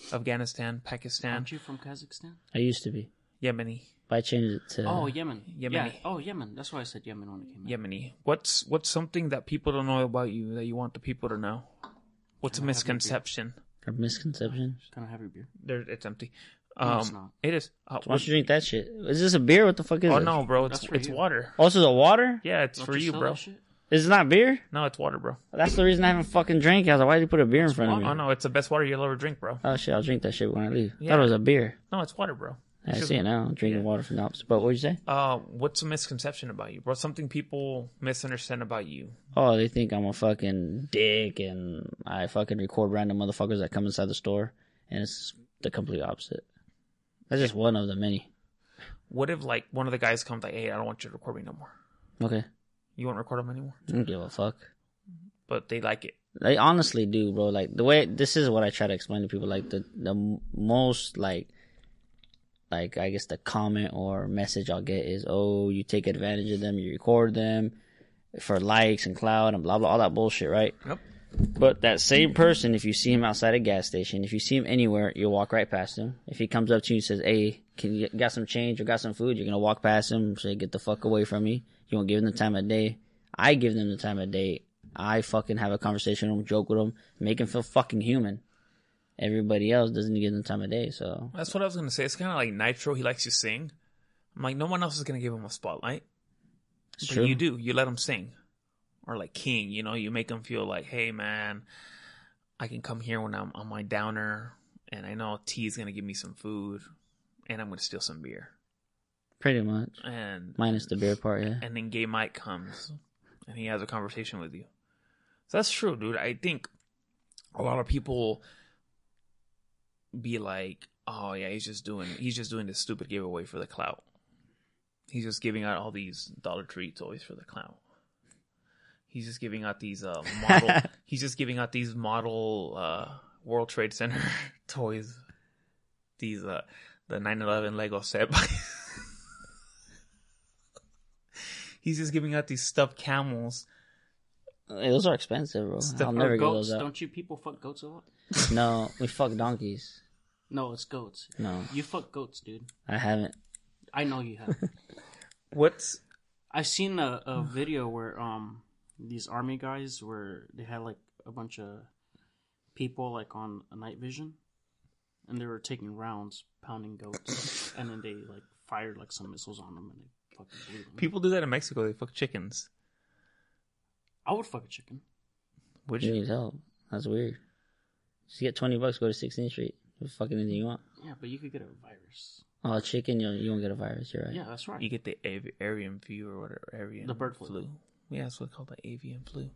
Speaker 3: Kazakhstan.
Speaker 1: Afghanistan, Pakistan.
Speaker 3: Aren't you from Kazakhstan?
Speaker 2: I used to be.
Speaker 1: Yemeni,
Speaker 2: But I changed it to
Speaker 3: Oh, Yemen.
Speaker 1: Yemeni.
Speaker 3: Yeah. Oh, Yemen. That's why I said Yemen when it came out.
Speaker 1: Yemeni. What's what's something that people don't know about you that you want the people to know? What's a
Speaker 3: I don't have a beer.
Speaker 1: misconception?
Speaker 2: a misconception.
Speaker 3: Can I have your beer?
Speaker 1: There, it's empty. Um,
Speaker 3: No, it's not.
Speaker 1: It is. Uh,
Speaker 2: Why don't you drink that shit? Is this a beer? What the fuck is
Speaker 1: oh
Speaker 2: it?
Speaker 1: no, bro! It's
Speaker 3: That's for
Speaker 1: it's
Speaker 3: you.
Speaker 1: water.
Speaker 2: Also, the water?
Speaker 1: Yeah, it's
Speaker 3: Don't
Speaker 1: for you,
Speaker 3: sell
Speaker 1: bro.
Speaker 3: that shit?
Speaker 2: It's not beer?
Speaker 1: No, it's water, bro.
Speaker 2: That's the reason I haven't fucking drank it. I was like, why did you put a beer in front of me?
Speaker 1: Oh no, it's the best water you'll ever drink, bro.
Speaker 2: Oh shit, I'll drink that shit when I leave.
Speaker 1: Yeah.
Speaker 2: Thought it was a beer.
Speaker 1: No, it's water, bro.
Speaker 2: I see it now. I'm drinking water from the opposite. But what'd you say?
Speaker 1: Uh, what's a misconception about you, bro? Something people misunderstand about you.
Speaker 2: Oh, they think I'm a fucking dick and I fucking record random motherfuckers that come inside the store and it's the complete opposite. That's just one of the many.
Speaker 1: What if like one of the guys comes like, "Hey, I don't want you to record me no more.
Speaker 2: Okay.
Speaker 1: You won't record them anymore."
Speaker 2: I don't give a fuck.
Speaker 1: But they like it.
Speaker 2: They honestly do, bro. Like the way this is what I try to explain to people. Like the the m- most like like I guess the comment or message I'll get is, "Oh, you take advantage of them. You record them for likes and cloud and blah blah all that bullshit, right?"
Speaker 1: Yep.
Speaker 2: But that same person, if you see him outside a gas station, if you see him anywhere, you'll walk right past him. If he comes up to you and says, "Hey, can you got some change or got some food?" You're gonna walk past him, and say, "Get the fuck away from me." You won't give them the time of day. I give them the time of day. I fucking have a conversation with him, joke with him, make him feel fucking human. Everybody else doesn't give them the time of day, so
Speaker 1: That's what I was gonna say. It's kind of like Nitro. He likes to sing. I'm like, no one else is gonna give him a spotlight.
Speaker 2: it's
Speaker 1: But
Speaker 2: true.
Speaker 1: you do. You let him sing, or like King. You know, you make him feel like, hey, man, I can come here when I'm on my downer, and I know T is gonna give me some food, and I'm gonna steal some beer.
Speaker 2: pretty much,
Speaker 1: And
Speaker 2: minus the beer part. Yeah,
Speaker 1: and then Gay Mike comes, and he has a conversation with you. So that's true, dude. I think a lot of people be like, "Oh yeah, he's just doing he's just doing this stupid giveaway for the clout. He's just giving out all these Dollar Tree toys for the clout. He's just giving out these uh, model. he's just giving out these model uh, World Trade Center <laughs> toys. These uh, the 9/11 Lego set. <laughs> by- he's just giving out these stuffed camels.
Speaker 2: Hey, those are expensive, bro.
Speaker 1: Stuff-
Speaker 2: I'll
Speaker 1: or
Speaker 2: never
Speaker 3: Or
Speaker 2: give
Speaker 3: goats?
Speaker 2: those up.
Speaker 3: Don't you people fuck goats a lot?
Speaker 2: No, we fuck donkeys.
Speaker 3: No, it's goats.
Speaker 2: No,
Speaker 3: You fuck goats, dude.
Speaker 2: I haven't.
Speaker 3: I know you have.
Speaker 1: What's
Speaker 3: I've seen a, a video where um these army guys were they had like a bunch of people like on a night vision, and they were taking rounds pounding <laughs> goats, and then they like fired like some missiles on them and they fucking blew them.
Speaker 1: people do that in Mexico? They fuck chickens.
Speaker 3: I would fuck a chicken.
Speaker 1: Would
Speaker 2: You
Speaker 1: you?
Speaker 2: need help. That's weird. Just get twenty bucks, go to Sixteenth Street. Do fucking anything you want.
Speaker 3: Yeah, but you could get a virus.
Speaker 2: Oh, chicken, you you won't get a virus. You're right.
Speaker 3: Yeah, that's right.
Speaker 1: You get the av- avian flu or whatever. Avian
Speaker 3: The bird flu.
Speaker 1: Yeah, that's what it's called the avian flu.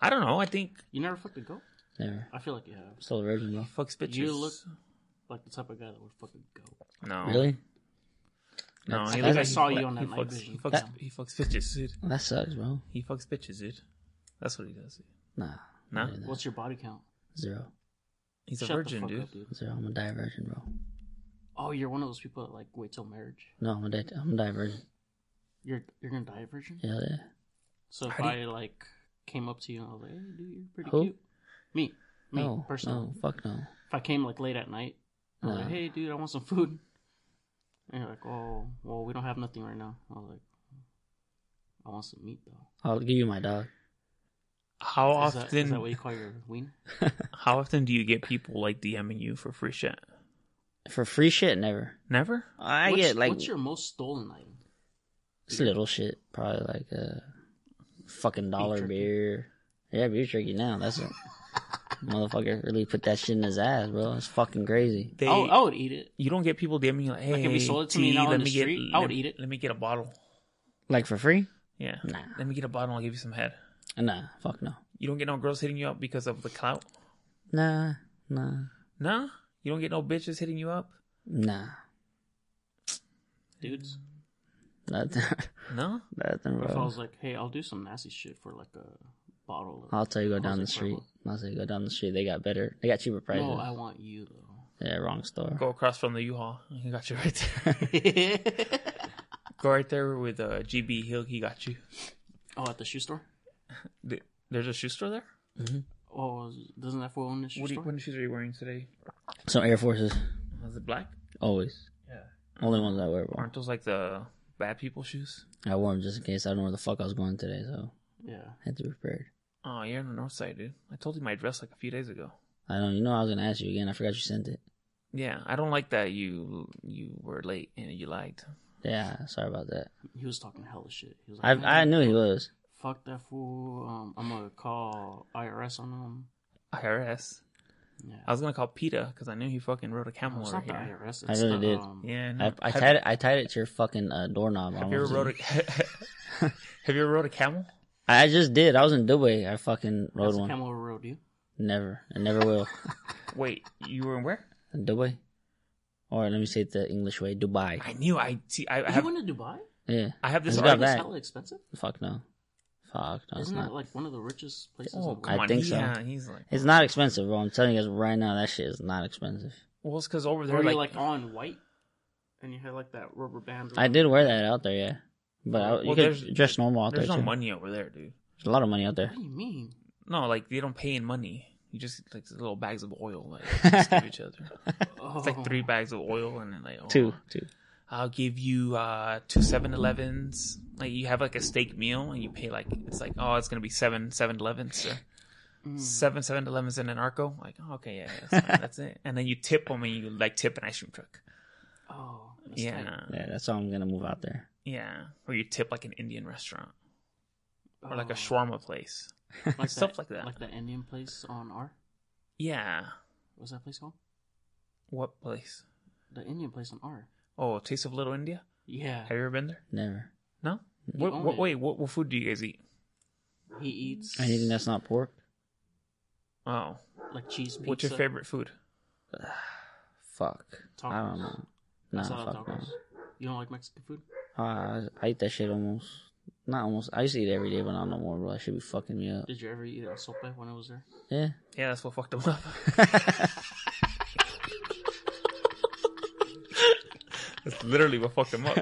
Speaker 1: I don't know. I think
Speaker 3: You never fucked a goat.
Speaker 2: Never.
Speaker 3: I feel like you have.
Speaker 2: Still a virgin though.
Speaker 1: fucks bitches.
Speaker 3: You look like the type of guy that would fuck a goat.
Speaker 1: no,
Speaker 2: Really?
Speaker 1: no.
Speaker 2: That's-
Speaker 1: he looks
Speaker 2: I think I
Speaker 1: like
Speaker 3: saw
Speaker 1: he
Speaker 3: you
Speaker 1: fuck-
Speaker 3: on that
Speaker 1: he
Speaker 3: night
Speaker 1: fucks,
Speaker 3: vision.
Speaker 1: He fucks,
Speaker 2: That-
Speaker 1: he fucks bitches, dude.
Speaker 2: Well, that sucks, bro.
Speaker 1: He fucks bitches, dude. That's what he does.
Speaker 2: Nah.
Speaker 1: No,
Speaker 2: Nah.
Speaker 3: What's your body count?
Speaker 2: Zero.
Speaker 1: he's a
Speaker 3: Shut the
Speaker 1: virgin,
Speaker 3: fuck
Speaker 1: dude.
Speaker 3: up, dude.
Speaker 2: Zero. I'm a die virgin, bro.
Speaker 3: Oh, you're one of those people that like wait till marriage.
Speaker 2: No, I'm a di- I'm a divergent.
Speaker 3: You're you're gonna die a virgin.
Speaker 2: Hell yeah.
Speaker 3: So if
Speaker 1: How do
Speaker 3: I like came up to you and I was like, hey, dude, you're pretty
Speaker 2: Who? Oh,
Speaker 3: cute. Me, me
Speaker 2: no,
Speaker 3: personally.
Speaker 2: no, fuck no.
Speaker 3: If I came like late at night, I was
Speaker 2: No.
Speaker 3: like, hey, dude, I want some food. And you're like, oh, well, we don't have nothing right now. I was like, I want some meat though.
Speaker 2: I'll give you my dog.
Speaker 1: How
Speaker 3: is that,
Speaker 1: often?
Speaker 3: is that what you call your wiener?
Speaker 1: how often do you get people like DMing you for free shit?
Speaker 2: For free shit, never.
Speaker 1: Never.
Speaker 2: I
Speaker 3: what's,
Speaker 2: get like
Speaker 3: what's your most stolen item?
Speaker 2: it's little shit, probably like a fucking dollar
Speaker 3: jerky.
Speaker 2: beer. Yeah, beer jerky now. That's it. Motherfucker really put that shit in his ass, bro. It's fucking crazy.
Speaker 1: They,
Speaker 3: I would, I would eat it.
Speaker 1: you don't get people DMing you like, hey,
Speaker 3: Like, if you sold it to me
Speaker 1: T,
Speaker 3: now on
Speaker 1: let
Speaker 3: the
Speaker 1: me get,
Speaker 3: street, I
Speaker 1: let-
Speaker 3: would eat it.
Speaker 1: Let me get a bottle.
Speaker 2: Like for free?
Speaker 1: Yeah.
Speaker 2: Nah.
Speaker 1: Let me get a bottle. I'll give you some head.
Speaker 2: Nah, fuck no.
Speaker 1: You don't get no girls hitting you up because of the clout.
Speaker 2: Nah, nah,
Speaker 1: Nah. You don't get no bitches hitting you up.
Speaker 2: nah.
Speaker 3: Dudes.
Speaker 2: Nothing, <laughs>
Speaker 1: No.
Speaker 2: nothing,
Speaker 3: If I
Speaker 2: bro.
Speaker 3: was like, hey, I'll do some nasty shit for like a bottle of
Speaker 2: I'll tell you go
Speaker 3: I was
Speaker 2: down the
Speaker 3: like,
Speaker 2: street.
Speaker 3: "Bro,
Speaker 2: I'll say go down the street. They got better. They got cheaper prices.
Speaker 3: No, I want you though.
Speaker 2: Yeah, wrong store.
Speaker 1: Go across from the U-Haul. He got you right there. <laughs> Go right there with uh, GB Hill. He got you.
Speaker 3: oh, at the shoe store?
Speaker 1: Th- There's a shoe store there.
Speaker 3: Oh, doesn't that fall in the shoe
Speaker 1: What, do you,
Speaker 3: store?
Speaker 1: what shoes are you wearing today?
Speaker 2: Some Air Forces,
Speaker 1: Is it black?
Speaker 2: always.
Speaker 1: Yeah.
Speaker 2: Only ones I wear. Bro.
Speaker 1: Aren't those like the bad people shoes?
Speaker 2: I wore them just in case. I don't know where the fuck I was going today, so
Speaker 3: yeah.
Speaker 2: I had to be prepared.
Speaker 1: Oh, you're on the north side, dude. I told you my dress like a few days ago.
Speaker 2: I don't. You know, I was gonna ask you again. I forgot you sent it.
Speaker 1: Yeah, I don't like that you you were late and you lied.
Speaker 2: Yeah, sorry about that.
Speaker 3: He was talking hella shit. He was
Speaker 2: I
Speaker 3: like,
Speaker 2: I
Speaker 3: "Man,
Speaker 2: knew he was.
Speaker 3: Fuck that fool. Um, I'm gonna call IRS on him.
Speaker 1: IRS.
Speaker 3: Yeah.
Speaker 1: I was gonna call PETA because I knew he fucking rode a camel
Speaker 3: it's
Speaker 1: over
Speaker 3: not the
Speaker 1: here.
Speaker 3: IRS. It's
Speaker 2: I really
Speaker 3: the,
Speaker 2: did.
Speaker 3: Um,
Speaker 1: Yeah, no.
Speaker 2: I, I
Speaker 1: Mm-hmm. Have-
Speaker 2: tied it. I tied it to your fucking uh, doorknob.
Speaker 1: Have you ever
Speaker 2: almost.
Speaker 1: rode a <laughs> Have you ever rode a camel?
Speaker 2: I I just did. I was in Dubai. I fucking rode
Speaker 3: That's the
Speaker 2: one.
Speaker 3: Camel Road, you.
Speaker 2: Never. I never will.
Speaker 1: Wait, you were in where?
Speaker 2: Dubai, or let me say it the English way, Dubai.
Speaker 1: I knew I see. I, I
Speaker 3: You
Speaker 1: have
Speaker 3: went to Dubai?
Speaker 2: Yeah.
Speaker 1: I have this.
Speaker 2: It's got
Speaker 1: Argument.
Speaker 2: that.
Speaker 3: It's hella expensive.
Speaker 2: Fuck no. Fuck no. It's
Speaker 3: Isn't that
Speaker 2: not.
Speaker 3: like one of the richest places?
Speaker 1: Oh
Speaker 3: in the
Speaker 1: come
Speaker 2: I
Speaker 3: world?
Speaker 1: on,
Speaker 2: think so.
Speaker 1: yeah. He's like,
Speaker 2: It's not expensive, bro. I'm telling you guys right now, that shit is not expensive.
Speaker 1: well, it's because over there,
Speaker 3: Were you
Speaker 1: like,
Speaker 3: like all in white, and you had like that rubber band.
Speaker 2: I did wear that out there, yeah. But I, you
Speaker 1: Well, there's-
Speaker 2: could dress normal out there
Speaker 1: there's no
Speaker 2: too.
Speaker 1: money over there, dude.
Speaker 2: There's a lot of money out there.
Speaker 3: What do you mean?
Speaker 1: No, like they don't pay in money. You just like these little bags of oil, like they just give each other.
Speaker 3: Oh.
Speaker 1: It's like three bags of oil, and then like oh,
Speaker 2: Two, two.
Speaker 1: I'll give you uh two Seven Elevens. Like you have like a steak meal, and you pay like it's like oh, it's gonna be seven Seven Elevens. Or,
Speaker 3: Mm. Hmm.
Speaker 1: Seven Seven Elevens and an Arco, like oh, okay, yeah, yeah, that's, fine, that's it. And then you tip them, and you like tip an ice cream truck.
Speaker 3: Oh, that's
Speaker 1: Yeah,
Speaker 3: tight.
Speaker 2: Yeah, that's how I'm gonna move out there.
Speaker 1: yeah, or you tip like an Indian restaurant or like a
Speaker 3: Oh.
Speaker 1: shawarma place.
Speaker 3: <laughs>
Speaker 1: <laughs>
Speaker 3: Like
Speaker 1: stuff like that.
Speaker 3: Like that Indian place on R.
Speaker 1: Yeah,
Speaker 3: What's that place called?
Speaker 1: what place?
Speaker 3: The Indian place on R.
Speaker 1: Oh, Taste of Little India.
Speaker 3: Yeah.
Speaker 1: Have you ever been there?
Speaker 2: Never.
Speaker 1: No.
Speaker 3: You
Speaker 1: What,
Speaker 3: own
Speaker 1: what,
Speaker 3: it.
Speaker 1: wait, what, what food do you guys eat?
Speaker 3: He eats
Speaker 2: Anything that's not pork.
Speaker 1: Oh,
Speaker 3: like cheese pizza.
Speaker 1: what's your favorite food?
Speaker 2: Fuck.
Speaker 3: Tacos.
Speaker 2: I don't know. Nah,
Speaker 3: I saw
Speaker 2: fuck
Speaker 3: tacos. You don't like Mexican food?
Speaker 2: no. Uh, I eat that shit almost. Not almost. I used to eat it every day, but not no more, bro. That should be fucking me up.
Speaker 3: Did you ever eat at Sope when I was there?
Speaker 2: Yeah.
Speaker 1: Yeah, that's what fucked them
Speaker 3: <laughs>
Speaker 1: up. <laughs> that's literally what fucked them up.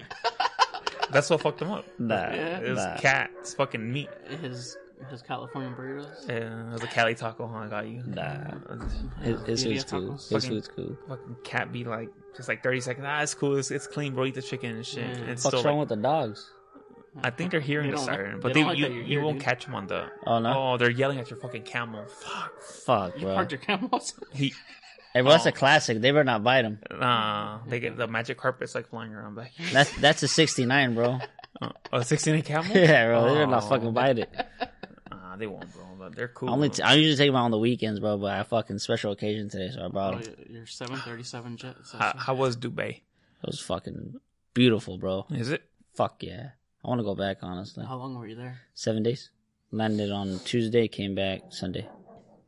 Speaker 1: That's what fucked them up.
Speaker 2: Nah.
Speaker 3: Yeah.
Speaker 1: It was
Speaker 2: nah.
Speaker 1: cats, fucking meat.
Speaker 3: His his California burritos.
Speaker 1: Yeah, it was a Cali taco, huh? I got you.
Speaker 2: Nah.
Speaker 1: Fucking
Speaker 2: His, his
Speaker 3: Yeah,
Speaker 2: food's cool.
Speaker 3: tacos.
Speaker 2: His
Speaker 1: Fucking-
Speaker 2: food's cool.
Speaker 1: cat be like, just like 30 seconds. Ah, it's cool. It's, it's clean, bro. Eat the chicken and shit.
Speaker 3: Yeah.
Speaker 1: And it's
Speaker 2: What's
Speaker 1: still,
Speaker 2: wrong
Speaker 1: like-
Speaker 2: with the dogs?
Speaker 1: I think they're hearing
Speaker 3: Mm.
Speaker 1: the
Speaker 3: They don't like-
Speaker 1: siren,
Speaker 3: they
Speaker 1: but they,
Speaker 3: don't like
Speaker 1: you,
Speaker 3: that you're
Speaker 1: you
Speaker 3: here,
Speaker 1: won't
Speaker 3: dude.
Speaker 1: catch them on the.
Speaker 2: Oh no.
Speaker 1: Oh, they're yelling at your fucking camel. Fuck.
Speaker 2: Fuck,
Speaker 3: You
Speaker 2: bro.
Speaker 3: parked your camels.
Speaker 2: <laughs>
Speaker 1: He,
Speaker 2: Hey, bro, that's
Speaker 1: Oh.
Speaker 2: a classic. They better not bite him.
Speaker 1: nah, they get the magic carpet's like flying around back here.
Speaker 2: That's that's a '69, bro. <laughs>
Speaker 1: Uh, oh, 16 and camel?
Speaker 2: yeah, bro. They better
Speaker 1: Oh.
Speaker 2: not fucking bite it.
Speaker 1: Nah, they won't, bro. But they're cool.
Speaker 2: I only t- I usually take them out on the weekends, bro. But I fucking special occasion today, so I brought
Speaker 3: Oh,
Speaker 2: them.
Speaker 3: your 737 jet.
Speaker 1: how, how was Dubai?
Speaker 2: It was fucking beautiful, bro.
Speaker 1: Is it?
Speaker 2: Fuck yeah. I want to go back, honestly.
Speaker 3: How long were you there?
Speaker 2: Seven days. Landed on Tuesday, came back Sunday.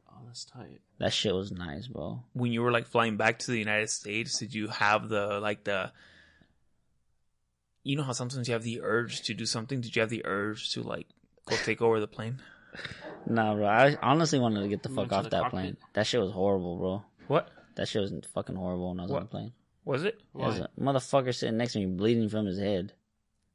Speaker 3: Oh, that's tight.
Speaker 2: That shit was nice, bro.
Speaker 1: When you were like flying back to the United States, did you have the like the? You know how sometimes you have the urge to do something. Did you have the urge to like go take over the plane?
Speaker 2: Nah, bro. I honestly wanted to get the
Speaker 3: You
Speaker 2: fuck
Speaker 3: went to
Speaker 2: off
Speaker 3: the
Speaker 2: that
Speaker 3: cockpit?
Speaker 2: plane. That shit was horrible, bro.
Speaker 1: What?
Speaker 2: That shit was fucking horrible when I was on
Speaker 1: What?
Speaker 2: the plane.
Speaker 1: Was it?
Speaker 2: There's a motherfucker sitting next to me bleeding from his head.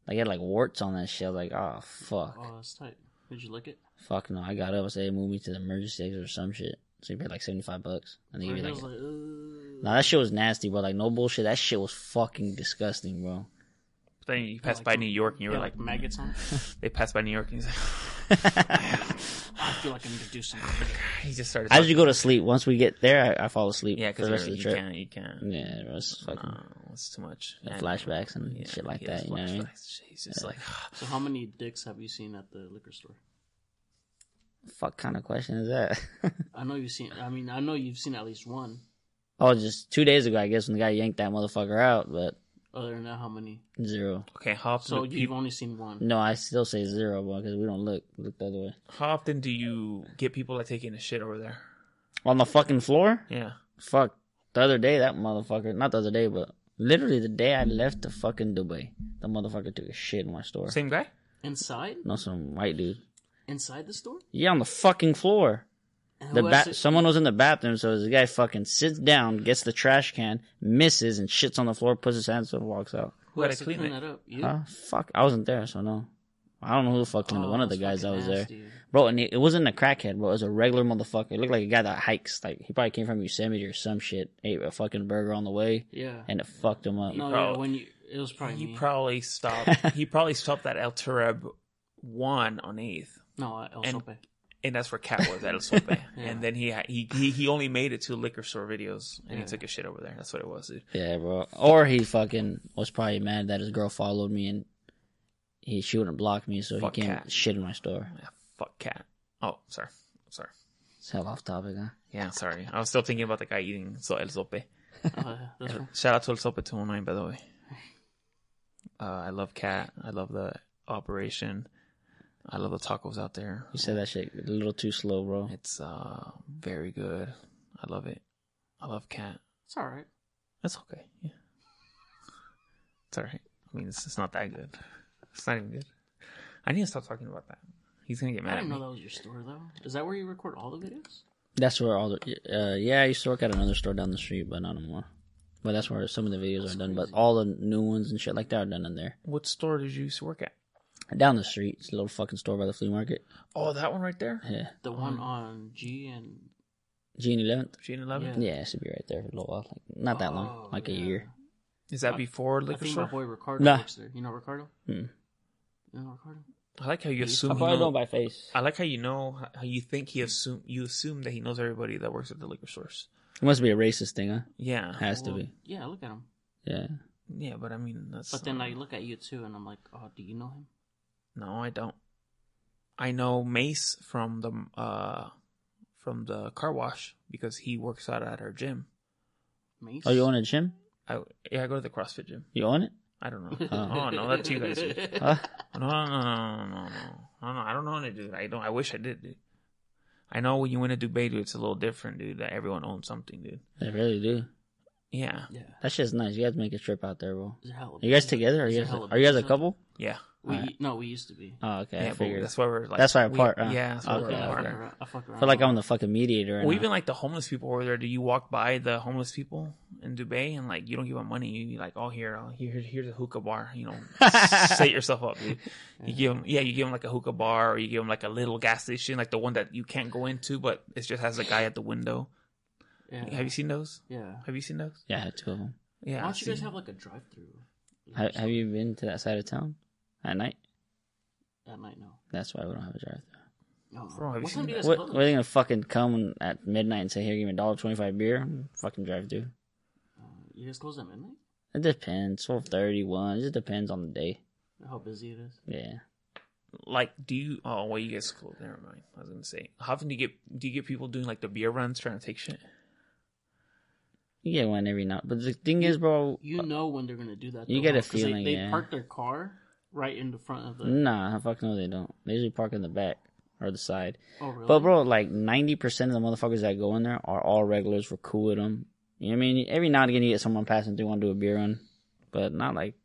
Speaker 2: Like he had like warts on that shit. I was like, oh fuck.
Speaker 3: Oh, that's tight. Did you lick it?
Speaker 2: Fuck no. I got up. I said, hey, move me to the emergency exit or some shit. So he paid like 75 bucks. And they
Speaker 3: Or
Speaker 2: gave you
Speaker 3: he
Speaker 2: like.
Speaker 3: was like, "Ugh."
Speaker 2: Nah, that shit was nasty, bro. Like, no bullshit. That shit was fucking disgusting, bro. <laughs>
Speaker 1: Then you passed
Speaker 3: like
Speaker 1: by
Speaker 3: some-
Speaker 1: New York and you
Speaker 3: yeah,
Speaker 1: were like,
Speaker 3: maggots on. it.
Speaker 2: <laughs>
Speaker 1: they passed by New York and he's like, <laughs>
Speaker 3: I feel like I need to do something.
Speaker 1: he just started.
Speaker 2: As you go to sleep, once we get there, I, I fall asleep
Speaker 1: yeah,
Speaker 2: for the
Speaker 1: because
Speaker 2: rest
Speaker 1: you
Speaker 2: of the trip.
Speaker 1: can't, you can't.
Speaker 2: Yeah, it was fucking
Speaker 1: No, it's too much.
Speaker 2: the
Speaker 1: Yeah,
Speaker 2: flashbacks and
Speaker 1: yeah,
Speaker 2: shit like
Speaker 1: he has
Speaker 2: that. You know what I mean?
Speaker 1: flashbacks. He's just like, <sighs>
Speaker 3: So, how many dicks have you seen at the liquor store?
Speaker 2: Fuck kind of question is that? <laughs>
Speaker 3: I know you've seen. I mean, I know you've seen at least one.
Speaker 2: oh, just two days ago, I guess, when the guy yanked that motherfucker out, but
Speaker 3: Other than that, how many?
Speaker 2: zero.
Speaker 1: okay, how often,
Speaker 3: So
Speaker 1: do
Speaker 3: you've
Speaker 1: people,
Speaker 3: only seen one.
Speaker 2: No, I still say zero, bro, because we don't look look the other way.
Speaker 1: how often do you get people like taking a shit over there?
Speaker 2: On the fucking floor?
Speaker 1: Yeah.
Speaker 2: Fuck. The other day, that motherfucker. Not the other day, but literally the day I left to fucking Dubai, the motherfucker took a shit in my store.
Speaker 1: Same guy?
Speaker 3: Inside?
Speaker 2: No, some white dude.
Speaker 3: Inside the store?
Speaker 2: Yeah, on the fucking floor.
Speaker 3: And
Speaker 2: The
Speaker 3: who
Speaker 2: ba-
Speaker 3: has to-
Speaker 2: someone was in the bathroom, so this guy fucking sits down, gets the trash can, misses, and shits on the floor, puts his hands up, and walks out.
Speaker 3: who
Speaker 1: had
Speaker 3: has
Speaker 1: to
Speaker 3: to
Speaker 1: clean
Speaker 3: clean
Speaker 1: it?
Speaker 3: that up? You?
Speaker 2: Huh? Fuck, I wasn't there, so no. I don't know who the fuck cleaned it.
Speaker 3: Oh,
Speaker 2: One of the guys
Speaker 3: that's
Speaker 2: that
Speaker 3: fucking
Speaker 2: was there,
Speaker 3: nasty.
Speaker 2: bro. And it, it wasn't a crackhead, bro. It was a regular motherfucker. It looked like a guy that hikes. Like he probably came from Yosemite or some shit. Ate a fucking burger on the way,
Speaker 3: Yeah.
Speaker 2: and it fucked him up.
Speaker 3: no,
Speaker 1: probably-
Speaker 3: yeah, when you it was probably
Speaker 1: He
Speaker 3: me.
Speaker 1: probably stopped.
Speaker 3: <laughs>
Speaker 1: he probably stopped at El Tareb 1 on 8th.
Speaker 3: no, I- El
Speaker 1: and-
Speaker 2: <laughs>
Speaker 3: Sope.
Speaker 1: And that's where Cat was at El Sope.
Speaker 3: <laughs> Yeah.
Speaker 1: And then he, had- he he he only made it to liquor store videos and he
Speaker 3: Yeah.
Speaker 1: took a shit over there. That's what it was, dude.
Speaker 2: Yeah, bro. Or he fucking was probably mad that his girl followed me and he she wouldn't block me, so
Speaker 1: Fuck
Speaker 2: he came
Speaker 1: cat.
Speaker 2: shit in my store.
Speaker 1: Yeah, fuck Cat. Oh, sorry. Sorry.
Speaker 2: It's hell off topic, huh?
Speaker 1: Yeah, sorry. I was still thinking about the guy eating so El Sope.
Speaker 3: Uh, that's right.
Speaker 1: Shout out to El Sopa 209, by the way. Uh, I love Cat. I love the operation. I love the tacos out there.
Speaker 2: You said that shit a little too slow, bro.
Speaker 1: It's uh, very good. I love it. I love Cat.
Speaker 3: It's all right.
Speaker 1: That's okay. Yeah. It's all right. I mean, it's, it's not that good. It's not even good. I need to stop talking about that. He's going to get
Speaker 3: I
Speaker 1: mad at
Speaker 3: didn't know
Speaker 1: me.
Speaker 3: that was your store though. Is that where you record all the videos?
Speaker 2: That's where all the uh, yeah, I used to work at another store down the street, but not anymore. But that's where some of the videos are done. But all the new ones and shit like that are done in there.
Speaker 1: What store did you used to work at?
Speaker 2: Down the street, it's a little fucking store by the flea market.
Speaker 1: Oh, that one right there?
Speaker 2: Yeah,
Speaker 3: The one on G and
Speaker 2: G and Eleventh.
Speaker 1: Gene 11?
Speaker 3: Yeah.
Speaker 2: Yeah, it should be right there for a little while, like not that long,
Speaker 3: Oh,
Speaker 2: like a
Speaker 3: yeah.
Speaker 2: year.
Speaker 1: Is that before
Speaker 3: I
Speaker 1: liquor
Speaker 3: think my
Speaker 1: store?
Speaker 3: boy Ricardo
Speaker 2: Nah.
Speaker 3: works there. You know Ricardo?
Speaker 2: Hmm.
Speaker 3: You know Ricardo?
Speaker 1: I like how you
Speaker 3: I
Speaker 1: assume
Speaker 2: I
Speaker 1: he
Speaker 2: probably
Speaker 1: know-
Speaker 2: don't by face.
Speaker 1: I like how you know how you think he assume you assume that he knows everybody that works at the liquor stores.
Speaker 2: It must be a racist thing, huh?
Speaker 1: Yeah,
Speaker 2: Has to
Speaker 3: Well,
Speaker 2: be.
Speaker 3: Yeah, look at him.
Speaker 2: Yeah.
Speaker 1: yeah, but I mean that's.
Speaker 3: But then I look at you too, and I'm like, oh, do you know him?
Speaker 1: no, I don't. I know Mace from the uh from the car wash because he works out at our gym.
Speaker 3: Mace?
Speaker 2: Oh, you own a gym?
Speaker 1: I yeah, I go to the CrossFit gym.
Speaker 2: You own it?
Speaker 1: I don't
Speaker 2: <laughs>
Speaker 1: know. Oh no, that's you guys. dude.
Speaker 3: <laughs>
Speaker 2: Huh?
Speaker 1: <laughs> No, no,
Speaker 2: <laughs>
Speaker 1: no, no, no, no, no, no. I don't know how to do that. I don't. I wish I did. Dude. I know when you went to Dubai, dude, it's a little different, dude. That everyone owns something, dude.
Speaker 2: I really do.
Speaker 1: Yeah,
Speaker 3: Yeah.
Speaker 2: That shit's nice. You guys make a trip out there, bro.
Speaker 3: Is it hella
Speaker 2: Are you guys
Speaker 3: busy?
Speaker 2: together? Are
Speaker 3: Is
Speaker 2: you
Speaker 3: it
Speaker 2: guys,
Speaker 3: hella
Speaker 2: are you guys a
Speaker 3: busy?
Speaker 2: couple?
Speaker 1: yeah.
Speaker 3: We,
Speaker 2: Alright.
Speaker 3: No, we used to be.
Speaker 2: Oh, okay. I
Speaker 1: yeah, but
Speaker 2: figured.
Speaker 1: that's why we're like
Speaker 2: That's why
Speaker 1: we-
Speaker 2: apart, huh?
Speaker 1: Yeah, that's why we're
Speaker 2: Okay.
Speaker 3: Yeah, I, fuck
Speaker 1: apart.
Speaker 3: around, I fuck around.
Speaker 2: I feel like I'm the fucking mediator.
Speaker 1: Well,
Speaker 2: and
Speaker 1: even like the homeless people over there, do you walk by the homeless people in Dubai and like you don't give them money? You you like, oh here, oh, here, here's a hookah bar. You
Speaker 2: <laughs>
Speaker 1: know, set yourself up. Dude. You give them, yeah, you give them like a hookah bar, or you give them like a little gas station, like the one that you can't go into, but it just has a guy at the window.
Speaker 3: Yeah.
Speaker 1: Have you seen those?
Speaker 3: yeah.
Speaker 1: Have you seen those?
Speaker 2: yeah, I had two of them.
Speaker 1: Yeah.
Speaker 3: Why don't you guys
Speaker 1: see.
Speaker 3: have like a drive-through
Speaker 2: Have, have you been to that side of town at night?
Speaker 3: at night? No.
Speaker 2: That's why we don't have a drive through.
Speaker 3: No.
Speaker 1: Bro, have you
Speaker 3: what
Speaker 1: seen
Speaker 3: time do you
Speaker 1: that?
Speaker 3: guys
Speaker 2: What,
Speaker 3: close?
Speaker 2: what are they gonna fucking come at midnight and say, "Here, give me a dollar twenty-five beer"? Fucking drive through.
Speaker 3: Uh, You guys close at midnight?
Speaker 2: It depends. Twelve thirty, one. It just depends on the day.
Speaker 3: How busy it is.
Speaker 2: Yeah.
Speaker 1: like do you? Oh, well, you guys cool. Never mind. I was gonna say, how often do you get do you get people doing like the beer runs trying to take shit?
Speaker 2: You get one every night. But the thing is, bro,
Speaker 3: You know when they're gonna do that.
Speaker 2: You
Speaker 3: though,
Speaker 2: get a
Speaker 3: 'cause they-
Speaker 2: feeling,
Speaker 3: They,
Speaker 2: yeah. Mm.
Speaker 3: park their car right in the front of the.
Speaker 2: nah, fuck no, they don't. They usually park in the back or the side.
Speaker 3: Oh really?
Speaker 2: But bro, like ninety percent of the motherfuckers that go in there are all regulars. We're cool with them. You know what I mean? Every now and again, you get someone passing through want to do a beer run, but not like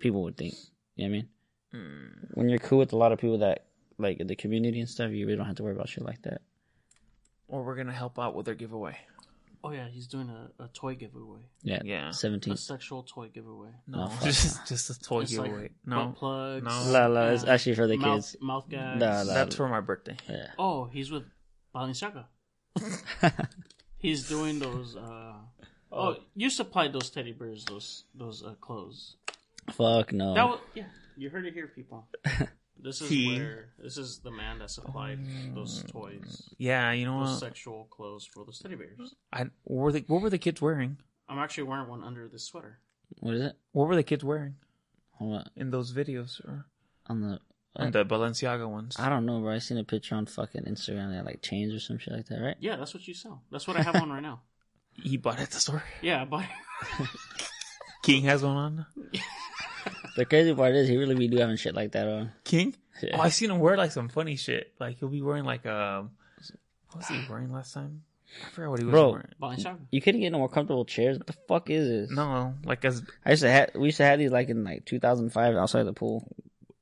Speaker 2: people would think. You know what I mean?
Speaker 3: Hmm.
Speaker 2: When you're cool with a lot of people that like the community and stuff, you really don't have to worry about shit like that.
Speaker 1: Or we're gonna help out with their giveaway.
Speaker 3: Oh yeah, he's doing a, a toy giveaway,
Speaker 2: Yeah,
Speaker 1: Yeah.
Speaker 3: a
Speaker 2: 17th.
Speaker 3: sexual toy giveaway.
Speaker 1: No,
Speaker 2: Oh,
Speaker 1: <laughs>
Speaker 2: fuck.
Speaker 1: just just a toy
Speaker 3: It's like
Speaker 1: giveaway. no,
Speaker 3: butt plugs.
Speaker 1: No.
Speaker 2: La la, it's
Speaker 3: uh,
Speaker 2: actually for the
Speaker 3: mouth,
Speaker 2: kids.
Speaker 3: Mouth guys.
Speaker 2: Nah, nah.
Speaker 1: that's for my birthday.
Speaker 2: Yeah.
Speaker 3: Oh, he's with Balenciaga. he's doing those. Uh... Oh, you supplied those teddy bears, those those uh, clothes.
Speaker 2: <laughs> Fuck no.
Speaker 3: That was, yeah. You heard it here, people. This is
Speaker 1: He-
Speaker 3: where this is the man that supplied those toys,
Speaker 1: Yeah, you know
Speaker 3: those
Speaker 1: what?
Speaker 3: sexual clothes for those teddy bears.
Speaker 1: I, what were the what were the kids wearing?
Speaker 3: I'm actually wearing one under this sweater.
Speaker 2: what is it?
Speaker 1: What were the kids wearing
Speaker 2: Hold on.
Speaker 1: in those videos or
Speaker 2: On the.
Speaker 1: and the Balenciaga ones?
Speaker 2: I don't know, bro. I seen a picture on fucking Instagram that like chains or some shit like that, right?
Speaker 3: Yeah, that's what you sell. That's what I have on right now.
Speaker 1: He bought it at the store.
Speaker 3: Yeah, but <laughs>
Speaker 1: King has one on.
Speaker 2: The crazy part is he really be do having shit like that on.
Speaker 1: King?
Speaker 2: <laughs> Yeah.
Speaker 1: Oh, I seen him wear like some funny shit. Like he'll be wearing like um, what was he wearing last time? I forgot what he was
Speaker 2: Bro.
Speaker 1: wearing.
Speaker 3: Balenciaga.
Speaker 2: You couldn't get no more comfortable chairs. What the fuck is this?
Speaker 1: No, like as
Speaker 2: I used to have we used to have these like in like 2005 outside the pool.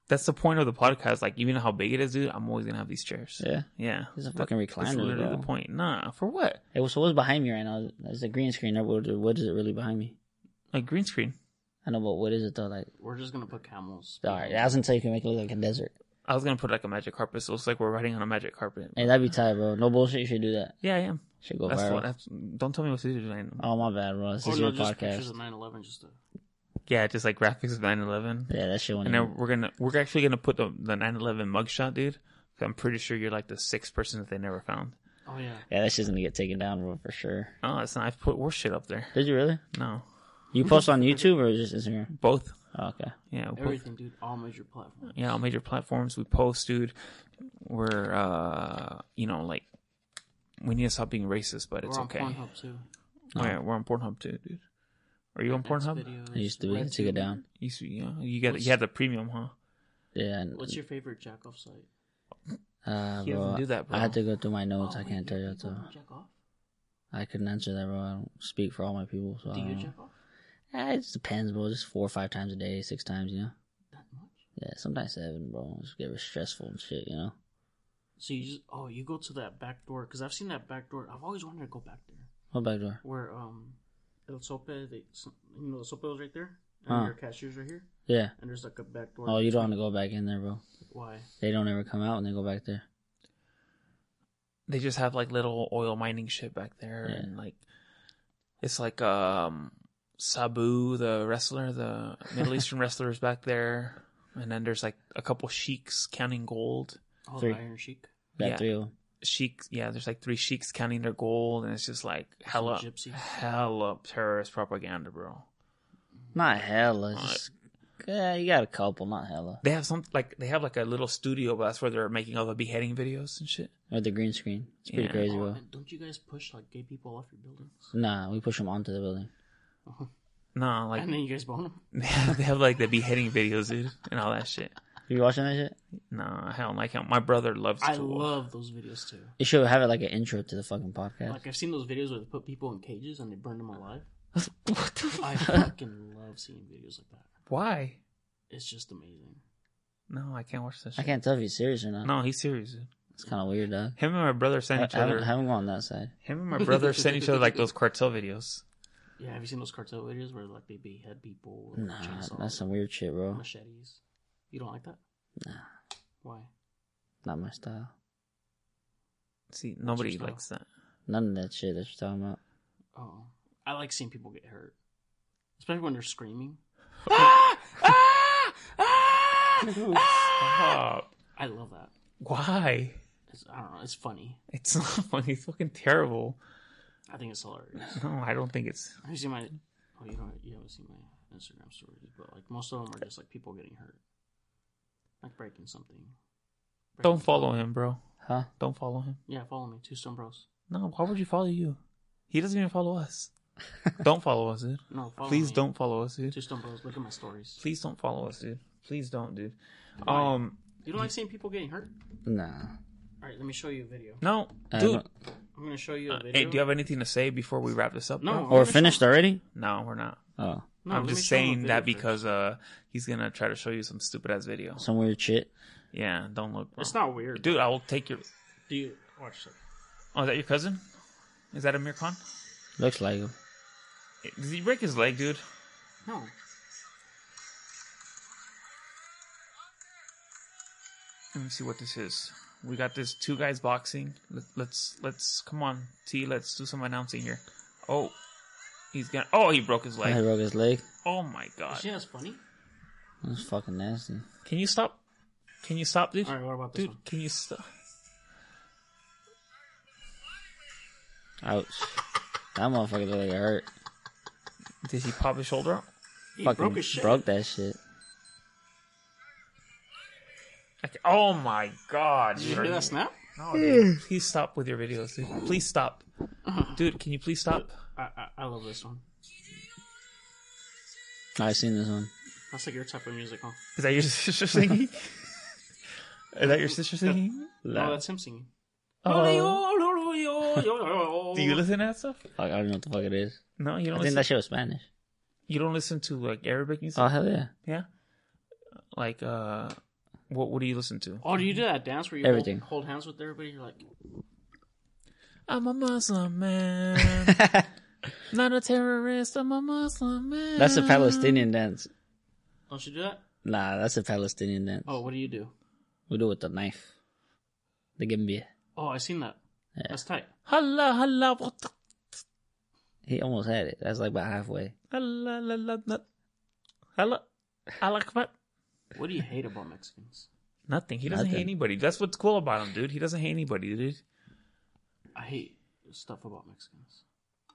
Speaker 1: that's the point of the podcast. Like even how big it is, dude, I'm always gonna have these chairs.
Speaker 2: Yeah,
Speaker 1: Yeah,
Speaker 2: it's a fucking
Speaker 1: that's
Speaker 2: recliner.
Speaker 1: literally the
Speaker 2: bro.
Speaker 1: point. Nah, for what?
Speaker 2: It was so what's behind me right now? It's a green screen. What, what is it really behind me?
Speaker 1: Like green screen.
Speaker 2: I know, but what is it though? Like,
Speaker 3: We're just gonna put camels.
Speaker 2: all right, that's until you can make it look like a desert.
Speaker 1: I was gonna put like a magic carpet, so it's like we're riding on a magic carpet.
Speaker 2: Hey, that'd be tight, bro. No bullshit. You should do that.
Speaker 1: Yeah, I am.
Speaker 2: Should go
Speaker 1: that's
Speaker 2: viral.
Speaker 1: what. That's, don't tell me what to do tonight.
Speaker 2: Oh my bad, bro. This
Speaker 3: Or
Speaker 2: is
Speaker 3: no,
Speaker 2: your
Speaker 3: just
Speaker 2: podcast.
Speaker 3: pictures of 9/11. Just to...
Speaker 1: Yeah, just like graphics of 9/11.
Speaker 2: Yeah, that shit went.
Speaker 1: And
Speaker 2: in.
Speaker 1: then
Speaker 3: Mm.
Speaker 1: we're gonna we're actually gonna put the the 9/11 mugshot, dude. I'm pretty sure you're like the sixth person that they never found.
Speaker 3: Oh yeah.
Speaker 2: Yeah, that shit's gonna get taken down, bro, for sure.
Speaker 1: Oh, it's not. I've put worse shit up there.
Speaker 2: Did you really?
Speaker 1: No,
Speaker 2: You
Speaker 1: <laughs>
Speaker 2: post on YouTube or just Instagram?
Speaker 1: both.
Speaker 2: Oh, okay.
Speaker 1: Yeah, both.
Speaker 3: Everything, dude. All major platforms.
Speaker 1: yeah, on major platforms we post, dude. We're uh, you know, like we need to stop being racist, but it's
Speaker 3: We're
Speaker 1: okay.
Speaker 3: on Pornhub too.
Speaker 1: Oh, yeah, we're on Pornhub too, dude. Are you on Pornhub?
Speaker 3: Videos,
Speaker 2: I used to we took it
Speaker 3: RedTube.
Speaker 2: down.
Speaker 1: You see, yeah, you got you had the premium, huh?
Speaker 2: Yeah. and-
Speaker 3: What's your favorite jack off site?
Speaker 2: Uh,
Speaker 1: He doesn't
Speaker 2: bro,
Speaker 1: do that, bro.
Speaker 2: I had to go through my notes.
Speaker 3: Oh,
Speaker 2: I
Speaker 3: wait,
Speaker 2: can't
Speaker 3: you-
Speaker 2: tell
Speaker 3: you
Speaker 2: you
Speaker 3: don't
Speaker 2: though.
Speaker 3: Jack off?
Speaker 2: I couldn't answer that, bro. I don't speak for all my people, so I
Speaker 3: Do you
Speaker 2: don't know.
Speaker 3: jack off
Speaker 2: Ah, it just depends, bro. Just four or five times a day, six times, you know.
Speaker 3: that much?
Speaker 2: Yeah, sometimes seven, bro. Just get stressful and shit, you know.
Speaker 3: So you just oh you go to that back door because I've seen that back door. I've always wanted to go back there
Speaker 2: What back door?
Speaker 3: where um El Sope they you know El Sope was right there and
Speaker 2: Huh.
Speaker 3: your cashier's right here
Speaker 2: Yeah.
Speaker 3: and there's like a back door.
Speaker 2: Oh, you don't want to
Speaker 3: between-
Speaker 2: go back in there, bro.
Speaker 3: Why?
Speaker 2: They don't ever come out when they go back there.
Speaker 1: They just have like little oil mining shit back there,
Speaker 2: Yeah.
Speaker 1: and like it's like um Sabu, the wrestler, the
Speaker 3: <laughs>
Speaker 1: Middle Eastern wrestler is back there, and then there's like a couple sheiks counting gold.
Speaker 3: Oh,
Speaker 2: Three.
Speaker 3: the Iron Sheik.
Speaker 2: Got
Speaker 1: Yeah.
Speaker 2: three of 'em.
Speaker 1: sheiks yeah there's like three sheiks counting their gold and it's just like hella
Speaker 3: gypsies.
Speaker 1: hella terrorist propaganda bro
Speaker 2: Not hella.
Speaker 1: Uh,
Speaker 2: Just, yeah, you got a couple, not hella.
Speaker 1: they have some like they have like a little studio but that's where they're making all the beheading videos and shit
Speaker 2: With the green screen. It's pretty
Speaker 1: Yeah.
Speaker 2: crazy, bro.
Speaker 3: Oh, and don't you guys push like gay people off your buildings?
Speaker 2: Nah, we push them onto the building.
Speaker 1: no like
Speaker 3: and then you guys bone
Speaker 2: <laughs>
Speaker 3: them.
Speaker 1: they have, <laughs> they have like the beheading videos dude and all that shit
Speaker 2: You watching that shit?
Speaker 1: no hell like hell. my brother loves
Speaker 3: I
Speaker 1: Tool.
Speaker 3: love those videos too.
Speaker 2: You should have it like an intro to the fucking podcast.
Speaker 3: Like I've seen those videos where they put people in cages and they burn them
Speaker 2: <laughs>
Speaker 3: alive. <laughs>
Speaker 2: what the
Speaker 3: I fucking love seeing videos like that.
Speaker 1: why
Speaker 3: It's just amazing.
Speaker 1: no i can't watch this
Speaker 2: I
Speaker 1: shit.
Speaker 2: can't tell if he's serious or not.
Speaker 1: no he's serious dude.
Speaker 2: It's kind of weird, dog.
Speaker 1: him and my brother
Speaker 2: I,
Speaker 1: sent
Speaker 2: I
Speaker 1: each
Speaker 2: haven't,
Speaker 1: other
Speaker 2: I haven't gone on that side.
Speaker 1: him and my
Speaker 2: <laughs>
Speaker 1: brother sent each other like those cartel videos
Speaker 3: Yeah, have you seen those cartel videos where like they behead people with
Speaker 2: Nah,
Speaker 3: like, chainsaws,
Speaker 2: that's some weird shit, bro.
Speaker 3: machetes? You don't like that?
Speaker 2: Nah,
Speaker 3: Why?
Speaker 2: not my style.
Speaker 1: see nobody
Speaker 3: style?
Speaker 1: likes that
Speaker 2: None of that shit that you're talking about.
Speaker 3: Oh, I like seeing people get hurt, especially when they're screaming.
Speaker 1: Stop.
Speaker 3: I love that.
Speaker 1: why
Speaker 3: It's, I don't know. It's funny.
Speaker 1: It's <laughs> not funny. It's fucking terrible.
Speaker 3: I think it's hilarious.
Speaker 1: No, I don't think it's.
Speaker 3: Have you seen my? Oh, you don't. You haven't seen my Instagram stories, but like most of them are just like people getting hurt, like breaking something.
Speaker 1: Don't follow him, bro.
Speaker 2: Huh?
Speaker 1: Don't follow him.
Speaker 3: Yeah, follow me, Two Stone Bros.
Speaker 1: No, why would you follow you? He doesn't even follow
Speaker 2: <laughs>
Speaker 1: us. don't follow us, dude.
Speaker 3: No, follow
Speaker 1: Please
Speaker 3: me.
Speaker 1: don't follow us,
Speaker 3: Two
Speaker 1: dude.
Speaker 3: Stone Bros. Look at my stories.
Speaker 1: Please don't follow us, dude. Please don't, dude. Um,
Speaker 3: You don't like seeing people getting hurt?
Speaker 2: Nah.
Speaker 3: All right, let me show you a video.
Speaker 1: no,
Speaker 2: I
Speaker 1: dude.
Speaker 2: don't-
Speaker 3: I'm gonna show you a
Speaker 1: Uh,
Speaker 3: video.
Speaker 1: hey, do you have anything to say before we wrap this up?
Speaker 3: No.
Speaker 1: bro?
Speaker 3: I'm
Speaker 2: Or
Speaker 3: gonna
Speaker 2: finished already?
Speaker 1: no, we're not.
Speaker 2: Oh,
Speaker 3: No,
Speaker 1: I'm
Speaker 3: let me
Speaker 1: just
Speaker 3: show him a
Speaker 1: saying that
Speaker 3: video first.
Speaker 1: because uh, he's gonna try to show you some stupid ass video.
Speaker 2: some weird shit.
Speaker 1: Yeah, don't look. Bro.
Speaker 3: it's not weird,
Speaker 1: dude. I will take your.
Speaker 3: Do you watch it?
Speaker 1: Oh, is that your cousin? Is that Amir Khan?
Speaker 2: Looks like him.
Speaker 1: Did he break his leg, dude?
Speaker 3: No.
Speaker 1: Let me see what this is. We got this two guys boxing. Let, let's let's come on, T. Let's do some announcing here. Oh, he's gonna. Oh, he broke his
Speaker 2: I
Speaker 1: leg.
Speaker 2: broke his leg.
Speaker 1: Oh my
Speaker 3: You
Speaker 1: god!
Speaker 3: see, that's funny.
Speaker 2: That's fucking nasty.
Speaker 1: Can you stop? Can you stop, dude?
Speaker 3: All right, what about this
Speaker 1: Dude,
Speaker 3: one?
Speaker 1: can you stop?
Speaker 2: Ouch. That motherfucker looked like it hurt.
Speaker 1: Did he pop his shoulder out?
Speaker 3: He
Speaker 2: fucking
Speaker 3: broke his shit.
Speaker 2: broke that shit.
Speaker 1: Okay. Oh my god!
Speaker 3: Did you hear that snap?
Speaker 1: No, Oh, dude. Please stop with your videos, dude. Please stop, dude. Can you please stop?
Speaker 3: I, I I love this one.
Speaker 2: I seen this one.
Speaker 3: That's like your type of music, huh?
Speaker 1: Is that your <laughs> sister singing? Is that your sister singing?
Speaker 3: No, that's him singing.
Speaker 1: <laughs> Oh. Do
Speaker 3: Do
Speaker 1: you listen to that stuff?
Speaker 2: Fuck, I don't know what the fuck it is.
Speaker 1: No, you don't.
Speaker 2: I think
Speaker 1: Listen,
Speaker 2: that shit was Spanish.
Speaker 1: you don't listen Uh. to like Arabic music.
Speaker 2: Oh hell yeah.
Speaker 1: yeah. Like, uh, what what do you listen to?
Speaker 3: Oh, do you do that dance where you
Speaker 2: Everything.
Speaker 3: Hold, hold hands with everybody? You're like,
Speaker 1: I'm a Muslim <laughs> man, not a terrorist. I'm a Muslim man.
Speaker 2: <laughs> that's a Palestinian dance.
Speaker 3: don't you do that?
Speaker 2: Nah, that's a Palestinian dance.
Speaker 3: Oh, what do you do?
Speaker 2: We do it with the knife. The Gambia.
Speaker 3: Oh, I seen that. That's tight.
Speaker 1: Halla halla what the-
Speaker 2: He almost had it. That's like about halfway.
Speaker 1: halla la la la. Halla. Allah Akbar.
Speaker 3: What do you hate about Mexicans?
Speaker 1: Nothing. He doesn't hate
Speaker 2: Nothing.
Speaker 1: anybody. That's what's cool about him, dude. He doesn't hate anybody, dude.
Speaker 3: I hate stuff about Mexicans.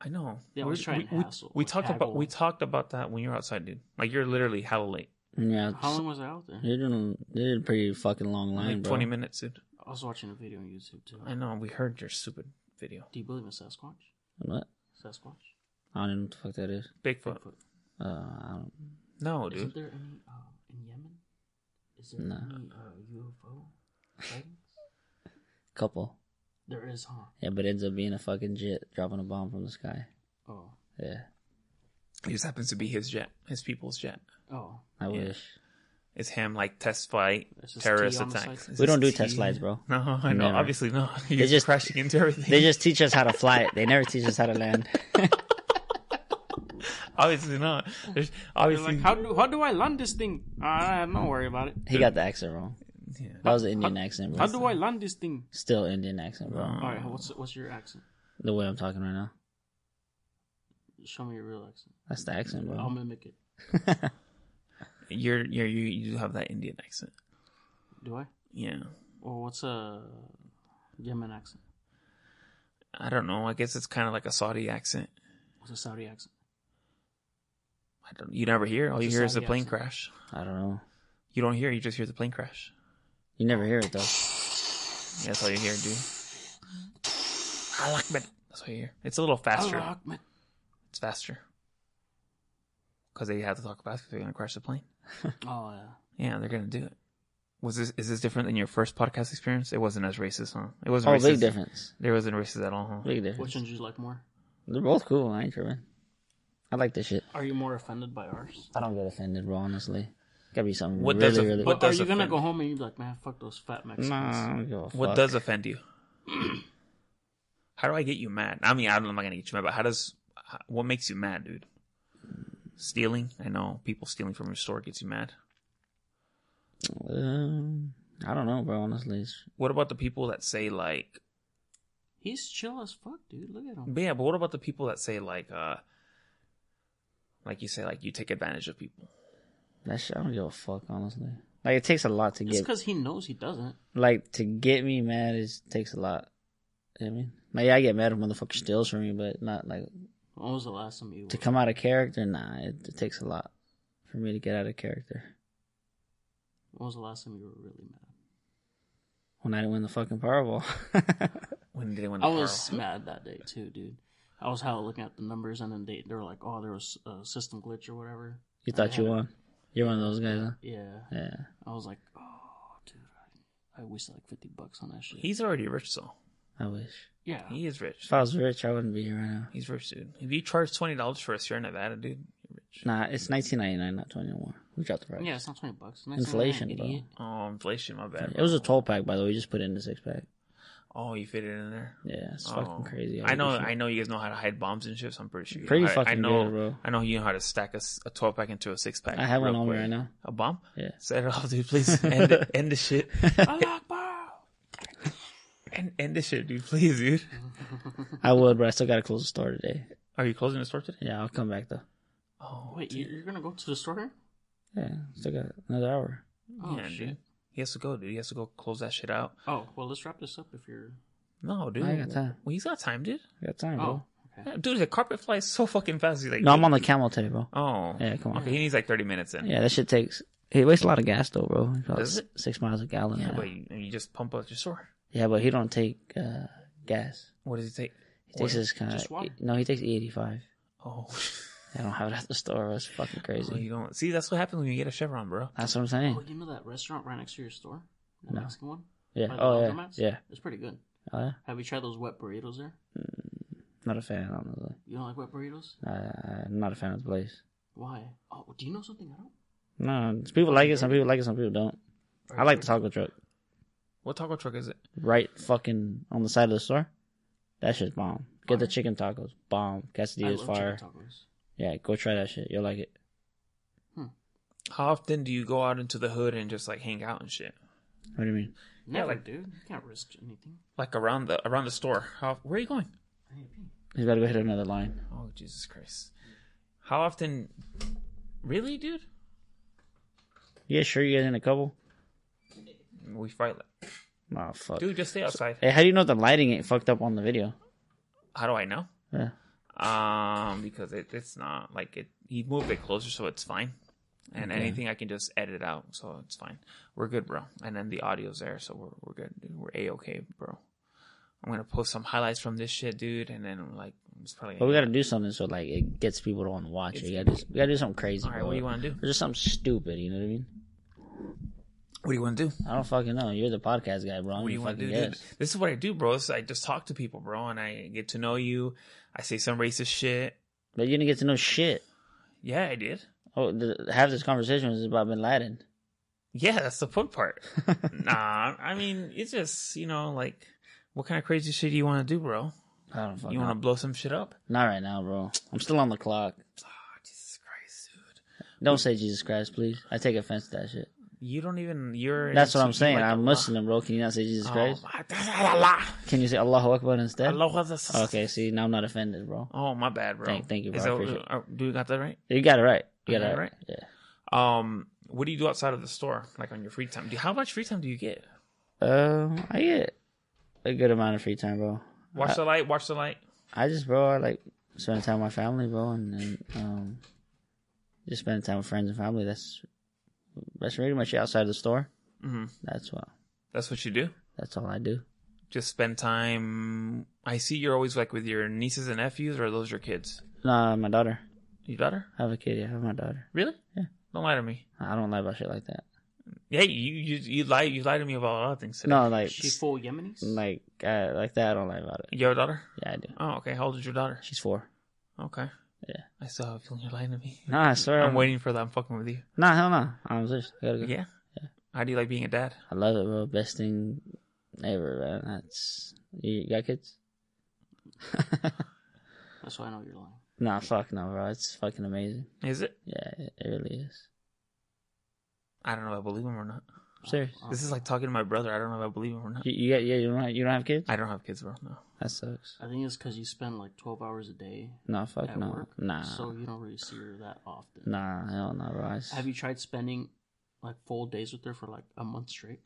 Speaker 1: I know.
Speaker 3: They
Speaker 1: We-
Speaker 3: always try
Speaker 1: we,
Speaker 3: and
Speaker 1: we,
Speaker 3: hassle
Speaker 1: we
Speaker 3: or
Speaker 1: talked about
Speaker 3: haggle.
Speaker 1: we talked about that when you're outside, dude. Like you're literally hella late.
Speaker 2: Yeah.
Speaker 3: How long was I out there?
Speaker 2: They're doing they did a pretty fucking long line,
Speaker 1: like
Speaker 2: bro.
Speaker 1: twenty minutes, dude.
Speaker 3: I was watching a video on YouTube too.
Speaker 1: I know. We heard your stupid video.
Speaker 3: Do you believe in Sasquatch?
Speaker 2: What?
Speaker 3: Sasquatch?
Speaker 2: I don't even know what the fuck that is.
Speaker 1: Bigfoot.
Speaker 3: Bigfoot.
Speaker 2: Uh, I don't.
Speaker 1: No, dude.
Speaker 3: Isn't there any uh, in Yemen? Is there
Speaker 2: No.
Speaker 3: any uh, UFO sightings?
Speaker 2: Couple.
Speaker 3: there is, huh?
Speaker 2: Yeah, but it ends up being a fucking jet dropping a bomb from the sky.
Speaker 3: Oh,
Speaker 2: Yeah.
Speaker 1: It just happens to be his jet, his people's jet.
Speaker 3: oh,
Speaker 2: I
Speaker 1: Yeah.
Speaker 2: wish.
Speaker 1: It's him, like test flight,
Speaker 3: It's just
Speaker 1: terrorist
Speaker 3: tea on the
Speaker 1: attack.
Speaker 3: side.
Speaker 1: It's
Speaker 2: We don't do
Speaker 1: just
Speaker 2: test
Speaker 1: tea.
Speaker 2: flights, bro.
Speaker 1: <laughs> No, I know.
Speaker 2: Never.
Speaker 1: Obviously, no. You're
Speaker 2: just-
Speaker 1: just crashing into everything.
Speaker 2: They just teach us how to fly it. They never teach us how to land.
Speaker 1: obviously not. There's
Speaker 3: They're
Speaker 1: obviously
Speaker 3: like, how do how do I land this thing? Uh, don't worry about it.
Speaker 2: He got the accent wrong.
Speaker 1: Yeah.
Speaker 2: That was an Indian accent,
Speaker 3: How
Speaker 2: bro.
Speaker 3: do I land this thing?
Speaker 2: Still Indian accent, bro.
Speaker 3: All right, what's what's your accent?
Speaker 2: The way I'm talking right now.
Speaker 3: Show me your real accent.
Speaker 2: That's the accent,
Speaker 3: I'm
Speaker 2: bro.
Speaker 3: gonna make it.
Speaker 1: you're you're you you do have that Indian accent.
Speaker 3: Do I?
Speaker 1: Yeah.
Speaker 3: Or what's a Yemen accent?
Speaker 1: I don't know. I guess it's kind of like a Saudi accent.
Speaker 3: What's a Saudi accent?
Speaker 1: I don't. You never hear. All you
Speaker 3: It's a
Speaker 1: hear is the
Speaker 3: Saudi
Speaker 1: plane
Speaker 3: accent.
Speaker 1: crash.
Speaker 2: I don't know.
Speaker 1: You don't hear. You just hear the plane crash.
Speaker 2: You never hear it though.
Speaker 1: Yeah, that's all you hear, dude. Allah Akbar. That's all you hear. It's a little faster.
Speaker 3: Allah Akbar.
Speaker 1: It's faster. Because they have to talk fast because they're gonna crash the plane.
Speaker 3: Oh yeah.
Speaker 1: Yeah, they're gonna do it. Was this is this different than your first podcast experience? It wasn't as racist, huh? It wasn't
Speaker 2: Oh,
Speaker 1: racist.
Speaker 2: big difference.
Speaker 1: There wasn't racist at all, huh?
Speaker 2: Big
Speaker 3: Which
Speaker 2: difference.
Speaker 3: one do you like more?
Speaker 2: They're both cool. I ain't tripping. I like this shit.
Speaker 3: Are you more offended by ours?
Speaker 2: I don't get offended, bro. Honestly, gotta be something
Speaker 1: What
Speaker 2: really,
Speaker 1: does a-
Speaker 2: really.
Speaker 1: what
Speaker 3: Are
Speaker 1: does
Speaker 3: you gonna
Speaker 1: offend-
Speaker 3: go home and you be like, man, fuck those fat Mexicans?
Speaker 2: Nah, I don't give a fuck.
Speaker 1: What does offend you? <clears throat> how do I get you mad? I mean, I don't- I'm not gonna get you mad, but how does how, what makes you mad, dude? Stealing? I know people stealing from your store gets you mad.
Speaker 2: Um, I don't know, bro. Honestly, it's,
Speaker 1: What about the people that say like,
Speaker 3: He's chill as fuck, dude. Look at him.
Speaker 1: but yeah, but what about the people that say like, uh, like you say like you take advantage of people?
Speaker 2: that shit. I don't give a fuck. Honestly, like it takes a lot to
Speaker 3: It's
Speaker 2: get.
Speaker 3: because he knows he doesn't.
Speaker 2: Like to get me mad is takes a lot. You know what I mean, like yeah, I get mad if motherfucker steals from me, but not like
Speaker 3: When was the last time you?
Speaker 2: to come out of character. Nah, it, it takes a lot for me to get out of character.
Speaker 3: When was the last time you were really mad?
Speaker 2: When I win the fucking Powerball, <laughs>
Speaker 1: When did they win? The
Speaker 3: I was
Speaker 1: Powerball?
Speaker 3: mad that day too, dude. I was how looking at the numbers, and then they they were like, "Oh, there was a system glitch or whatever."
Speaker 1: Oh,
Speaker 2: you thought you won. You're one of those guys, huh?
Speaker 3: Yeah,
Speaker 2: Yeah.
Speaker 3: I was like, "Oh, dude, I, I wasted like fifty bucks on that shit."
Speaker 1: He's already rich, though.
Speaker 2: I wish.
Speaker 3: yeah,
Speaker 1: He is rich.
Speaker 2: If I was rich, I wouldn't be here right now.
Speaker 1: He's rich, dude. If you charge twenty dollars for a Sierra Nevada, dude, you're rich.
Speaker 2: Nah, it's 19.99, not 21. We dropped the price.
Speaker 3: yeah, it's not twenty bucks. It's
Speaker 2: Inflation, <laughs>
Speaker 3: $19,
Speaker 2: bro.
Speaker 3: idiot.
Speaker 1: Oh, inflation, my bad.
Speaker 2: It was a 12 pack, by the way. We just put it in a six pack.
Speaker 1: Oh, you fit it in there.
Speaker 2: Yeah, it's
Speaker 1: Oh.
Speaker 2: fucking crazy.
Speaker 1: I know.
Speaker 2: Shit.
Speaker 1: I know you guys know how to hide bombs and shit. So I'm pretty sure. You
Speaker 2: pretty
Speaker 1: know how to-
Speaker 2: fucking
Speaker 1: I know.
Speaker 2: good, bro.
Speaker 1: I know you know how to stack a, s- a 12 pack into a six pack.
Speaker 2: I have one
Speaker 1: real
Speaker 2: on me
Speaker 1: quick.
Speaker 2: right now.
Speaker 1: A bomb?
Speaker 2: Yeah.
Speaker 1: Set it off, dude.
Speaker 2: <laughs>
Speaker 1: Please end it, end the shit.
Speaker 3: Allah Akbar.
Speaker 1: End, end the shit, dude. Please, dude.
Speaker 2: I would, but I still gotta close the store today.
Speaker 1: Are you closing the store today?
Speaker 2: Yeah, I'll come back though.
Speaker 1: Oh
Speaker 3: Wait, you- you're gonna go to the store?
Speaker 2: Yeah, still got another hour.
Speaker 3: Oh
Speaker 1: yeah,
Speaker 3: shit.
Speaker 1: dude. He has to go, dude. He has to go close that shit out.
Speaker 3: Oh well, let's wrap this up if you're.
Speaker 1: No, dude.
Speaker 2: I got time.
Speaker 1: Well, he's got time, dude.
Speaker 2: I got time,
Speaker 3: Oh,
Speaker 2: bro.
Speaker 3: okay.
Speaker 1: Yeah, Dude, the carpet flies so fucking fast. He's like,
Speaker 2: No, I'm on the camel today, bro.
Speaker 1: Oh.
Speaker 2: Yeah, come on.
Speaker 1: Okay, he needs like 30 minutes in.
Speaker 2: Yeah, that shit takes. It wastes a lot of gas though, bro. It's about
Speaker 1: Does
Speaker 2: s- Six miles a gallon.
Speaker 1: Yeah,
Speaker 2: now.
Speaker 1: but you, you just pump up your store.
Speaker 2: Yeah, but he don't take uh, gas.
Speaker 1: What does he take?
Speaker 2: He takes this kind
Speaker 3: Just water.
Speaker 2: of no. He takes E E85.
Speaker 1: Oh. <laughs>
Speaker 2: I don't have it at the store. That's fucking
Speaker 1: oh,
Speaker 2: crazy.
Speaker 1: you don't see. That's what happens when you get a Chevron, bro.
Speaker 2: That's what I'm
Speaker 3: Oh,
Speaker 2: saying.
Speaker 3: you know that restaurant right next to your store, the
Speaker 2: No.
Speaker 3: Mexican one.
Speaker 2: Yeah.
Speaker 3: By the
Speaker 2: Oh yeah.
Speaker 3: laundromats?
Speaker 2: Yeah.
Speaker 3: It's pretty good.
Speaker 2: Oh, yeah.
Speaker 3: Have you tried those wet burritos there?
Speaker 2: Not a fan. Honestly,
Speaker 3: You don't like wet burritos?
Speaker 2: uh, I'm not a fan of the place.
Speaker 3: Why? Oh, do you know something I don't?
Speaker 2: No, it's- people like it. Some people like it. Some people don't. I like the taco truck.
Speaker 1: What taco truck is it?
Speaker 2: Right, fucking on the side of the store. That shit's bomb. Get the chicken tacos. Bomb.
Speaker 3: I
Speaker 2: Quesadillas
Speaker 3: love chicken
Speaker 2: fire.
Speaker 3: tacos.
Speaker 2: Yeah, go try that shit. You'll like it.
Speaker 1: How often do you go out into the hood and just like hang out and shit?
Speaker 2: What do you mean?
Speaker 3: Never,
Speaker 1: like-
Speaker 3: dude. You can't risk anything.
Speaker 1: Like around the around the store. How, where are you going?
Speaker 3: I need to pee.
Speaker 2: He's got to go hit another line.
Speaker 1: Oh Jesus Christ! How often? Really, dude?
Speaker 2: Yeah, sure. You guys in a couple?
Speaker 1: We fight like
Speaker 2: Oh fuck.
Speaker 1: dude. Just stay outside.
Speaker 2: Hey, how do you know the lighting ain't fucked up on the video?
Speaker 1: How do I know?
Speaker 2: Yeah.
Speaker 1: Um, because it, it's not like it. He moved it closer, so it's fine. And anything I can just edit out, so it's fine. We're good, bro. And then the audio's there, so we're we're good. Dude. We're a okay, bro. I'm gonna post some highlights from this shit, dude. And then like, it's probably.
Speaker 2: But we gotta do something so like it gets people to want to watch it. You gotta do, we gotta do something crazy.
Speaker 1: All right,
Speaker 2: bro.
Speaker 1: what do you want to do?
Speaker 2: Or just something stupid. You know what I mean?
Speaker 1: What do you want to do?
Speaker 2: I don't fucking know. You're the podcast guy, bro. I'm
Speaker 1: What do you
Speaker 2: the
Speaker 1: want to
Speaker 2: fucking
Speaker 1: do? dude?
Speaker 2: guest.
Speaker 1: This is what I do, bro. This is- I just talk to people, bro, and I get to know you. I say some racist shit.
Speaker 2: But you didn't get to know shit.
Speaker 1: Yeah, I did.
Speaker 2: Oh, the, half this conversation was about Bin Laden.
Speaker 1: Yeah, that's the fun
Speaker 2: <laughs>
Speaker 1: part. nah, I mean, it's just you know, like, what kind of crazy shit do you want to do, bro?
Speaker 2: I don't fucking.
Speaker 1: You want to blow some shit up?
Speaker 2: Not right now, bro. I'm still on the clock.
Speaker 1: Oh, Jesus Christ, dude!
Speaker 2: Don't say Jesus Christ, please. I take offense to that shit.
Speaker 1: You don't even. You're.
Speaker 2: That's what
Speaker 1: into-
Speaker 2: I'm saying.
Speaker 1: you're like
Speaker 2: I'm
Speaker 1: Allah.
Speaker 2: Muslim, bro. Can you not say Jesus
Speaker 1: Oh,
Speaker 2: Christ?
Speaker 1: my- that's Allah.
Speaker 2: Can you say Allahu Akbar instead?
Speaker 1: Allah is-
Speaker 2: Okay, see, now I'm not offended, bro.
Speaker 1: Oh my bad, bro.
Speaker 2: Thank- thank you, bro.
Speaker 1: Is
Speaker 2: I
Speaker 1: that-
Speaker 2: appreciate it.
Speaker 1: uh, do you got that right?
Speaker 2: You got it right. You
Speaker 1: I
Speaker 2: got it
Speaker 1: got it
Speaker 2: right. Yeah.
Speaker 1: Um, what do you do outside of the store, like on your free time? Do, how much free time do you get?
Speaker 2: Um, I get a good amount of free time, bro. Uh,
Speaker 1: Watch the light. Watch the light.
Speaker 2: I just, bro, I like spending time with my family, bro, and, and um, just spending time with friends and family. That's that's pretty much it outside the store.
Speaker 1: Mhm.
Speaker 2: That's what.
Speaker 1: That's what you do.
Speaker 2: That's all I do.
Speaker 1: Just spend time. I see you're always like with your nieces and nephews, or are those your kids?
Speaker 2: Nah, my daughter.
Speaker 1: Your daughter?
Speaker 2: I have a kid. Yeah, I have my daughter.
Speaker 1: Really?
Speaker 2: Yeah.
Speaker 1: Don't lie to me.
Speaker 2: I don't lie about shit like that.
Speaker 1: Yeah, you you you lie you lie to me about a lot of things today.
Speaker 2: No, like,
Speaker 3: She full Yemenis?
Speaker 2: like, uh, like that. I don't lie about it.
Speaker 1: You have a daughter?
Speaker 2: Yeah, I do.
Speaker 1: Oh, okay. How old is your daughter?
Speaker 2: She's four.
Speaker 1: Okay.
Speaker 2: Yeah. Um,
Speaker 1: I still have a feeling you're lying to me.
Speaker 2: Nah, I swear.
Speaker 1: I'm waiting for that. I'm fucking with you.
Speaker 2: Nah, hell no. I'm serious. I gotta go.
Speaker 1: Yeah. How do you like being a dad?
Speaker 2: I love it, bro. Best thing ever, man. That's you got kids? <laughs>
Speaker 3: That's why I know you're lying.
Speaker 2: Nah, fuck no, bro. It's fucking amazing.
Speaker 1: Is it?
Speaker 2: Yeah, it, it really is.
Speaker 1: I don't know if I believe him or not.
Speaker 2: I'm serious.
Speaker 3: Oh,
Speaker 1: This is like talking to my brother. I don't know if I believe him or not.
Speaker 2: You, you got yeah. You don't have, you don't have kids?
Speaker 1: I don't have kids, bro. No.
Speaker 2: That sucks.
Speaker 3: I think it's because you spend like 12 hours a day
Speaker 2: No, fuck
Speaker 3: at
Speaker 2: no.
Speaker 3: work.
Speaker 2: Nah,
Speaker 3: So you don't really see her that often.
Speaker 2: nah, hell no, bro. I, s-
Speaker 3: Have you tried spending like full days with her for like a month straight?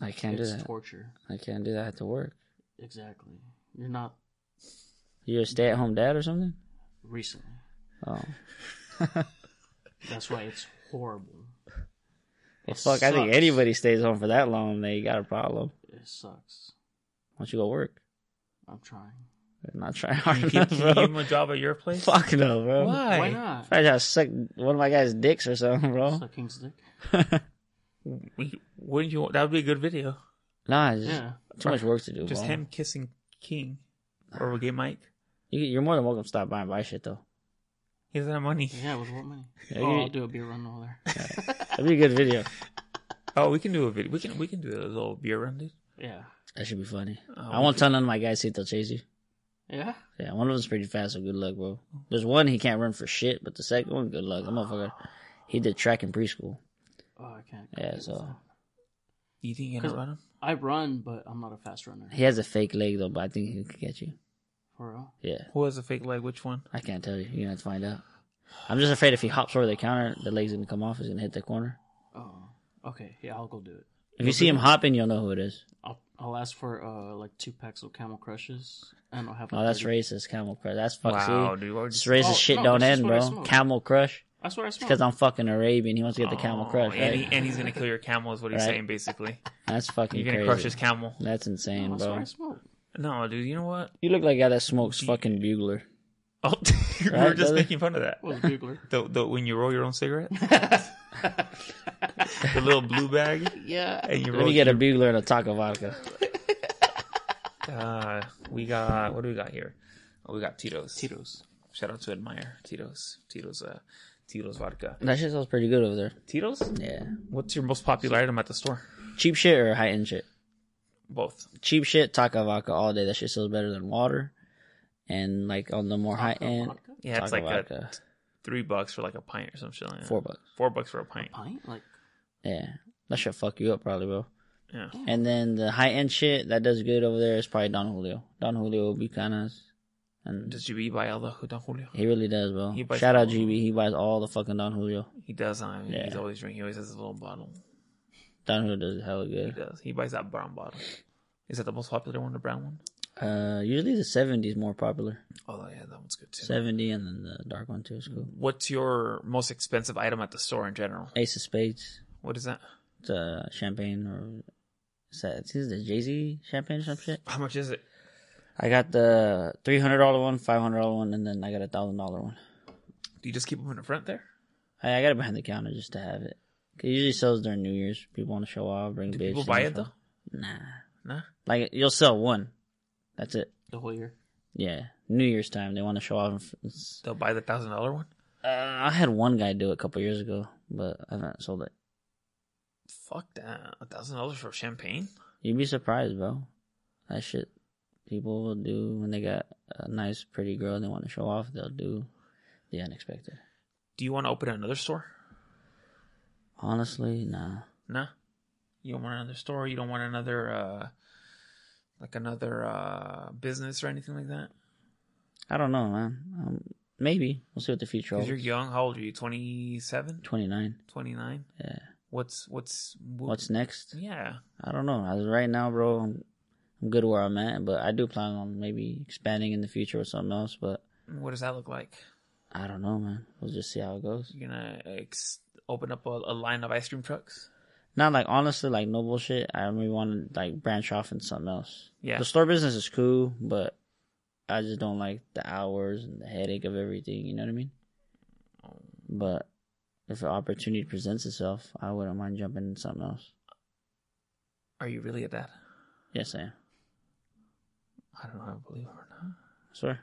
Speaker 2: I can't do
Speaker 3: it's
Speaker 2: that.
Speaker 3: torture.
Speaker 2: I can't do that. I have to work.
Speaker 3: Exactly. You're not
Speaker 2: You're a stay-at-home dad or something?
Speaker 3: recently.
Speaker 2: Oh,
Speaker 3: That's why it's horrible.
Speaker 2: well, fuck. I think
Speaker 3: sucks.
Speaker 2: anybody stays home for that long, they got a problem.
Speaker 3: It sucks.
Speaker 2: Why don't you go work?
Speaker 3: I'm trying.
Speaker 2: I'm not trying hard
Speaker 1: Can,
Speaker 2: <laughs> enough,
Speaker 1: can you give
Speaker 2: bro.
Speaker 1: him a job at your place?
Speaker 2: Fuck no, bro.
Speaker 1: Why?
Speaker 3: Why not?
Speaker 2: Probably try to suck one of my guys' dicks or something, bro.
Speaker 3: Sucking's dick.
Speaker 1: We- Wouldn't you? That would be a good video.
Speaker 2: Nah, it's just
Speaker 3: Yeah.
Speaker 2: too much work to do.
Speaker 1: Just
Speaker 2: bro.
Speaker 1: him kissing King or Gay Mike.
Speaker 2: You, you're more than welcome to stop by and buy shit though.
Speaker 1: He doesn't have money.
Speaker 3: Yeah, with what money?
Speaker 2: Yeah,
Speaker 3: Oh,
Speaker 2: you-
Speaker 3: I'll do a beer run over
Speaker 2: <laughs>
Speaker 3: there.
Speaker 2: That'd be a good video.
Speaker 1: Oh, we can do a video. We can we can do a little beer run, dude.
Speaker 3: yeah.
Speaker 2: That should be funny.
Speaker 1: Oh,
Speaker 2: I won't tell none of my guys see if they'll chase you.
Speaker 3: Yeah.
Speaker 2: Yeah, one of them's pretty fast, so good luck, bro. There's one he can't run for shit, but the second one, good luck. That motherfucker, he did track in preschool.
Speaker 3: Oh, I can't.
Speaker 2: Yeah, so
Speaker 1: You think you're gonna run him?
Speaker 3: I run, but I'm not a fast runner.
Speaker 2: he has a fake leg though, but I think he could get you.
Speaker 3: For real.
Speaker 2: Yeah,
Speaker 1: Who has a fake leg? Which one?
Speaker 2: I can't tell you. You're gonna have to find out. I'm just afraid if he hops over the counter, the leg's gonna come off. He's gonna hit the corner.
Speaker 3: Oh. Okay. Yeah, I'll go do it.
Speaker 2: If you see him hopping, you'll know who it is.
Speaker 3: I'll I'll ask for uh like two packs of Camel Crushes, and I'll have.
Speaker 2: Oh, that's
Speaker 3: 30
Speaker 2: racist, Camel Crush. That's fucking.
Speaker 1: Wow,
Speaker 2: Wow,
Speaker 1: dude. Or
Speaker 2: this
Speaker 1: just- <laughs>
Speaker 2: racist
Speaker 3: Oh,
Speaker 2: shit
Speaker 3: no,
Speaker 2: don't
Speaker 3: this is
Speaker 2: end,
Speaker 3: what I
Speaker 2: bro.
Speaker 3: smoke.
Speaker 2: Camel Crush.
Speaker 3: That's what I smell.
Speaker 2: Because I'm fucking Arabian. He wants to get the Camel
Speaker 1: Oh,
Speaker 2: Crush,
Speaker 1: And, he,
Speaker 2: right?
Speaker 1: and he's gonna kill your camel is what he's
Speaker 2: Right.
Speaker 1: saying
Speaker 2: <laughs>
Speaker 1: basically.
Speaker 2: That's fucking
Speaker 1: You're gonna
Speaker 2: crazy.
Speaker 1: crush his camel.
Speaker 2: That's insane,
Speaker 3: that's what
Speaker 2: bro. <laughs>
Speaker 3: I smoke.
Speaker 1: No, dude. You know what? <laughs>
Speaker 2: You look like a guy that smokes fucking bugler.
Speaker 1: Oh, we were
Speaker 2: Right,
Speaker 1: just
Speaker 2: brother?
Speaker 1: making fun of that.
Speaker 3: What was
Speaker 2: <laughs>
Speaker 3: bugler?
Speaker 1: The, the, when you roll your own cigarette, the little blue bag,
Speaker 3: yeah.
Speaker 1: and you
Speaker 2: Let
Speaker 1: roll.
Speaker 2: me get a bugler and a taco vodka.
Speaker 1: uh, we got what do we got here? Oh, we got Tito's.
Speaker 3: Tito's.
Speaker 1: Shout out to Admire Tito's. Tito's. Uh, Tito's vodka.
Speaker 2: That shit sounds pretty good over there.
Speaker 1: Tito's.
Speaker 2: Yeah.
Speaker 1: What's your most popular item at the store?
Speaker 2: Cheap shit or high end shit?
Speaker 1: Both.
Speaker 2: Cheap shit, taco vodka all day. That shit sells better than water. And like on the more high end,
Speaker 3: Vodka?
Speaker 1: Yeah,
Speaker 2: taco
Speaker 1: it's like a,
Speaker 2: vodka,
Speaker 1: three bucks for like a pint or some shit. Like that.
Speaker 2: four bucks.
Speaker 1: Four bucks for a pint.
Speaker 3: Pint? Like
Speaker 2: Yeah. That should fuck you up probably, bro.
Speaker 1: Yeah.
Speaker 2: And then the high end shit that does good over there is probably Don Julio. Don Julio Bucanas. And
Speaker 1: Does GB buy all the Don Julio?
Speaker 2: he really does, bro.
Speaker 1: He buys
Speaker 2: Shout out
Speaker 1: all-
Speaker 2: GB. He buys all the fucking Don Julio.
Speaker 1: He does. I mean, he's
Speaker 2: Yeah.
Speaker 1: always drinking. He always has his little bottle.
Speaker 2: Don Julio does hella
Speaker 1: He
Speaker 2: good.
Speaker 1: does. He buys that brown bottle. Is that the most popular one, the brown one?
Speaker 2: Uh, usually the 70s more popular.
Speaker 1: Oh yeah, that one's good too.
Speaker 2: 70 and then the dark one too is cool.
Speaker 1: What's your most expensive item at the store in general?
Speaker 2: Ace of Spades.
Speaker 1: What is that?
Speaker 2: It's uh, champagne or is that is this the Jay Z champagne or some shit?
Speaker 1: How much is it?
Speaker 2: I got the three hundred dollar one, five hundred dollar one, and then I got a thousand dollar one.
Speaker 1: Do you just keep them in the front there?
Speaker 2: I, I got it behind the counter just to have it. 'Cause It usually sells during New Year's. People want to show off, bring
Speaker 1: Do
Speaker 2: bitch.
Speaker 1: people
Speaker 2: they
Speaker 1: buy
Speaker 2: wanna
Speaker 1: it
Speaker 2: show-
Speaker 1: though?
Speaker 2: Nah,
Speaker 1: Nah.
Speaker 2: like you'll sell one. That's it.
Speaker 3: the whole year.
Speaker 2: Yeah, New Year's time they want to show off. It's-
Speaker 1: They'll buy the thousand dollar one.
Speaker 2: Uh, I had one guy do it a couple years ago, but I haven't sold it.
Speaker 1: Fuck that. A thousand dollars for champagne?
Speaker 2: You'd be surprised, bro. That shit people will do when they got a nice, pretty girl and they want to show off. They'll do the unexpected.
Speaker 1: Do you want to open another store?
Speaker 2: Honestly, nah.
Speaker 1: Nah. You don't want another store. You don't want another uh, like another uh, business or anything like that.
Speaker 2: I don't know, man. Um, maybe we'll see what the future
Speaker 1: Because
Speaker 2: holds.
Speaker 1: you're young. How old are you? 27?
Speaker 2: Twenty nine.
Speaker 1: 29?
Speaker 2: Yeah.
Speaker 1: What's what's
Speaker 2: What's next?
Speaker 1: Yeah.
Speaker 2: I don't know. As of right now, bro, I'm, I'm good where I'm at, but I do plan on maybe expanding in the future with something else. But
Speaker 1: What does that look like?
Speaker 2: I don't know, man. We'll just see how it goes.
Speaker 1: You're gonna ex- open up a, a line of ice cream trucks?
Speaker 2: Not like honestly, like no bullshit. I really want to like branch off into something else.
Speaker 1: Yeah.
Speaker 2: The store business is cool, but I just don't like the hours and the headache of everything. You know what I mean? But if an opportunity presents itself, I wouldn't mind jumping into something else.
Speaker 1: Are you really at that?
Speaker 2: Yes, I am.
Speaker 1: I don't know. I believe it or not.
Speaker 2: Swear.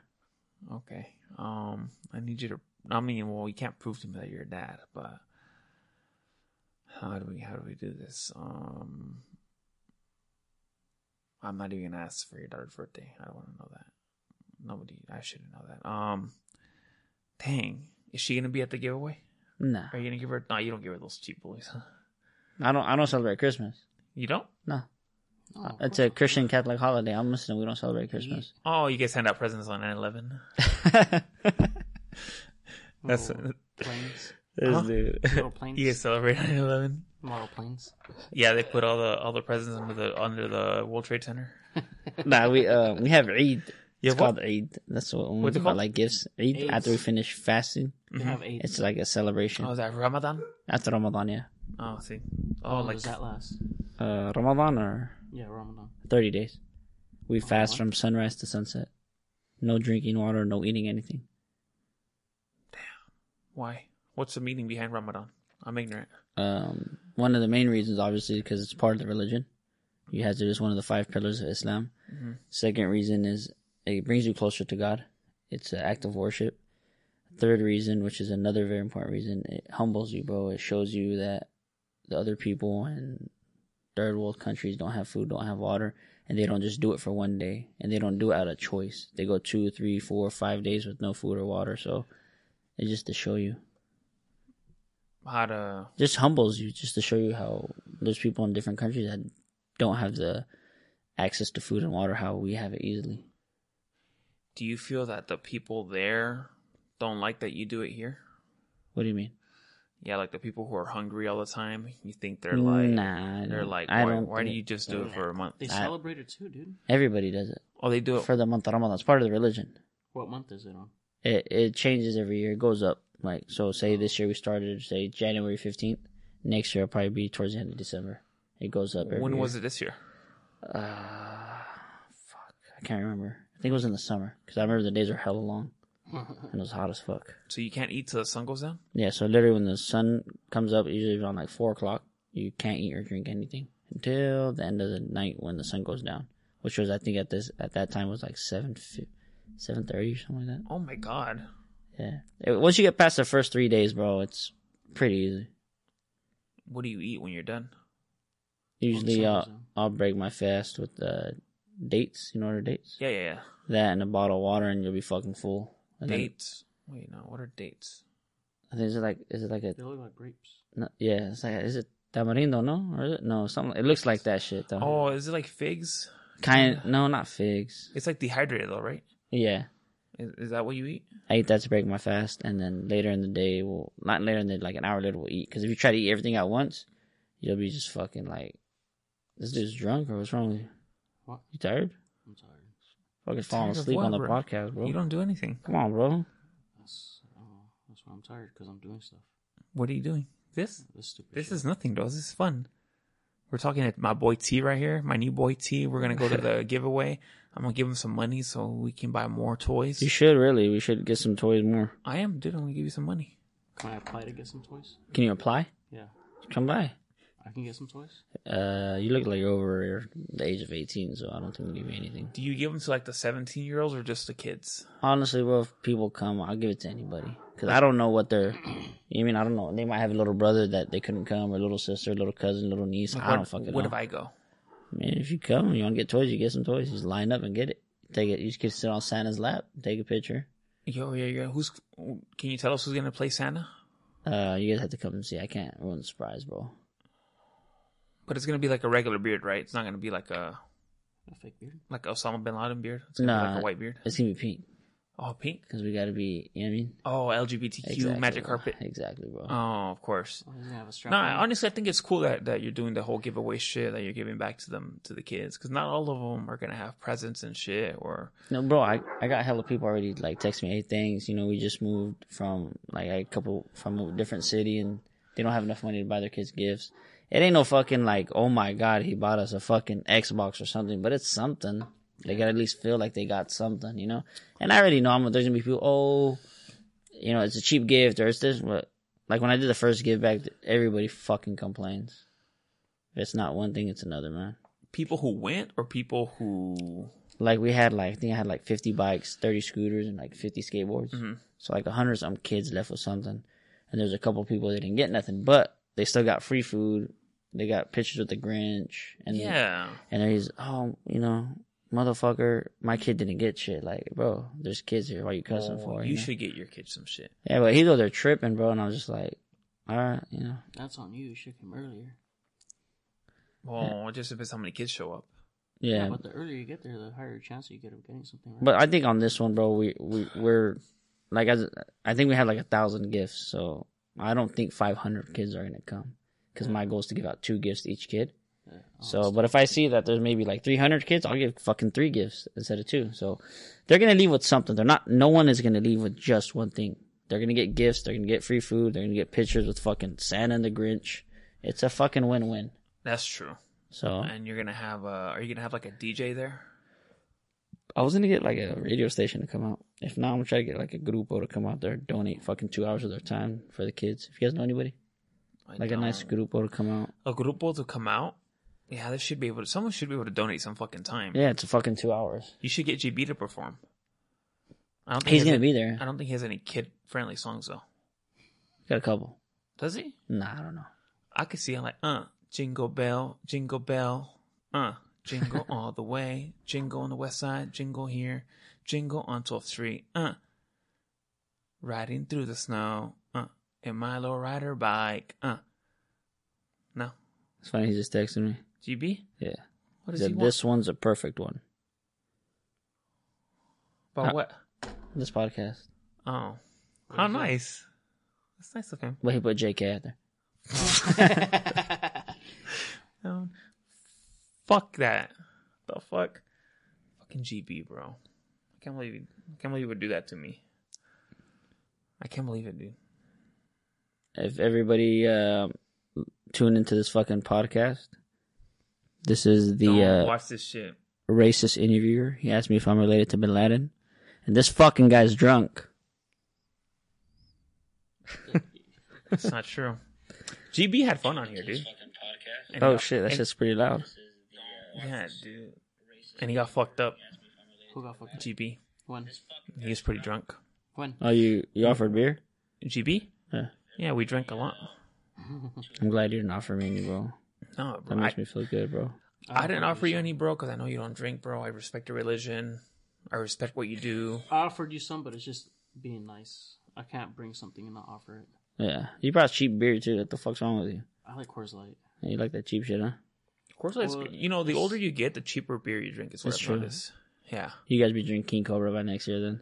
Speaker 1: Okay. Um, I need you to. I mean, well, you can't prove to me that you're a dad, but how do we how do we do this? Um, I'm not even gonna ask for your daughter's birthday. I don't want to know that. Nobody. I shouldn't know that. Um, dang, is she gonna be at the giveaway?
Speaker 2: Nah,
Speaker 1: Are you gonna give her? No, you don't give her those cheap boys. <laughs> Huh?
Speaker 2: I don't. I don't celebrate Christmas.
Speaker 1: You don't.
Speaker 2: No,
Speaker 3: Oh,
Speaker 2: Uh, it's a Christian Catholic holiday. I'm Muslim. We don't celebrate <laughs> Christmas.
Speaker 1: Oh, you guys hand out presents on 9/11. That's
Speaker 3: little
Speaker 2: <laughs>
Speaker 3: planes.
Speaker 1: Huh?
Speaker 2: dude.
Speaker 3: Little planes.
Speaker 1: you guys celebrate <laughs> 9/11.
Speaker 3: Model planes.
Speaker 1: Yeah, they put all the all the presents under the under the World Trade Center.
Speaker 2: nah, we uh we have Eid.
Speaker 1: Yeah,
Speaker 2: It's called Eid. That's what when we
Speaker 1: What's it
Speaker 2: give out,
Speaker 1: called?
Speaker 2: like gifts. Eid
Speaker 3: Eid.
Speaker 2: after we finish fasting.
Speaker 3: They have eight.
Speaker 2: Mm-hmm. It's like a celebration
Speaker 1: Oh, is that Ramadan?
Speaker 2: after Ramadan. Yeah,
Speaker 1: Oh, see.
Speaker 3: How
Speaker 1: Oh,
Speaker 3: long
Speaker 1: like
Speaker 3: does that last?
Speaker 2: uh, Ramadan or
Speaker 3: Yeah, Ramadan.
Speaker 2: thirty days. We fast
Speaker 3: what?
Speaker 2: from sunrise to sunset. No drinking water. No eating anything.
Speaker 1: why? What's the meaning behind Ramadan? I'm ignorant.
Speaker 2: um, one of the main reasons, obviously, because it's part of the religion. You have to. It's one of the five pillars of Islam. Second reason is it brings you closer to God. It's an act of worship. Third reason, which is another very important reason, it humbles you, bro. It shows you that the other people and third world countries don't have food, don't have water, and they don't just do it for one day, and they don't do it out of choice. They go two, three, four, five days with no food or water. So it's just to show you,
Speaker 1: How to
Speaker 2: just humbles you, just to show you how there's people in different countries that don't have the access to food and water how we have it easily.
Speaker 1: do you feel that the people there don't like that you do it here?
Speaker 2: What do you mean?
Speaker 1: Yeah, like the people who are hungry all the time. You think they're like
Speaker 2: nah, I
Speaker 1: they're
Speaker 2: don't-
Speaker 1: like
Speaker 2: I
Speaker 1: why,
Speaker 2: don't
Speaker 1: why do
Speaker 2: think-
Speaker 1: you just do it for a month?
Speaker 3: They
Speaker 2: I-
Speaker 3: celebrate it too, dude.
Speaker 2: Everybody does it
Speaker 1: Oh, they do it.
Speaker 2: for the month of Ramadan. It's part of the religion.
Speaker 3: What month is
Speaker 1: <laughs>
Speaker 3: it on?
Speaker 2: it it changes every year. It goes up. Like so,
Speaker 1: Uh-huh.
Speaker 2: say this year we started say January fifteenth. Next year it'll probably be towards the end of December. It goes up. Every
Speaker 1: when
Speaker 2: year.
Speaker 1: was it this year?
Speaker 2: Uh, fuck, I can't remember. I think it was in the summer because I remember the days were hella long and it was hot as fuck.
Speaker 1: So you can't eat till the sun goes down.
Speaker 2: Yeah, so literally when the sun comes up, usually around like four o'clock, you can't eat or drink anything until the end of the night when the sun goes down, which was I think at this at that time was like seven seven thirty or something like that.
Speaker 1: Oh my god.
Speaker 2: Yeah. It- Once you get past the first three days, bro, it's pretty easy.
Speaker 1: What do you eat when you're done?
Speaker 2: Usually,
Speaker 3: sure,
Speaker 2: uh,
Speaker 3: so.
Speaker 2: I'll break my fast with uh, dates. You know what are dates?
Speaker 1: Yeah, yeah, yeah.
Speaker 2: That and a bottle of water, and you'll be fucking full. And then-
Speaker 1: Dates. Wait, no. What are dates?
Speaker 2: I think it's like is it like a
Speaker 3: They look like grapes.
Speaker 2: no, yeah? It's like is it tamarindo? No, or is it no? Something. It looks like that shit though.
Speaker 1: Oh, is it like figs?
Speaker 2: kind. No, not figs.
Speaker 1: It's like dehydrated though, right?
Speaker 2: Yeah.
Speaker 1: Is, is that what you eat?
Speaker 2: I eat that to break my fast, and then later in the day, we'll not later in the like an hour later, we'll eat. Because if you try to eat everything at once, you'll be just fucking like, this dude's drunk or what's wrong with you?
Speaker 3: What?
Speaker 2: You tired?
Speaker 3: I'm tired.
Speaker 2: Fucking falling
Speaker 1: Tired of
Speaker 2: asleep
Speaker 1: what,
Speaker 2: on the
Speaker 1: bro?
Speaker 2: podcast, bro.
Speaker 1: You don't do anything.
Speaker 2: Come on, bro.
Speaker 3: That's oh, that's why I'm tired because I'm doing stuff.
Speaker 1: What are you doing? This?
Speaker 3: This stupid.
Speaker 1: This
Speaker 3: shit.
Speaker 1: is nothing, though. This is fun. We're talking to my boy T right here, my new boy T. We're gonna go to
Speaker 2: <laughs>
Speaker 1: the giveaway. I'm gonna give him some money so we can buy more toys.
Speaker 2: You should really. We should get some toys more.
Speaker 1: I am, dude. I'm gonna give you some money.
Speaker 3: Can I apply to get some toys?
Speaker 2: Can you apply?
Speaker 3: Yeah,
Speaker 2: Come by.
Speaker 3: I can get some toys.
Speaker 2: Uh, you look like you're over the age of 18, so I don't think we give you anything.
Speaker 1: Do you give them to like the 17 year olds or just the kids?
Speaker 2: Honestly, bro, if people come, I'll give it to anybody. Because I don't know what they're. You mean I don't know? They might have a little brother that they couldn't come, or little sister, little cousin, little niece.
Speaker 1: Like,
Speaker 2: I
Speaker 1: what,
Speaker 2: don't fucking
Speaker 1: What
Speaker 2: know.
Speaker 1: if I go?
Speaker 2: Man, if you come, you want to get toys, you get some toys. Just line up and get it. Take it. You just can sit on Santa's lap, take a picture.
Speaker 1: Yo, yo, yo. Who's? Can you tell us who's gonna play Santa?
Speaker 2: Uh, you guys have to come and see. I can't ruin the surprise, bro.
Speaker 1: But it's gonna be like a regular beard, right? It's not gonna be like a
Speaker 3: A fake beard.
Speaker 1: like Osama bin Laden beard. It's gonna be
Speaker 2: Nah.
Speaker 1: like a white beard.
Speaker 2: It's gonna be pink
Speaker 1: Oh, pink.
Speaker 2: because we gotta be. You know what I mean?
Speaker 1: Oh, LGBTQ magic
Speaker 2: bro. <laughs>
Speaker 1: carpet.
Speaker 2: Exactly, bro.
Speaker 1: Oh, of course.
Speaker 3: Oh, he's gonna have a strap.
Speaker 1: No,
Speaker 3: on.
Speaker 1: I- honestly, I think it's cool that, that you're doing the whole giveaway shit that you're giving back to them to the kids because not all of them are gonna have presents and shit. Or
Speaker 2: No, bro, I, I got hella people already like text me, hey, thanks. You know, we just moved from like a couple from a different city and they don't have enough money to buy their kids gifts. It ain't no fucking like, oh my god, he bought us a fucking Xbox or something, but it's something. They gotta at least feel like they got something, you know? And I already know I'm there's gonna be people, oh, you know, it's a cheap gift or it's this, but like when I did the first give back, everybody fucking complains. If it's not one thing, it's another, man
Speaker 1: people who went, or people who
Speaker 2: like we had like I think I had like fifty bikes, thirty scooters, and like fifty skateboards.
Speaker 1: Mm-hmm.
Speaker 2: So like a hundred some kids left with something, and there's a couple people that didn't get nothing, but they still got free food. They got pictures with the Grinch, and
Speaker 1: yeah,
Speaker 2: and he's oh you know motherfucker, my kid didn't get shit. Like bro, there's kids here. Why you cussing for?
Speaker 1: Oh, you
Speaker 2: know?
Speaker 1: should get your kids some shit.
Speaker 2: Yeah, but he's over there tripping, bro, and I was just like, all right, you know.
Speaker 3: That's on you. You shook him earlier.
Speaker 1: Well, it just depends how many kids show up.
Speaker 2: Yeah,
Speaker 3: But the earlier you get there, the higher chance you get of getting something. Right?
Speaker 2: But I think on this one, bro, we we we're like as I think we had like a thousand gifts, so I don't think five hundred kids are gonna come because my goal is to give out two gifts to each kid.
Speaker 3: Yeah. Oh,
Speaker 2: So, but if I see that there's maybe like three hundred kids, I'll give fucking three gifts instead of two. So they're gonna leave with something. They're not. No one is gonna leave with just one thing. They're gonna get gifts. They're gonna get free food. They're gonna get pictures with fucking Santa and the Grinch. It's a fucking win-win.
Speaker 1: That's true.
Speaker 2: So
Speaker 1: And you're gonna have a. Are you gonna have like a DJ there?
Speaker 2: I was gonna get like a radio station to come out. If not, I'm gonna try to get like a grupo to come out there, donate fucking two hours of their time for the kids. If you guys know anybody,
Speaker 1: I
Speaker 2: like a nice
Speaker 1: don't-
Speaker 2: grupo to come out.
Speaker 1: um, a grupo to come out. Yeah, they should be able to. Someone should be able to donate some fucking time.
Speaker 2: Yeah, it's a fucking two hours.
Speaker 1: You should get GB to perform. I don't think
Speaker 2: He's
Speaker 1: he
Speaker 2: gonna
Speaker 1: has
Speaker 2: be
Speaker 1: any- I
Speaker 2: there.
Speaker 1: don't think he has any kid friendly songs though.
Speaker 2: Got a couple.
Speaker 1: Does he?
Speaker 2: Nah, I don't know.
Speaker 1: I could see him like, uh, Jingle bell, jingle bell, uh, jingle
Speaker 2: <laughs>
Speaker 1: all the way, jingle on the west side, jingle here, jingle on 12th Street, uh, riding through the snow, uh, in my little rider bike, uh. No,
Speaker 2: It's funny. He just texted me.
Speaker 1: GB,
Speaker 2: Yeah.
Speaker 1: what
Speaker 2: He
Speaker 1: does he
Speaker 2: said,
Speaker 1: want?
Speaker 2: this one's a perfect one.
Speaker 1: About what?
Speaker 2: This podcast.
Speaker 1: Oh, how nice. That's nice of him.
Speaker 2: But he put JK out there.
Speaker 1: Um, fuck that. The fuck? Fucking GB, bro. I can't believe you. I can't believe you would do that to me. I can't believe it, dude.
Speaker 2: If everybody um tuned into this fucking podcast, this is the
Speaker 1: Don't
Speaker 2: uh,
Speaker 1: watch this shit.
Speaker 2: racist interviewer. He asked me if I'm related to Bin Laden, and this fucking guy's drunk.
Speaker 1: It's not true. GB had fun on here, dude. And he
Speaker 2: Oh
Speaker 1: got-
Speaker 2: shit, that
Speaker 1: and-
Speaker 2: shit's pretty loud.
Speaker 1: Yeah, dude. And he got fucked up.
Speaker 3: Who got fucked?
Speaker 1: GB.
Speaker 3: When?
Speaker 1: He was pretty drunk.
Speaker 3: When?
Speaker 2: Oh, you you offered beer?
Speaker 1: GB.
Speaker 2: Yeah.
Speaker 1: Yeah, we drank a lot.
Speaker 2: I'm glad you didn't offer me any, bro.
Speaker 1: No,
Speaker 2: That
Speaker 1: bro. I,
Speaker 2: makes me feel good, bro.
Speaker 1: I didn't offer you any, bro, because I know you don't drink, bro. I respect your religion. I respect what you do.
Speaker 3: I offered you some, but it's just being nice. I can't bring something and not offer it.
Speaker 2: Yeah, you brought cheap beer too. What the fuck's wrong with you?
Speaker 3: I like Coors Light.
Speaker 2: You like that cheap shit, huh?
Speaker 1: Coors Light's,
Speaker 3: Well,
Speaker 1: you know, the older you get, the cheaper beer you drink. Is what
Speaker 2: That's
Speaker 1: I've
Speaker 2: true.
Speaker 1: noticed. Yeah.
Speaker 2: You guys be drinking King Cobra by next year, then?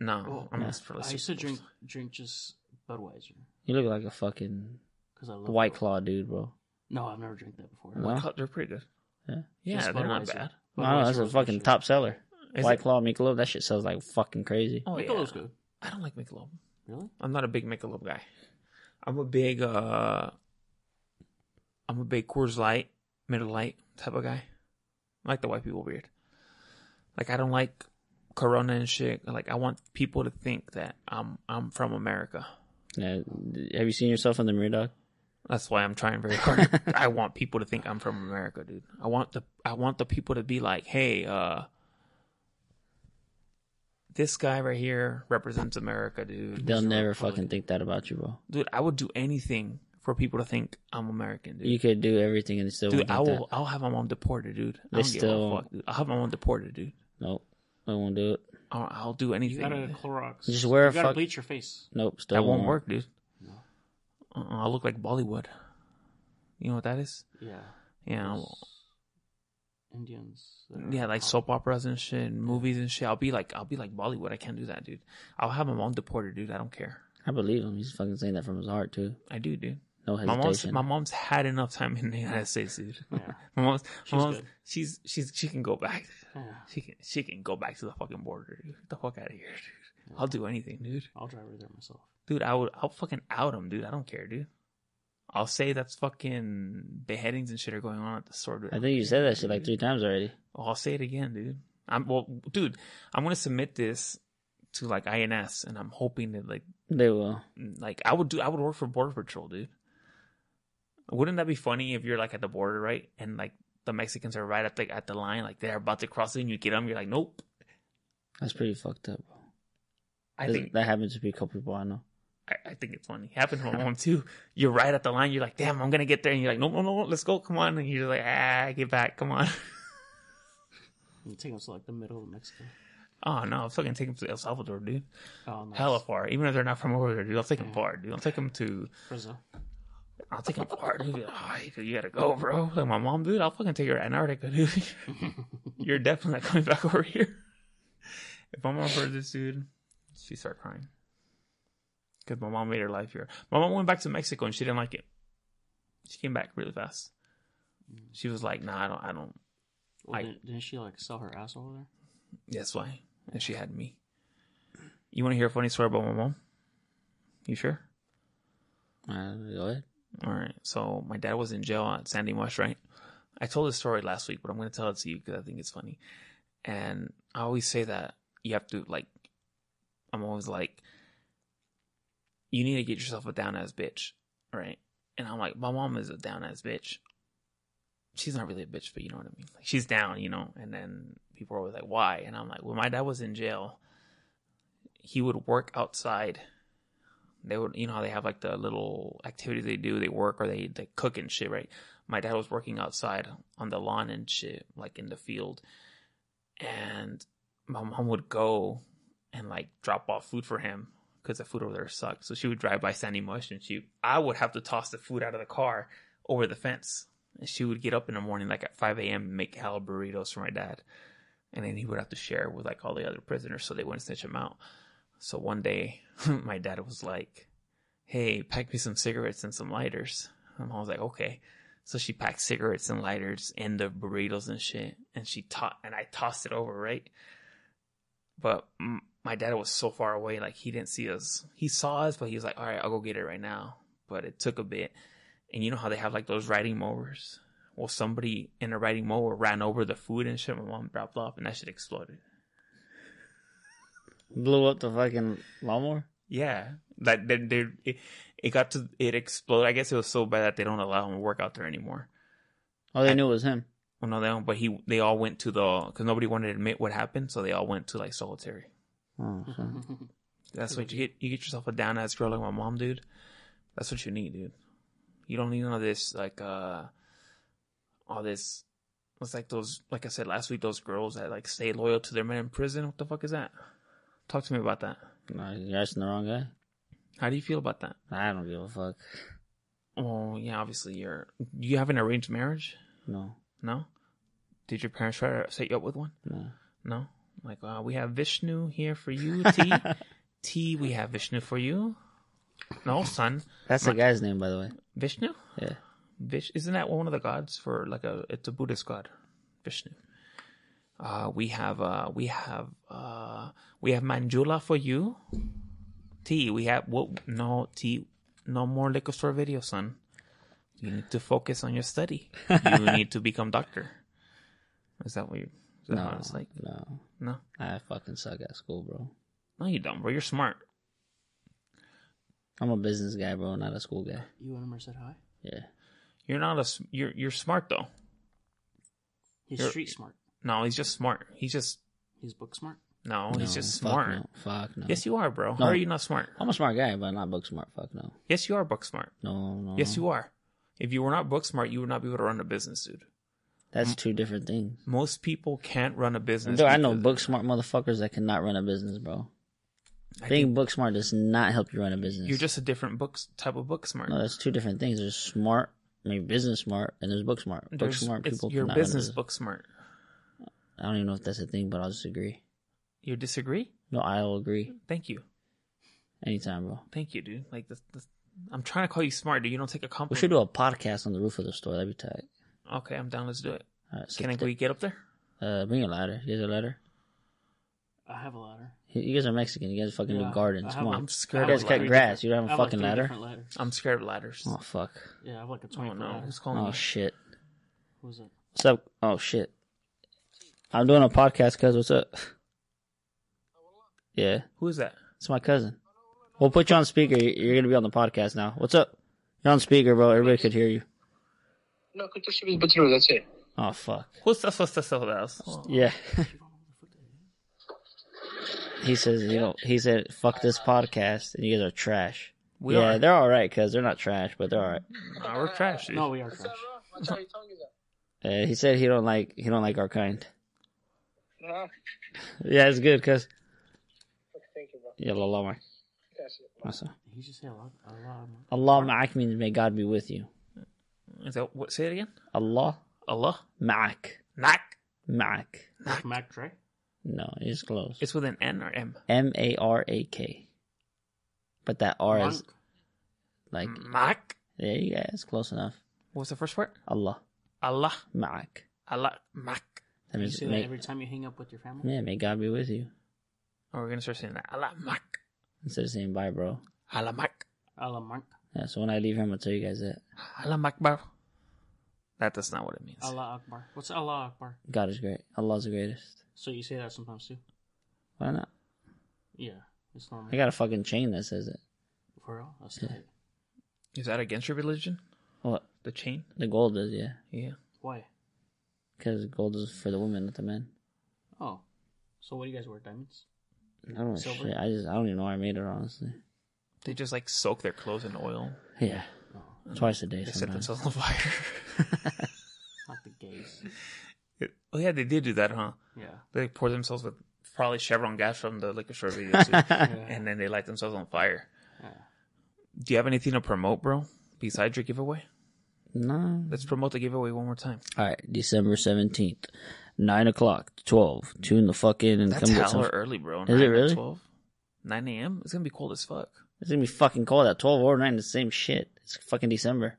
Speaker 1: No,
Speaker 3: Oh,
Speaker 1: I'm
Speaker 2: yeah.
Speaker 1: not for
Speaker 3: I used to
Speaker 1: Super
Speaker 3: drink
Speaker 1: Bowl.
Speaker 3: drink just Budweiser
Speaker 2: You look like a fucking
Speaker 3: because I love
Speaker 2: White
Speaker 3: Bud-
Speaker 2: Claw dude, bro.
Speaker 3: No, I've never drank that before.
Speaker 2: No?
Speaker 1: They're pretty good.
Speaker 2: Yeah.
Speaker 1: Yeah,
Speaker 3: Just
Speaker 1: they're not
Speaker 3: Budweiser.
Speaker 1: bad.
Speaker 2: Oh, No,
Speaker 3: Budweiser
Speaker 2: that's a
Speaker 3: was my
Speaker 2: fucking
Speaker 3: shit.
Speaker 2: top seller.
Speaker 1: Is
Speaker 2: White
Speaker 1: it-
Speaker 2: Claw, Michelob, that shit sells like fucking crazy.
Speaker 1: Oh yeah.
Speaker 3: Michelob's good.
Speaker 1: I don't like Michelob.
Speaker 3: Really?
Speaker 1: I'm not a big Michelob guy. I'm a big uh, I'm a big Coors Light, Middle Light type of guy. I like the white people weird. Like I don't like Corona and shit. Like I want people to think that I'm I'm from America.
Speaker 2: Yeah. Have you seen yourself in the mirror, dog?
Speaker 1: That's why I'm trying very
Speaker 2: <laughs>
Speaker 1: hard. I want people to think I'm from America, dude. I want the I want the people to be like, "Hey, uh this guy right here represents America, dude."
Speaker 2: They'll never
Speaker 3: Republican.
Speaker 2: fucking think that about you, bro.
Speaker 1: Dude, I would do anything for people to think I'm American, dude.
Speaker 2: You could do everything and they still
Speaker 1: dude,
Speaker 2: won't
Speaker 1: I
Speaker 2: think
Speaker 1: will I'll have my mom deported, dude. I
Speaker 2: They
Speaker 1: don't give
Speaker 2: still-
Speaker 1: a fuck. Dude. I'll have my mom deported, dude.
Speaker 2: that. Nope. I won't do it.
Speaker 1: I'll, I'll do anything.
Speaker 3: You gotta Clorox.
Speaker 2: Just wear
Speaker 3: You
Speaker 2: a
Speaker 3: gotta
Speaker 2: fuck-
Speaker 3: bleach your face.
Speaker 2: Nope. Still
Speaker 1: that won't work, dude. Uh-uh, I look like Bollywood. You know what that is?
Speaker 3: Yeah.
Speaker 1: Yeah. I'll-
Speaker 3: Indians. that are
Speaker 1: Yeah, like
Speaker 3: hot.
Speaker 1: soap operas and shit, and movies and shit. I'll be like, I'll be like Bollywood. I can't do that, dude. I'll have my mom deported, dude. I don't care.
Speaker 2: I believe him. He's fucking saying that from his heart too.
Speaker 1: I do, dude.
Speaker 2: No
Speaker 1: My mom's
Speaker 2: hesitation.
Speaker 1: my mom's had enough time in the United States, dude.
Speaker 3: Yeah.
Speaker 1: <laughs> My mom's, my
Speaker 3: She's
Speaker 1: mom's
Speaker 3: good.
Speaker 1: she's she's she can go back.
Speaker 3: Yeah.
Speaker 1: She can she can go back to the fucking border. Dude. Get the fuck out of here, dude. I'll do anything, dude.
Speaker 3: I'll drive her there myself.
Speaker 1: Dude, I would I'll fucking out him, dude. I don't care, dude. I'll say that's fucking beheadings and shit are going on at the store. Dude.
Speaker 2: I think you said that shit like three times already.
Speaker 1: Oh, I'll say it again, dude. I'm well, dude. I'm gonna submit this to like INS, and I'm hoping that like
Speaker 2: They will.
Speaker 1: like I would do. I would work for Border Patrol, dude. Wouldn't that be funny if you're like at the border, right, and like the Mexicans are right at the at the line, like they're about to cross it, and you get them, you're like, nope.
Speaker 2: That's pretty fucked up. bro.
Speaker 1: I
Speaker 2: This-
Speaker 1: think
Speaker 2: that happens to a couple people I know.
Speaker 1: I, I think it's funny. Happened to my mom too. You're right at the line. You're like, damn, I'm gonna get there, and you're like, no, no, no, let's go, come on, and you're like, ah, get back, come on. <laughs>
Speaker 3: You take us to like the middle of Mexico.
Speaker 1: oh no, I'm fucking taking them to El Salvador, dude.
Speaker 3: Oh, nice.
Speaker 1: Hella far. Even if they're not from over there, dude, I'll take them far, dude. I'll take them to
Speaker 3: Brazil.
Speaker 1: I'll take him far, dude. Oh, you- you gotta go, bro. Like my mom, dude. I'll fucking take her to Antarctica, dude. <laughs> You're definitely not coming back over here. If my mom heard this, dude, she start crying because my mom made her life here. My mom went back to Mexico and she didn't like it. She came back really fast. She was like, "Nah, I don't. I don't.
Speaker 3: Well,
Speaker 1: I-
Speaker 3: didn't, didn't she like sell her ass over there?
Speaker 1: That's why." And she had me. You want to hear a funny story about my mom? You sure?
Speaker 2: Uh, go ahead.
Speaker 1: All right. So my dad was in jail at Sandy Mush, right? I told this story last week, but I'm going to tell it to you because I think it's funny. And I always say that you have to like. I'm always like, you need to get yourself a down ass bitch, right? And I'm like, my mom is a down ass bitch. She's not really a bitch, but you know what I mean. Like she's down, you know. And then people are always like, why? And I'm like, when my dad was in jail, he would work outside they would you know how they have like the little activities they do they work or they they cook and shit right my dad was working outside on the lawn and shit, like in the field. And my mom would go and like drop off food for him because the food over there sucked. So she would drive by Sandy Mush and she, I would have to toss the food out of the car over the fence. And she would get up in the morning, like at 5 a.m., and make halal burritos for my dad. And then he would have to share with like all the other prisoners so they wouldn't snitch him out. So one day, <laughs> my dad was like, Hey, pack me some cigarettes and some lighters. And I was like, Okay. So she packed cigarettes and lighters in the burritos and shit. And she taught, and I tossed it over, right? But mm, my dad was so far away, like he didn't see us. He saw us, but he was like, All right, I'll go get it right now. But it took a bit. And you know how they have like those riding mowers? Well, somebody in a riding mower ran over the food and shit. My mom dropped off, and that shit exploded.
Speaker 2: Blew up the fucking lawnmower.
Speaker 1: Yeah, like they, they it, it got to it exploded. I guess it was so bad that they don't allow him to work out there anymore.
Speaker 2: All Oh, they
Speaker 1: I-
Speaker 2: knew was him.
Speaker 1: Well, no, they don't. But he, they all went to the because nobody wanted to admit what happened, so they all went to like solitary.
Speaker 2: Oh,
Speaker 1: Mm-hmm.
Speaker 2: so.
Speaker 1: That's what you get. You get yourself a down ass girl like my mom, dude. That's what you need, dude. You don't need none of this like uh, all this. It's like those, like I said last week, those girls that like stay loyal to their men in prison. What the fuck is that? Talk to me about that.
Speaker 2: No, you're asking the wrong guy.
Speaker 1: How do you feel about that?
Speaker 2: I don't give a fuck.
Speaker 1: Oh yeah, obviously you're. You have an arranged marriage?
Speaker 2: No,
Speaker 1: No. Did your parents try to set you up with one?
Speaker 2: no.
Speaker 1: No. Like uh, we have Vishnu here for you, T. T, we have Vishnu for you. No, son,
Speaker 2: That's the guy's name, by the way.
Speaker 1: Vishnu.
Speaker 2: Yeah.
Speaker 1: Vish isn't that one of the gods for like a it's a Buddhist god, Vishnu. Uh, we have uh, we have uh, we have Manjula for you. T, we have what? No T, no more liquor store video, son. You need to focus on your study.
Speaker 2: <laughs>
Speaker 1: You need to become doctor. Is that what you? Is that
Speaker 2: No,
Speaker 1: how it's like?
Speaker 2: no.
Speaker 1: No,
Speaker 2: I fucking suck at school, bro.
Speaker 1: no, you don't, bro. You're smart.
Speaker 2: I'm a business guy, bro, not a school guy.
Speaker 3: <laughs> You and him said hi.
Speaker 2: Yeah.
Speaker 1: You're not a. s- You're you're smart though.
Speaker 3: He's
Speaker 1: You're-
Speaker 3: street smart.
Speaker 1: No, he's just smart. He's just
Speaker 3: He's book smart.
Speaker 1: no.
Speaker 2: No,
Speaker 1: Oh, he's just
Speaker 2: fuck
Speaker 1: smart.
Speaker 2: No, fuck no.
Speaker 1: Yes, you are, bro. How
Speaker 2: No.
Speaker 1: are you not smart?
Speaker 2: I'm a smart guy, but not book smart. Fuck no.
Speaker 1: Yes, you are book smart.
Speaker 2: No, no.
Speaker 1: Yes, you are. If you were not book smart, you would not be able to run a business, dude.
Speaker 2: That's two different things.
Speaker 1: Most people can't run a business.
Speaker 2: Dude, I know
Speaker 1: because-
Speaker 2: book smart motherfuckers that cannot run a business, bro.
Speaker 1: I
Speaker 2: Being
Speaker 1: think
Speaker 2: book smart does not help you run a business.
Speaker 1: you're just a different book type of book smart.
Speaker 2: no. That's two different things. There's smart, I mean business smart, and there's book smart. Book
Speaker 1: There's-
Speaker 2: smart
Speaker 1: it's-
Speaker 2: people
Speaker 1: Your
Speaker 2: cannot
Speaker 1: business
Speaker 2: run a
Speaker 1: book smart.
Speaker 2: I don't even know if that's a thing, but I'll just agree.
Speaker 1: You disagree?
Speaker 2: No, I'll agree
Speaker 1: Thank you,
Speaker 2: anytime, bro.
Speaker 1: thank you, dude. Like this, this I'm trying to call you smart, dude. You don't take a
Speaker 2: We
Speaker 1: compliment.
Speaker 2: should do a podcast on the roof of the store. That'd be tight.
Speaker 1: Okay, I'm down. Let's do it.
Speaker 2: All right, so
Speaker 1: Can I, we get up there?
Speaker 2: uh, bring a ladder. You guys have a ladder?
Speaker 3: I have a ladder.
Speaker 2: You guys are Mexican. You guys fucking
Speaker 3: Yeah,
Speaker 2: do gardens. Come
Speaker 3: I have-
Speaker 2: on.
Speaker 1: I'm
Speaker 3: I
Speaker 2: You
Speaker 1: scared
Speaker 3: have
Speaker 1: of
Speaker 2: guys
Speaker 3: like
Speaker 2: cut
Speaker 1: ladders.
Speaker 3: three
Speaker 2: grass. You don't
Speaker 3: I
Speaker 2: have a
Speaker 3: have like
Speaker 2: fucking
Speaker 3: three
Speaker 2: ladder?
Speaker 3: different ladders.
Speaker 1: I'm scared of ladders.
Speaker 2: Oh, fuck.
Speaker 3: Yeah, I have like a twenty.
Speaker 1: Oh
Speaker 3: foot
Speaker 1: no,
Speaker 3: Ladder.
Speaker 1: who's calling
Speaker 2: Oh,
Speaker 1: me?
Speaker 2: shit.
Speaker 3: Who's it?
Speaker 2: What's up? Oh, shit. I'm doing a podcast, cuz. What's up? Yeah,
Speaker 1: Who is that?
Speaker 2: it's my cousin. We'll put you on speaker. You- You're going to be on the podcast now. What's up? You're on speaker, bro. Everybody could hear you.
Speaker 5: No, put your shit but through, that's it.
Speaker 2: Oh, fuck.
Speaker 1: Who's that? Who's that? Who's that?
Speaker 2: Yeah. he says, you know, he said, fuck this podcast, and you guys are trash.
Speaker 1: We
Speaker 2: yeah,
Speaker 1: are.
Speaker 2: they're all right, cuz. They're not trash, but they're all right.
Speaker 1: Nah, we're trash, dude.
Speaker 3: No, we are
Speaker 5: What's up,
Speaker 3: trash.
Speaker 5: bro? Watch how your tongue is out.
Speaker 2: Uh, he said he don't like he don't like our kind.
Speaker 5: Nah.
Speaker 2: Yeah, it's good, cuz.
Speaker 5: Okay, thank you, bro.
Speaker 2: Yeah, Allah ma'ak.
Speaker 5: That's it.
Speaker 2: Masa.
Speaker 3: He just said a lot. A lot. More.
Speaker 2: Allah ma'ak means may God be with you.
Speaker 1: Is that what? Say it again.
Speaker 2: Allah
Speaker 1: Allah.
Speaker 2: ma'ak.
Speaker 1: Nak.
Speaker 2: Ma'ak. <laughs>
Speaker 3: Like Mac Dre.
Speaker 2: No, it's close.
Speaker 1: It's with an N or M.
Speaker 2: M A R A K. But that R is
Speaker 3: Monk.
Speaker 2: like,
Speaker 3: Hmm.
Speaker 1: Mak.
Speaker 2: yeah, yeah, it's close enough.
Speaker 1: What was the first part?
Speaker 2: Allah
Speaker 1: Allah.
Speaker 2: ma'ak.
Speaker 1: Allah. Mak.
Speaker 2: That
Speaker 3: You
Speaker 2: means,
Speaker 3: say that
Speaker 2: may,
Speaker 3: every time you hang up with your family.
Speaker 2: yeah, may God be with you.
Speaker 1: Oh, we're gonna start saying that. Allah mak.
Speaker 2: Instead of saying bye, bro.
Speaker 1: Allah mak.
Speaker 3: A la Monk.
Speaker 2: Yeah, so when I leave here, I'm going to tell you guys that.
Speaker 1: Allah makbar. That, that's not what it means.
Speaker 3: Allah Akbar. What's Allah Akbar?
Speaker 2: God is great. Allah's the greatest.
Speaker 3: So you say that sometimes too?
Speaker 2: Why not?
Speaker 3: Yeah, it's normal.
Speaker 2: I got a fucking chain that says it.
Speaker 3: For real? That's tight.
Speaker 1: Is that against your religion?
Speaker 2: What?
Speaker 1: The chain?
Speaker 2: The gold is, yeah.
Speaker 1: Yeah.
Speaker 3: Why?
Speaker 2: Because gold is for the women, not the men.
Speaker 3: Oh, so what do you guys wear? Diamonds?
Speaker 2: I don't know
Speaker 3: Silver?
Speaker 2: shit. I just I don't even know where I made it honestly.
Speaker 1: They just like soak their clothes in oil.
Speaker 2: Yeah.
Speaker 3: Oh.
Speaker 2: twice a day.
Speaker 1: They set
Speaker 2: Sometimes.
Speaker 1: themselves on <laughs> fire.
Speaker 3: Not the gays.
Speaker 1: oh yeah, they did do that, huh?
Speaker 3: Yeah.
Speaker 1: They poured themselves with probably Chevron gas from the liquor store video too, <laughs>
Speaker 3: Yeah.
Speaker 1: and then they light themselves on fire.
Speaker 3: Yeah.
Speaker 1: Do you have anything to promote, bro? Besides your giveaway,
Speaker 2: No.
Speaker 1: let's promote the giveaway one more time.
Speaker 2: All right, December seventeenth, nine o'clock, to twelve. Tune the fuck in and
Speaker 1: That's
Speaker 2: come get
Speaker 1: hella
Speaker 2: some.
Speaker 1: early, bro.
Speaker 2: Is it really?
Speaker 1: Twelve, nine a.m. It's gonna be cold as fuck.
Speaker 2: It's gonna be fucking cold at twelve or nine. The same shit. It's fucking December.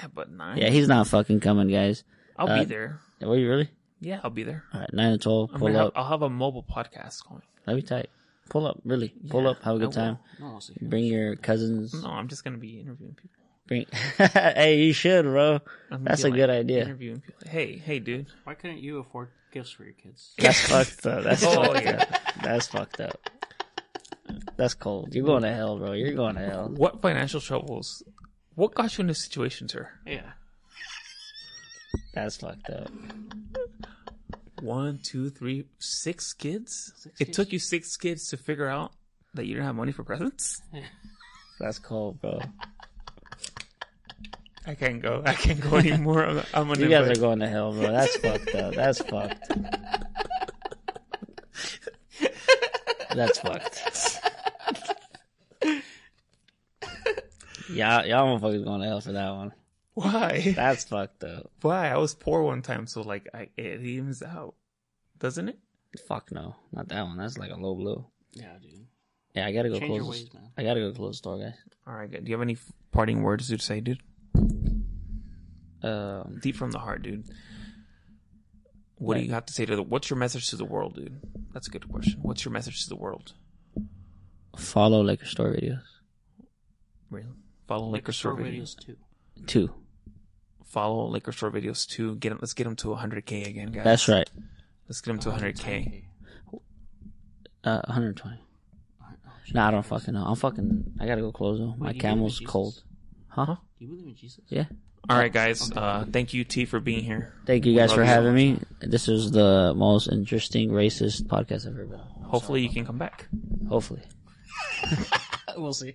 Speaker 1: Yeah, but nine.
Speaker 2: Yeah, he's not fucking coming, guys.
Speaker 1: I'll
Speaker 2: uh,
Speaker 1: be there.
Speaker 2: Were you really?
Speaker 1: Yeah, I'll be there.
Speaker 2: All right, nine to twelve.
Speaker 1: I'm
Speaker 2: Pull
Speaker 1: gonna have,
Speaker 2: up.
Speaker 1: I'll have a mobile podcast going.
Speaker 2: That'd be tight. Pull up, really. Pull
Speaker 1: Yeah,
Speaker 2: up. Have a
Speaker 1: I
Speaker 2: good
Speaker 1: will. Mm.
Speaker 2: time.
Speaker 3: No one wants to hear
Speaker 2: Bring your cousins.
Speaker 1: No, I'm just gonna be interviewing people.
Speaker 2: Bring. <laughs> hey, you should, bro.
Speaker 1: I'm gonna
Speaker 2: That's
Speaker 1: be,
Speaker 2: a
Speaker 1: like,
Speaker 2: good idea.
Speaker 1: Interviewing people. Hey, hey, dude.
Speaker 3: it. Why couldn't you afford gifts for your kids?
Speaker 2: That's fucked
Speaker 1: <laughs>
Speaker 2: up. That's
Speaker 1: Oh,
Speaker 2: fucked
Speaker 1: yeah.
Speaker 2: up. That's fucked up. That's cold. You're going to hell, bro. You're going to hell.
Speaker 1: What financial troubles? What got you in this situation, sir?
Speaker 3: Yeah.
Speaker 2: That's fucked up.
Speaker 1: One, two, three, six kids.
Speaker 3: Six
Speaker 1: it
Speaker 3: kids.
Speaker 1: took you six kids to figure out that you didn't have money for presents.
Speaker 2: That's cold, bro.
Speaker 1: I can't go. I can't go <laughs> anymore. I'm, I'm
Speaker 2: You guys are going to hell, bro. That's fucked
Speaker 3: <laughs>
Speaker 2: up. That's fucked. That's fucked. Y'all, y'all motherfuckers going to hell for that one.
Speaker 1: Why?
Speaker 2: That's fucked up.
Speaker 1: Why? I was poor one time, so like I, it evens out, doesn't it?
Speaker 2: Fuck no, not that one. That's like a low blow.
Speaker 3: Yeah, dude.
Speaker 2: Yeah, I gotta go
Speaker 3: Change
Speaker 2: close.
Speaker 3: your
Speaker 2: the-
Speaker 3: ways, man.
Speaker 2: I gotta go close the door, guys.
Speaker 1: All right. good. Do you have any f- parting words to say, dude?
Speaker 2: Um,
Speaker 1: Deep from the heart, dude. What do you have to say to the? What's your message to the world, dude? That's a good question. What's your message to the world?
Speaker 2: follow liquor store videos.
Speaker 1: Really? Follow liquor store videos.
Speaker 3: too.
Speaker 2: Two.
Speaker 1: Follow liquor store videos too. Get 'em- Let's get them to 100k again, guys.
Speaker 2: That's right.
Speaker 1: Let's get them to 100k.
Speaker 2: Uh, 120. Nah, I don't fucking know. I'm fucking. I gotta go close though. My
Speaker 3: Oh, you
Speaker 2: camel's
Speaker 3: believe in Jesus?
Speaker 2: cold. Huh?
Speaker 3: Do you believe in Jesus?
Speaker 2: Yeah.
Speaker 1: All right, guys. Uh, thank you, T, for being here.
Speaker 2: Thank you guys
Speaker 1: Love
Speaker 2: for
Speaker 1: you.
Speaker 2: having me. This is the most interesting racist podcast I've ever been. on.
Speaker 1: Hopefully, you can come back.
Speaker 2: Hopefully.
Speaker 3: Uh, We'll see.